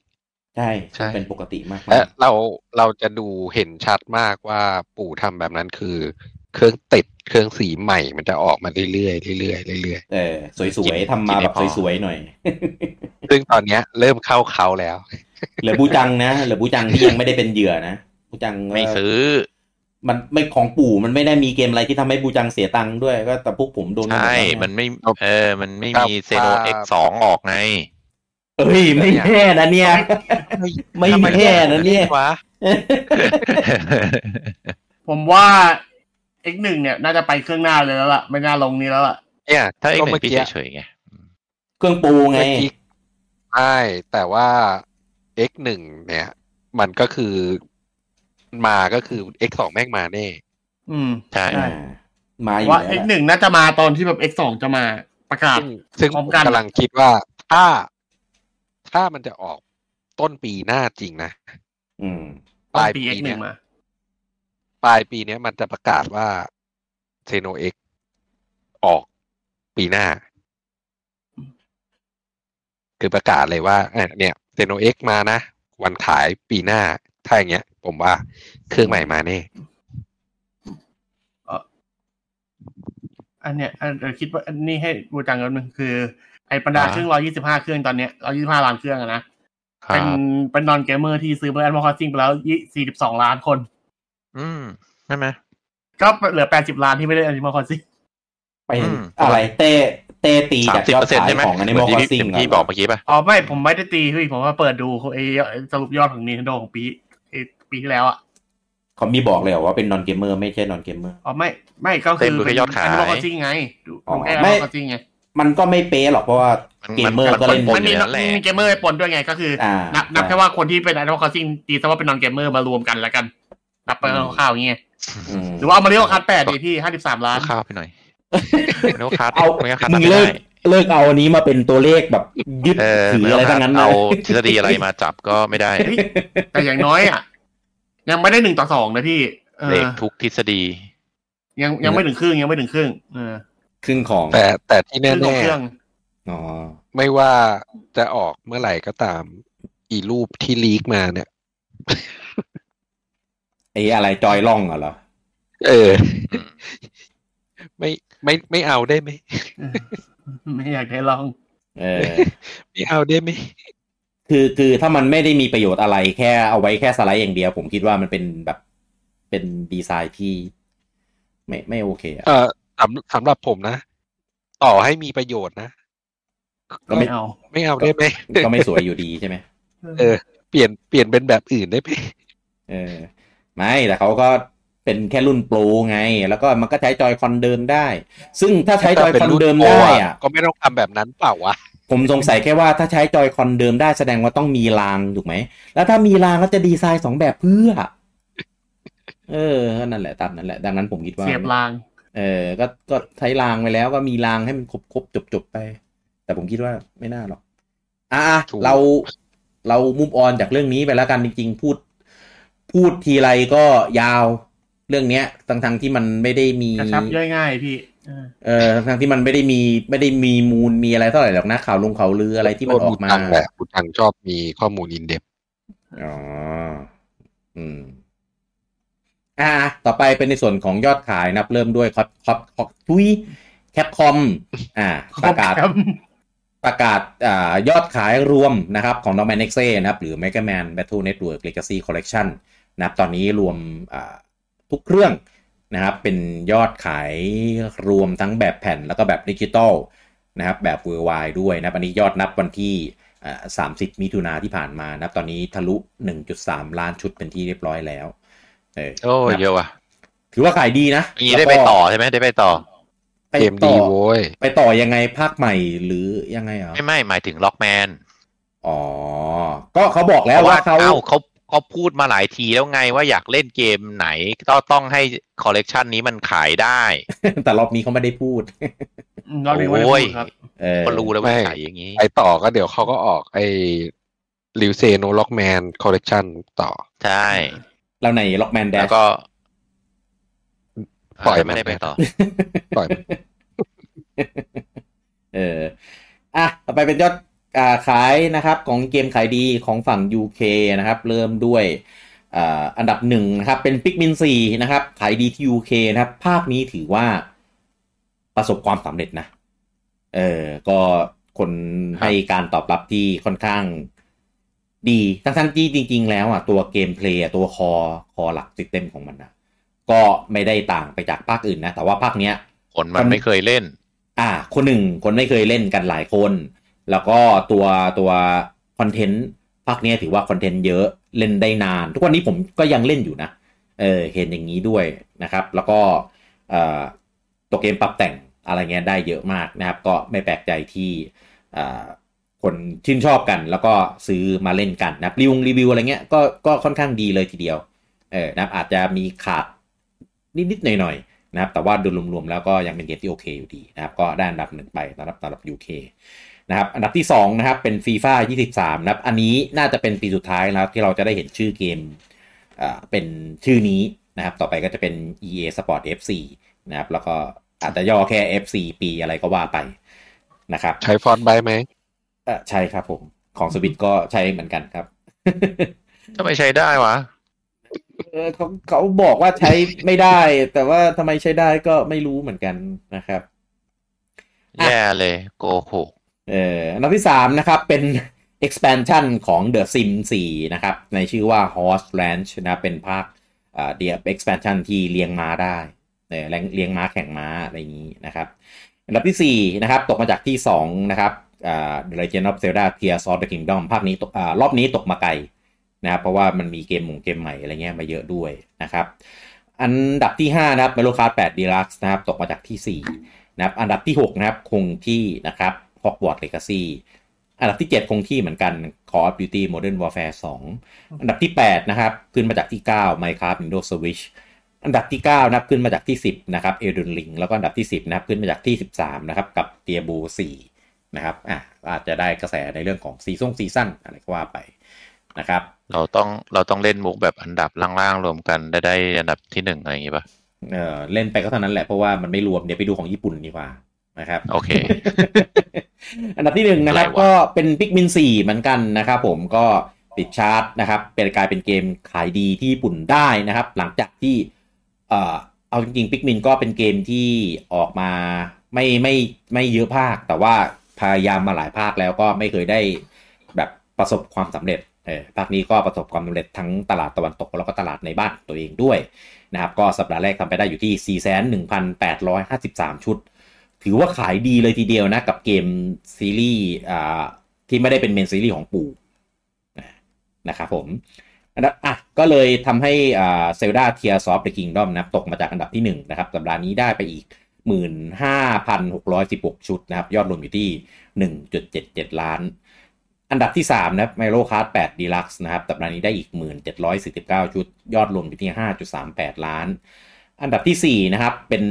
[SPEAKER 1] ใช่
[SPEAKER 2] ใช่
[SPEAKER 1] เป็นปกติมากๆ
[SPEAKER 3] และเราเราจะดูเห็นชัดมากว่าปู่ทำแบบนั้นคือ เครื่องติดเครื่องสีใหม่มันจะออกมาเรื่อยๆเรื่อยๆเรื่อย
[SPEAKER 1] เออสวยๆทำมาแบบสวยๆหน่อย
[SPEAKER 3] ๆซึ่งตอนเนี้ยเริ่มเข้าเขาแล้ว
[SPEAKER 1] เหลือบูจังนะเหลือบูจังที่ยังไม่ได้เป็นเหยื่อนะบูจังก็
[SPEAKER 2] ไม่ซื้อ
[SPEAKER 1] มันไม่ของปู่มันไม่ได้มีเกมอะไรที่ทำให้บูจังเสียตังค์ด้วยก็แต่พวกผมโดนกันหม
[SPEAKER 2] ใช่
[SPEAKER 1] ดแล้ว
[SPEAKER 2] มันไม่ เออ มันไม่
[SPEAKER 3] ครับ
[SPEAKER 2] มีเซโน
[SPEAKER 3] ครับ
[SPEAKER 2] เอ็กสองออกไง
[SPEAKER 1] เอ้ยไม่แย่นะเนี่ย ไม่แย่นะเนี่ย
[SPEAKER 2] วะ
[SPEAKER 4] ผมว่า X1 เนี่ยน่าจะไปเครื่องหน้าเลยแล้วล่ะ ไม่น่าลงนี้แล้วล่ะ
[SPEAKER 3] เนี่ย
[SPEAKER 2] ถ้าเอ็ก
[SPEAKER 3] ก็
[SPEAKER 2] หนึ่
[SPEAKER 3] เมื่อง
[SPEAKER 2] พี่
[SPEAKER 3] กี้
[SPEAKER 2] เฉยๆไง
[SPEAKER 1] เครื่องปูไง
[SPEAKER 3] เมื่อกี้ใช่แต่ว่า x หนึ่งเนี่ย มันก็คือมาก็คือ x สองแม่งมาแน่
[SPEAKER 4] อืม
[SPEAKER 2] ใช่
[SPEAKER 1] อ่า มาอยู่
[SPEAKER 4] ว่า
[SPEAKER 1] แล้ว
[SPEAKER 4] X1 น่าจะมาตอนที่แบบ X2 จะมาประกาศ
[SPEAKER 3] ซึ่งซึ่ง
[SPEAKER 4] พร้อม
[SPEAKER 3] ผม
[SPEAKER 4] กัน
[SPEAKER 3] กำลังคิดว่าถ้าถ้ามันจะออกต้นปีหน้าจริงนะ
[SPEAKER 1] อืม
[SPEAKER 3] ปลาย
[SPEAKER 4] ปี
[SPEAKER 3] ปี
[SPEAKER 4] X1
[SPEAKER 3] เนี้ย
[SPEAKER 4] มา
[SPEAKER 3] ปลายปีเนี้ยมันจะประกาศว่าเซโนเอ็กออกปีหน้า คือประกาศเลยว่าเอ้ยเนี่ยเซโนเอ็กมานะ วันขายปีหน้า ถ้าอย่างเงี้ย ผมว่าเครื่องใหม่มาแน่
[SPEAKER 4] อันเนี้ยอันเดี๋ยวคิดว่าอันนี้ให้บูจังกันหนึ่งคือไอ้บรรดา
[SPEAKER 2] อ่า
[SPEAKER 4] เครื่องร้อยยี่สิบห้าเครื่องตอนเนี้ยร้อยยี่สิบห้าล้านเครื่องอะนะ
[SPEAKER 2] ครั
[SPEAKER 4] เป็น
[SPEAKER 2] บ
[SPEAKER 4] เป็นนอนเกมเมอร์ที่ซื้อเบอร์แอนด์มอคซิ่งไปแล้วยี่สี่สิบสองล้านคน
[SPEAKER 2] อืมใช่ไหม
[SPEAKER 4] ก็เหลือแปดสิบล้านที่ไม่ได้แอนด์มอคซิ่ง
[SPEAKER 1] ไป
[SPEAKER 2] อืม
[SPEAKER 1] อะไรเต้เต้ตี
[SPEAKER 2] สา
[SPEAKER 1] จาม ก
[SPEAKER 2] สิบ
[SPEAKER 1] ยอด
[SPEAKER 2] เปอร์เซ็นต์
[SPEAKER 1] ขาย
[SPEAKER 2] ใช่ไหม
[SPEAKER 1] ของอันนี้
[SPEAKER 2] เห
[SPEAKER 1] ม
[SPEAKER 2] มื
[SPEAKER 1] อค
[SPEAKER 2] อนที่
[SPEAKER 1] อส
[SPEAKER 2] พี่
[SPEAKER 1] ซิ่ง
[SPEAKER 2] พี่บอกเมื่อกี้ป่ะ
[SPEAKER 4] อ๋อไม่ผมไม่ได้ตีพี่ผมว่าเปิดดูไอ้สรุปยอดของ Nintendo ของปีไอ้ปีที่แล้วอ่ะ
[SPEAKER 1] เขามีบอกเลยเหรอว่าเป็นนอนเกมเมอร์ไม่ใช่นอนเกมเมอร์
[SPEAKER 4] อ๋อไม่ไม่ก็คือ
[SPEAKER 2] เต็มไปด้วยยอดขาย
[SPEAKER 4] แอนด์มอคซิ่งไงดู
[SPEAKER 1] อ๋อ
[SPEAKER 4] แอนด์
[SPEAKER 1] ไม่
[SPEAKER 4] มอคซิ่งไง
[SPEAKER 1] มันก็ไม่เป๊ะหรอกเพราะว่า
[SPEAKER 2] มัน
[SPEAKER 1] เกมเมอร์
[SPEAKER 2] มัน
[SPEAKER 1] ก็เล่น
[SPEAKER 2] ปน
[SPEAKER 4] มัน
[SPEAKER 2] ๆอ
[SPEAKER 4] มี
[SPEAKER 2] ยู่ในนั่นแหละ
[SPEAKER 4] มีเกมเมอร์ปนด้วยไงก็คืออ
[SPEAKER 1] อ่า
[SPEAKER 4] นั
[SPEAKER 1] นั
[SPEAKER 4] บนับแค่ว่าคนที่เป็นแอนด์มอคซิ่งตีซะว่าเป็นนอนเกมเมอร์มารวมกันแล้วกันนับไปคร่าวๆอย่างเงี้ย หรือว่ามาริโอคัทแปดดีพี่ห้าสิบสามล้าน
[SPEAKER 2] ข้าวไปหน่อยโนคัส
[SPEAKER 1] เอา
[SPEAKER 2] โนคัส
[SPEAKER 1] มึง
[SPEAKER 2] ไม่
[SPEAKER 1] เลิ
[SPEAKER 2] ได้
[SPEAKER 1] กเลิกเอาอันนี้มาเป็นตัวเลขแบบยึด
[SPEAKER 2] เออ
[SPEAKER 1] ถืออะไรทั้งนั้นนะ
[SPEAKER 2] เอาทฤษฎีอะไรมาจับก็ไม่ได้
[SPEAKER 4] เฮ้ยแต่อย่างน้อยอ่ะ ยังไม่ได้หนึ่งต่อสองนะพี่ เอ
[SPEAKER 2] เด็
[SPEAKER 4] อก
[SPEAKER 2] ทุกทฤษฎี
[SPEAKER 4] ยังยังไม่ถึงครึ่งยังไม่ถึงครึ่งเออ
[SPEAKER 1] ครึ่งของ
[SPEAKER 3] แต่แต่ที่
[SPEAKER 4] ครึ่งของ
[SPEAKER 3] แน่
[SPEAKER 4] เครื่อง
[SPEAKER 1] อ๋อ
[SPEAKER 3] ๆไม่ว่าจะออกเมื่อไหร่ก็ตาม อีรูปที่ลีกมาเนี่ย
[SPEAKER 1] ไอ้อะไรจอยล่องอะเหรอ
[SPEAKER 3] เอออ
[SPEAKER 2] ม
[SPEAKER 3] ไม่ไม่ไม่เอาได้ไหม
[SPEAKER 4] ไม่อยากได้ลอง
[SPEAKER 1] เออ
[SPEAKER 3] ไม่เอาได้ไหม
[SPEAKER 1] คือคือถ้ามันไม่ได้มีประโยชน์อะไรแค่เอาไว้แค่สไลด์อย่างเดียว ผมคิดว่ามันเป็นแบบเป็นดีไซน์ที่ ไม่ไม่โอเคอะ
[SPEAKER 3] เออสำสำหรับผมนะ ต่อให้มีประโยชน์นะ
[SPEAKER 1] ก็
[SPEAKER 4] ไม่
[SPEAKER 1] ไม่
[SPEAKER 4] เอา
[SPEAKER 3] ไม่เอาได้ไหม
[SPEAKER 1] ก็ไม่สวยอยู่ดีใช่ไหม
[SPEAKER 3] เออเปลี่ยนเปลี่ยนเป็นแบบอื่นได้ไหม
[SPEAKER 1] เออ ไม่แต่เขาก็เป็นแค่รุ่นโปรไง แล้วก็มันก็ใช้จอยคอนเดิมได้ ซึ่งถ้าใช้จอยคอนเดิมได้อะ
[SPEAKER 3] ก็ไม่ต้องทำแบบนั้นเปล่าวะ
[SPEAKER 1] ผมสงสัยแค่ว่าถ้าใช้จอยคอนเดิมได้แสดงว่าต้องมีรางถูกไหม แล้วถ้ามีรางก็จะดีไซน์สองแบบเพื่อ เออก็นั่นแหละตามนั้นแหละ ดังนั้นผมคิดว่า
[SPEAKER 4] เสียบราง
[SPEAKER 1] เออ ก็ ก็ใช้รางไปแล้วก็มีรางให้มันครบครบจบจบไป แต่ผมคิดว่าไม่น่าหรอก อ่ะอ่ะเรา เรามุมออนจากเรื่องนี้ไปแล้วกันจริงๆ พูด พูดทีไรก็ยาว เรื่องเนี้ยทั้งทงๆที่มันไม่ได้มี
[SPEAKER 4] กระชับย่อยง่ายพี่เออ
[SPEAKER 1] เออทั้งทงๆที่มันไม่ได้มี ไม่ได้มีมูล มีอะไรเท่าไหร่หรอกนะ ข่าวลงข่าวลืออะไรที่มันออกมา
[SPEAKER 3] บูตังแหละบุตังชอบมีข้อมูลอินเด็บ
[SPEAKER 1] อ๋อ อืม อ่า ต่อไปเป็นในส่วนของยอดขายนะครับ เริ่มด้วยครับครับทุยแคปคอม อ่า ประกาศ
[SPEAKER 4] ครับ
[SPEAKER 1] ประกาศอายอดขายรวมนะครับของ No Man x นะครับหรือ Mega Man Battle Network Legacy Collection นะครับตอนนี้รวมอ่าทุกเรื่องนะครับเป็นยอดขายรวมทั้งแบบแผ่นแล้วก็แบบดิจิตอลนะครับแบบเวอร์ไวด้วยนะครับอันนี้ยอดนับวันที่อ่า30 มิถุนาที่ผ่านมานะครับตอนนี้ทะลุ 1.3 ล้านชุดเป็นที่เรียบร้อยแล้วเออ
[SPEAKER 2] โอ้
[SPEAKER 1] นะครับ
[SPEAKER 2] เยอะว่ะ
[SPEAKER 1] ถือว่าขายดีนะ
[SPEAKER 2] อย่างนี้ได้ไปต่อใช่ไหมได้ไปต่อ
[SPEAKER 1] แล้ว
[SPEAKER 3] เก
[SPEAKER 1] ก็
[SPEAKER 3] ม
[SPEAKER 1] ไป
[SPEAKER 3] ดี
[SPEAKER 1] ต่อ
[SPEAKER 3] โว้ย
[SPEAKER 1] ไปต่อยังไงภาคใหม่หรือยังไงเหรอ
[SPEAKER 2] ไม่ไม่หมายถึงล็อกแมน
[SPEAKER 1] อ๋อ ก็เขาบอกแล้วว่าเขา
[SPEAKER 2] เอ้าเขาเขาพูดมาหลายทีแล้วไงว่าอยากเล่นเกมไหนก็ต้องให้คอลเลกชันนี้มันขายได้
[SPEAKER 1] แต่รอบนี้เขาไม่ได้พูด
[SPEAKER 4] อืมรอบนี้ไม่ได้
[SPEAKER 2] โอ้ย
[SPEAKER 4] พูดครับ
[SPEAKER 1] เออ
[SPEAKER 2] ก็รู้แล้วว่า
[SPEAKER 3] ไม่
[SPEAKER 2] ขายอย่างนี้
[SPEAKER 3] ไอต่อก็เดี๋ยวเขาก็ออกไอริวเซโนล็อกแมนคอลเลกชันต่อ
[SPEAKER 2] ใช่
[SPEAKER 1] แล้วในล็อกแมนแด
[SPEAKER 2] แล้วก็
[SPEAKER 3] ปล่อยมัน
[SPEAKER 2] ไม่ได้ไปต่อ
[SPEAKER 3] ปล่อย
[SPEAKER 1] เออ อ่ะต่อไปเป็นยอดอ่าขายนะครับ ของเกมขายดีของฝั่ง UK นะครับ เริ่มด้วยอ่าอันดับหนึ่งนะครับ เป็นปิกมินซีนะครับ ขายดีที่ UK นะครับ ภาคนี้ถือว่าประสบความสำเร็จนะ เออ ก็คนให้การตอบรับที่ค่อนข้างดี ทั้งๆที่จริง ๆ แล้วอ่ะตัวเกมเพลย์ตัวคอคอหลักซิสเต็มของมันนะก็ไม่ได้ต่างไปจากภาคอื่นนะ แต่ว่าภาคเนี้ย
[SPEAKER 2] คนมันไม่เคยเล่น
[SPEAKER 1] อ่า คนหนึ่งคนไม่เคยเล่นกันหลายคน แล้วก็ตัวตัวคอนเทนต์ภาคเนี้ยถือว่าคอนเทนต์เยอะเล่นได้นาน ทุกวันนี้ผมก็ยังเล่นอยู่นะ เออเห็นอย่างนี้ด้วยนะครับ แล้วก็เอ่อตัวเกมปรับแต่งอะไรเงี้ยได้เยอะมากนะครับ ก็ไม่แปลกใจที่เอ่อคนชื่นชอบกัน แล้วก็ซื้อมาเล่นกันนะครับรีวิวรีวิวอะไรเงี้ยก็ก็ค่อนข้างดีเลยทีเดียว เออนะครับอาจจะมีขาดนิดๆหน่อยๆนะครับแต่ว่าโดยรวมๆแล้วก็ยังเป็นเกมที่โอเคอยู่ดีนะครับก็ได้อันดับหนึ่งไปสำหรับสำหรับ UK นะครับอันดับที่2นะครับเป็น FIFA 23นะครับอันนี้น่าจะเป็นปีสุดท้ายแล้วที่เราจะได้เห็นชื่อเกมเอ่อเป็นชื่อนี้นะครับต่อไปก็จะเป็น EA Sport FC นะครับแล้วก็อาจจะย่อแค่ FC ปีอะไรก็ว่าไปนะครับ
[SPEAKER 3] ใช้ฟอนต์ใบไหม
[SPEAKER 1] เอ่อใช่ครับผมของสวิตก็ใช้เหมือนกันครับ
[SPEAKER 2] ถ้าไม่ใช้ได้วะ
[SPEAKER 1] เออเขาเขาบอกว่าใช้ไม่ได้ แต่ว่าทำไมใช้ได้ก็ไม่รู้เหมือนกันนะครับ
[SPEAKER 2] แย่เลยโกหก
[SPEAKER 1] เอ่ออันดับที่สามนะครับ เป็น expansion ของ The Sims 4 นะครับ ในชื่อว่า Horse Ranch นะเป็นภาคเดียบ expansion ที่เลี้ยงม้าได้เออเลี้ยงเลี้ยงม้าแข่งม้า อะไรอย่างนี้นะครับ อันดับที่ 4 นะครับ ตกมาจากที่ 2 นะครับอ่า The Legend of Zelda Tears of the Kingdom ภาคนี้ตกอ่ารอบนี้ตกมาไกลนะครับ เพราะว่ามันมีเกมหมุงเกมใหม่อะไรเงี้ยมาเยอะด้วยนะครับ อันดับที่ 5 นะครับ Mario Kart 8 Deluxe นะครับ ตกมาจากที่ 4 นะครับอันดับที่ 6 นะครับ คงที่นะครับฮอกวอตส์เลกาซีอันดับที่ 7 คงที่เหมือนกัน Call of Duty Modern Warfare 2 อันดับที่ 8 นะครับ ขึ้นมาจากที่ 9 Minecraft Windows Switch อันดับที่ 9 นะครับ ขึ้นมาจากที่ 10 นะครับ Elden Ring แล้วก็อันดับที่ 10 นะครับ ขึ้นมาจากที่ 13 นะครับ กับ Diablo 4 นะครับอ่ะอาจจะได้กระแสในเรื่องของซีซั่งซีซั่นอะไรก็ว่าไปนะครับ
[SPEAKER 2] เราต้องเราต้องเล่นมุกแบบอันดับล่างๆรวมกันได้ได้อันดับที่หนึ่งอะไรอย่างงี้ป่ะ
[SPEAKER 1] เออเล่นไปก็เท่านั้นแหละเพราะว่ามันไม่รวมเดี๋ยวไปดูของญี่ปุ่นดีกว่านะครับ
[SPEAKER 2] โอเค
[SPEAKER 1] อันดับที่หนึ่งนะครับ
[SPEAKER 2] อะไรวะ
[SPEAKER 1] ก็เป็นพิกมินสี่เหมือนกันนะครับผมก็ปิดชาร์ตนะครับ เป็นกลายเป็นเกมขายดีที่ญี่ปุ่นได้นะครับ หลังจากที่เอ่อเอาจริงๆพิกมินก็เป็นเกมที่ออกมาไม่ไม่ไม่เยอะภาค แต่ว่าพยายามมาหลายภาคแล้วก็ไม่เคยได้แบบประสบความสำเร็จเออภาคนี้ก็ประสบความสำเร็จทั้งตลาดตะวันตกแล้วก็ตลาดในบ้านตัวเองด้วย นะครับก็สัปดาห์แรกทำไปได้อยู่ที่ 4,1853 ชุด ถือว่าขายดีเลยทีเดียวนะ กับเกมซีรีส์อ่าที่ไม่ได้เป็นเมนซีรีส์ของปู่นะครับผมอันดับอ่ะก็เลยทำให้อ่าเซลดาเทียซอฟต์เดอะคิงดอมนะครับตกมาจากอันดับที่ 1 นะครับ สัปดาห์นี้ได้ไปอีก 15,616 ชุดนะครับ ยอดรวมอยู่ที่ 1.77 ล้าน อันดับที่ 3 นะครับ Mario Kart 8 Deluxe นะครับ สัปดาห์นี้ได้อีก 1,749 ชุด ยอดรวมอยู่ที่ 5.38 ล้าน อันดับทีสี่4 นะครับ เป็น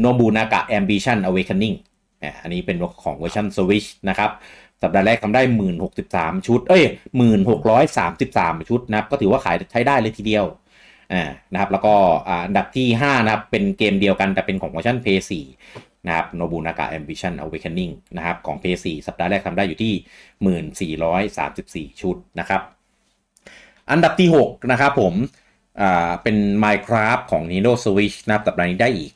[SPEAKER 1] โนบูนากะ Ambition Awakening อ่าอันนี้เป็นของเวอร์ชัน Switch นะครับ สัปดาห์แรกทำได้ 1,063 ชุด เอ้ย 1,633 ชุดนะครับ ก็ถือว่าขายใช้ได้เลยทีเดียว อ่า นะครับ แล้วก็อ่าอันดับที่ 5 นะครับ เป็นเกมเดียวกันแต่เป็นของเวอร์ชัน p s 4นะครับ Nobunaka Ambition Awakening นะครับ ของ p s 4สัปดาห์แรกทำได้อยู่ที่ 1434 ชุดนะครับ อันดับที่ 6 นะครับผม อ่า เป็น Minecraft ของ Nintendo Switch นะครับสัปดาห์นี้ได้อีก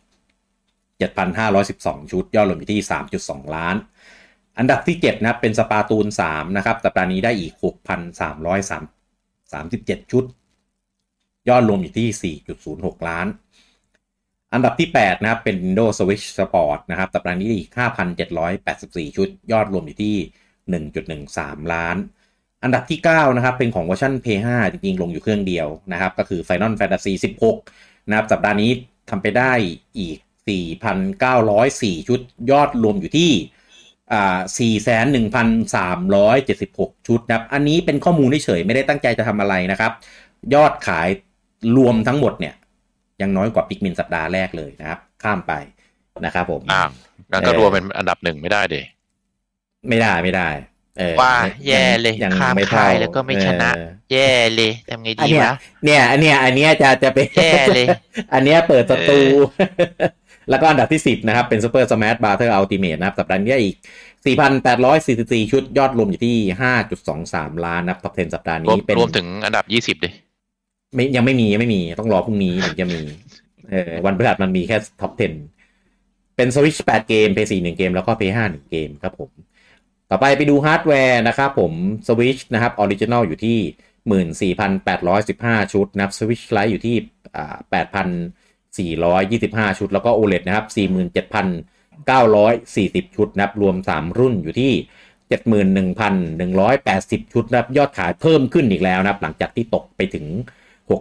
[SPEAKER 1] 7,512 ชุด ยอดรวมอยู่ที่ 3.2 ล้าน อันดับที่ 7 นะครับ เป็นสปาตูน 3 นะครับสัปดาห์นี้ได้อีก 6,337 ชุด ยอดรวมอยู่ที่ 4.06 ล้าน อันดับที่ 8 นะครับ เป็น Nintendo Switch Sport นะครับสัปดาห์นี้ได้อีก 5,784 ชุด ยอดรวมอยู่ที่ 1.13 ล้าน อันดับที่ 9 นะครับ เป็นของเวอร์ชัน P5 จริงๆ ลงอยู่เครื่องเดียวนะครับ ก็คือ Final Fantasy 16 นะครับ สัปดาห์นี้ทำไปได้อีก 4,904 ชุด ยอดรวมอยู่ที่อ่า4,1376 ชุดนะครับ อันนี้เป็นข้อมูลเฉยๆไม่ได้ตั้งใจจะทำอะไรนะครับ ยอดขายรวมทั้งหมดเนี่ย ยังน้อยกว่าพิกมินสัปดาห์แรกเลยนะครับ ข้ามไปนะครับผม
[SPEAKER 2] อ้าวงั้นก็
[SPEAKER 1] เออ
[SPEAKER 2] รวมเป็นอันดับหนึ่งไม่ได้เดย
[SPEAKER 1] ไม่ได้ไม่ได้เออ
[SPEAKER 5] ว่า
[SPEAKER 1] ยัง
[SPEAKER 5] แย่เลย
[SPEAKER 1] ยัง
[SPEAKER 5] ข้าม
[SPEAKER 1] ไม่เท่
[SPEAKER 5] ค่ายแล้วก็ไม่ชนะ
[SPEAKER 1] เออ
[SPEAKER 5] แย่เลยทำไง
[SPEAKER 1] อัน
[SPEAKER 5] ดี
[SPEAKER 1] เนี้ย
[SPEAKER 5] ะ
[SPEAKER 1] วเนี่ยอันเนี้ยอันเนี้ยจะจะเป็น
[SPEAKER 5] แย่เลย
[SPEAKER 1] อันเนี้ยเปิดประตู แล้วก็อันดับที่ 10 นะครับ เป็น Super Smash Brother Ultimate นะครับ สัปดาห์นี้อีก 4,844 ชุดยอดรวมอยู่ที่ 5.23 ล้านนะครับ Top 10 สัปดาห์
[SPEAKER 2] รวม
[SPEAKER 1] นี้เป็น
[SPEAKER 2] รวมถึงอันดับยี่สิบดิ
[SPEAKER 1] ไม่ยังไม่มียังไม่มีต้องรอพรุ่งนี้ถึงจะมีเออวันพฤหัสมันมีแค่ Top 10 เป็น Switch 8 เกม PS4 1เกม แล้วก็ PS5 1เกมครับผม ต่อไปไปดูฮาร์ดแวร์นะครับผม Switch นะครับออริจินอลอยู่ที่ 14,815 ชุดนะครับ Switch Lite อยู่ที่อ่า8,425 ชุด แล้วก็ OLED นะครับ 47,940 ชุดนะครับ รวม 3 รุ่นอยู่ที่ 71,180 ชุดนะครับ ยอดขายเพิ่มขึ้นอีกแล้วนะครับ หลังจากที่ตกไปถึง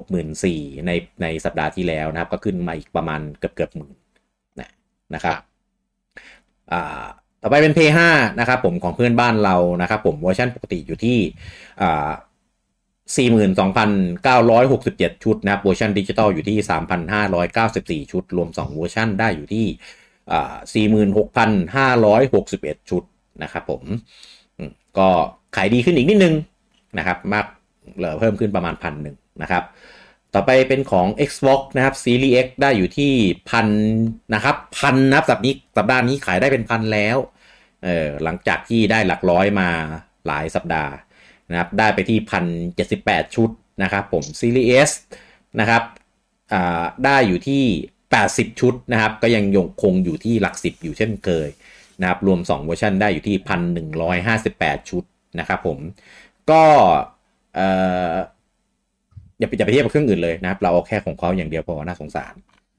[SPEAKER 1] 64,000ในในสัปดาห์ที่แล้วนะครับ ก็ขึ้นมาอีกประมาณเกือบเกือบหมื่นนะนะครับ อ่าต่อไปเป็น Play 5นะครับผมของเพื่อนบ้านเรานะครับผมเวอร์ชันปกติอยู่ที่อ่า42,967 ชุดนะครับเวอร์ชันดิจิตอลอยู่ที่ 3,594 ชุด รวม 2 เวอร์ชันได้อยู่ที่อ่า46,561 ชุดนะครับผมอืมก็ขายดีขึ้นอีกนิดนึงนะครับมากเหลือเพิ่มขึ้นประมาณพันหนึ่งนะครับ ต่อไปเป็นของ Xbox นะครับ Series X ได้อยู่ที่พันนะครับพันนะครับสัปดาห์นี้สัปดาห์นี้ขายได้เป็นพันแล้วเออหลังจากที่ได้หลักร้อยมาหลายสัปดาห์นะครับได้ไปที่พันเจ็ดสิบแปดชุดนะครับผม Series S นะครับอ่าได้อยู่ที่ 80 ชุดนะครับ ก็ยังยงคงอยู่ที่หลัก 10 อยู่เช่นเคยนะครับรวม 2 เวอร์ชันได้อยู่ที่ 1,158 ชุดนะครับผมก็เอ่อ อย่าไปอย่าไปเทียบกับเครื่องอื่นเลยนะครับ เราเอาแค่ของเขาอย่างเดียวพอน่าสงสาร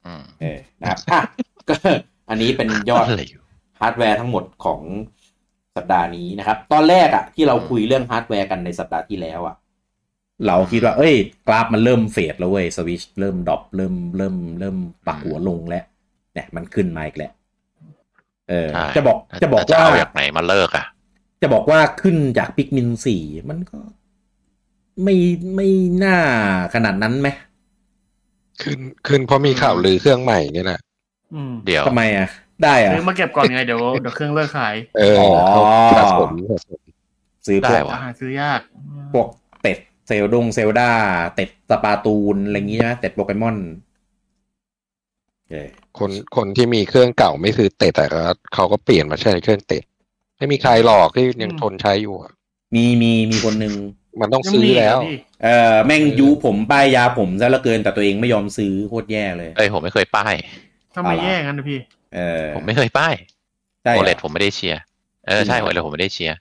[SPEAKER 2] อืม
[SPEAKER 1] เออนะครับอ่ะก็อันนี้เป็นยอด
[SPEAKER 2] อะไรอยู่
[SPEAKER 1] ฮาร์ดแวร์ทั้งหมดของสัปดาห์นี้นะครับ ตอนแรกอะที่เราคุยเรื่องฮาร์ดแวร์กันในสัปดาห์ที่แล้วอะเราคิดว่า เอ้ย กราฟมันเริ่มเฟดแล้วเว้ยสวิชเริ่มดรอปเริ่มเริ่มเริ่มปักหัวลงแล้วเนี่ยมันขึ้นมาอีกแล้วเออ
[SPEAKER 2] ใช่
[SPEAKER 1] จะบอกจะบอก
[SPEAKER 2] จะ
[SPEAKER 1] ว่า
[SPEAKER 2] เอาอย่างไหนมาเลิกอ่ะ
[SPEAKER 1] จะบอกว่าขึ้นจากพิกมินสี่มันก็ไม่ไม่น่าขนาดนั้นไหม
[SPEAKER 3] ขึ้นขึ้นเพราะมีข่าวลือเครื่องใหม่นี่แหละ
[SPEAKER 4] อืม
[SPEAKER 2] เดี๋ยว
[SPEAKER 1] ทำไมอะได้อะ
[SPEAKER 4] ซื้อมาเก็บก่อนไงเดี๋ยวเดี๋ยวเครื่องเลิกขาย
[SPEAKER 3] เออ
[SPEAKER 1] อ๋อ
[SPEAKER 3] เขาสะสมสะสม
[SPEAKER 1] ซื้อพ
[SPEAKER 2] ได้
[SPEAKER 1] วก
[SPEAKER 2] วะ
[SPEAKER 4] หาซื้อยาก
[SPEAKER 1] พวกเต็ดเซลดงเซลดาเต็ดสปาตูน อะไรอย่างงี้ใช่ไหมเต็ดโปเกมอนเย้
[SPEAKER 3] คนคนที่มีเครื่องเก่าไม่ซื้อเตะแต่ก็เขาก็เปลี่ยนมาใช้เครื่องเตะไม่มีใครหลอกที่ยังทนใช้อยู่อะ
[SPEAKER 1] มีมีมีคนหนึ่ง
[SPEAKER 3] มันต้องซื้อแล้ว
[SPEAKER 4] ยังมีเหรอพี่
[SPEAKER 1] เอ่อแม่งยุผมป้ายยาผมซะเหละเกินแต่ตัวเองไม่ยอมซื้อโคตรแย่เลย
[SPEAKER 2] เอ้ยผมไม่เคยป้าย
[SPEAKER 4] ทำไม
[SPEAKER 1] เอาละ
[SPEAKER 4] แย่งั้นนะพี่
[SPEAKER 1] เออ
[SPEAKER 2] ผมไม่เคยป้าย
[SPEAKER 1] ใช่
[SPEAKER 2] โอ
[SPEAKER 1] เห
[SPEAKER 2] เล
[SPEAKER 1] ร
[SPEAKER 2] ด
[SPEAKER 1] อ
[SPEAKER 2] ผมไม่ได้เชียร์เออ
[SPEAKER 1] จริงเหรอ
[SPEAKER 2] ใช่โอเลดผมไม่ได้เชียร์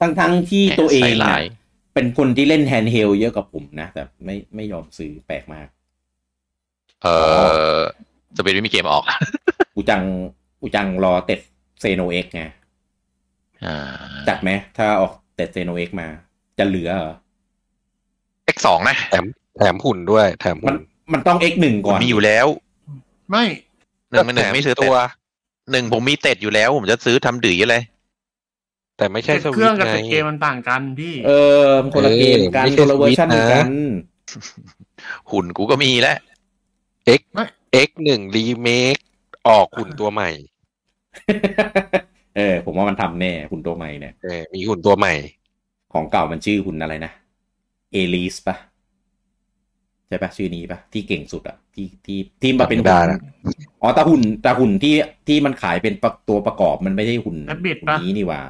[SPEAKER 1] ทั้งทั้งที่ตัวเอง
[SPEAKER 2] ใส่ลา
[SPEAKER 1] อะ
[SPEAKER 2] ย
[SPEAKER 1] เป็นคนที่เล่นแฮนด์เฮลเยอะกว่าผมนะ แต่ไม่ไม่ยอมซื้อแปลกมาก
[SPEAKER 2] เออจะไปดูมีเกมออก
[SPEAKER 1] กูจังกูจังรอเต็ดเซโนเอ็กไง
[SPEAKER 2] อ่า
[SPEAKER 1] จัดไหม ถ้าออกเต็ดเซโนเอ็กมา จะเหลือเหรอ
[SPEAKER 2] เอ็กสองนะ
[SPEAKER 3] แถมหุ่นด้วย แถม
[SPEAKER 1] มัน
[SPEAKER 3] หุ่น
[SPEAKER 1] มันต้อง X หนึ่งก่อน
[SPEAKER 2] มีอยู่แล้ว
[SPEAKER 4] ไม่
[SPEAKER 2] หนึ่งหนึ่งไม่ซื้อ
[SPEAKER 3] ตั
[SPEAKER 2] ตัว วหนึ่งผมมีเต็ดอยู่แล้ว ผมจะซื้อทำดื้อเลย
[SPEAKER 3] แต่ไม่ใช่
[SPEAKER 4] เก็บ
[SPEAKER 3] สวิตช์
[SPEAKER 4] เครื่องกับ
[SPEAKER 3] ไง
[SPEAKER 4] เก็บเกมมันต่างกันพี่
[SPEAKER 1] เออมันคนละเกมกัน
[SPEAKER 3] เออ
[SPEAKER 1] คนละเวอร์ชัน
[SPEAKER 3] ไม่ใช่
[SPEAKER 1] กัน
[SPEAKER 2] หุ่นกูก็มีแล้ว
[SPEAKER 3] X หนึ่งรีเมคออกหุ่นตัวใหม่
[SPEAKER 1] เออ ผมว่ามันทำแน่หุ่นตัวใหม่เนี่ย
[SPEAKER 3] เออมีหุ่นตัวใหม่
[SPEAKER 1] ของเก่ามันชื่อหุ่นอะไรนะ เอลิสปะใช่ปะชื่อนี้ปะที่เก่งสุดอะที่ที่ที่มาเป็น
[SPEAKER 3] จำไม่ได้
[SPEAKER 1] หุ่น
[SPEAKER 3] ละ
[SPEAKER 1] อ๋อแต่หุ่นแต่หุ่นที่ที่มันขายเป็นประตัวประกอบมันไม่ใช่หุ่น
[SPEAKER 4] แอปบิด
[SPEAKER 1] หุ่
[SPEAKER 4] ปะ
[SPEAKER 1] นนี้นี่หว่า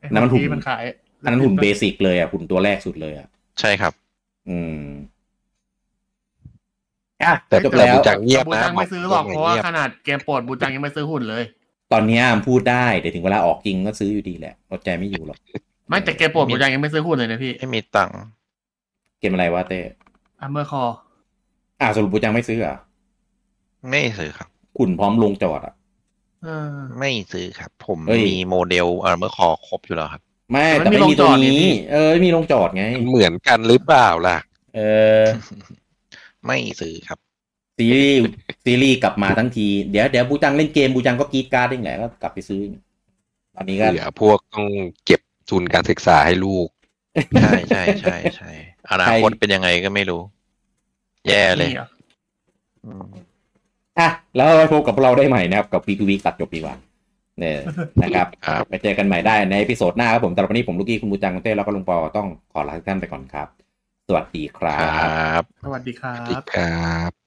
[SPEAKER 4] ไอ้
[SPEAKER 1] น้ำมันหุ่น
[SPEAKER 4] ที่มันขาย
[SPEAKER 1] อันนั้นหุ่นเบสิกเลยอะหุ่นตัวแรกสุดเลยอะ
[SPEAKER 2] ใช่ครับ
[SPEAKER 1] อืมอ่ะ
[SPEAKER 3] แต่
[SPEAKER 1] จบ
[SPEAKER 3] แต่
[SPEAKER 1] แล้ว
[SPEAKER 3] บูจังเงียบ
[SPEAKER 4] บู
[SPEAKER 3] นะ
[SPEAKER 4] จังไม่ซื้อหรอก
[SPEAKER 3] บูจัง
[SPEAKER 4] เพราะว่า
[SPEAKER 3] งียบ
[SPEAKER 4] ขนาดเกมโปรดบูจังยังไม่ซื้อหุ่นเลย
[SPEAKER 1] ตอนเนี้ยพูดได้แต่ถึงเวลาออกจริงก็ซื้ออยู่ดีแหละอดใจไม่อยู่หรอก
[SPEAKER 4] ไม่แต่เกมโปรดผมยังยังไม่ซื้อหุ้นเลยนะพี่
[SPEAKER 2] ไม่มีตังค์
[SPEAKER 1] เกมอะไรวะเต้
[SPEAKER 4] อัมเมอร์คอ
[SPEAKER 1] อ่าสรุปบูจังไม่ซื้อเหรอ่ะ
[SPEAKER 2] ไม่ซื้อครับ
[SPEAKER 1] คุณพร้อมลงจอดอ่ะ
[SPEAKER 4] เออ
[SPEAKER 2] ไม่ซื้อครับ ผม
[SPEAKER 1] เฮ้ย
[SPEAKER 2] มีโมเดลเออเมื่อคอครบอยู่แล้วครับ
[SPEAKER 1] ไม่
[SPEAKER 4] มัน
[SPEAKER 1] แต่ไม่
[SPEAKER 4] มี
[SPEAKER 1] มี
[SPEAKER 4] ลงจ
[SPEAKER 1] ตั
[SPEAKER 4] อ
[SPEAKER 1] ว
[SPEAKER 4] ดนี่
[SPEAKER 1] นี้
[SPEAKER 4] พี่
[SPEAKER 1] เออไม่มีลงจอดไง
[SPEAKER 3] เหมือนกันหรือเปล่าล่ะ
[SPEAKER 1] เออ
[SPEAKER 2] ไม่ซื้อครับ
[SPEAKER 1] ซีรีส์ซีรีส์กลับมาทั้งที เดี๋ยวเดี๋ยวบูจังเล่นเกมบูจังก็กรีดกราร์ดเองแหละก็กลับไปซื้อ ตอนนี้ก็
[SPEAKER 3] เหลือพวกต้องเก็บทุนการศึกษาให้ลูก
[SPEAKER 2] ใช่ใช่ใช่ ใช่อนาคตเป็นยังไงก็ไม่รู้ แย่เลย
[SPEAKER 4] นี่หรอ
[SPEAKER 2] อืม
[SPEAKER 1] อ่ะแล้วไว้พบกับเราได้ใหม่นะครับ กับวีควีตัดจบดีกว่าเนี่ยนะครับ
[SPEAKER 2] ครับ
[SPEAKER 1] ไปเจอกันใหม่ได้ในเอพิโซดหน้าครับผมสำหรับวันนี้ผมลูกกี้คุณบูจังคุณเต้แล้วก็ลุงปอต้องขอลาทุกท่านไปก่อนครับ สวัสดีครั
[SPEAKER 2] ค
[SPEAKER 1] บ
[SPEAKER 2] รับ
[SPEAKER 4] สวัสดีครั
[SPEAKER 3] อีก
[SPEAKER 4] บ
[SPEAKER 3] ครับ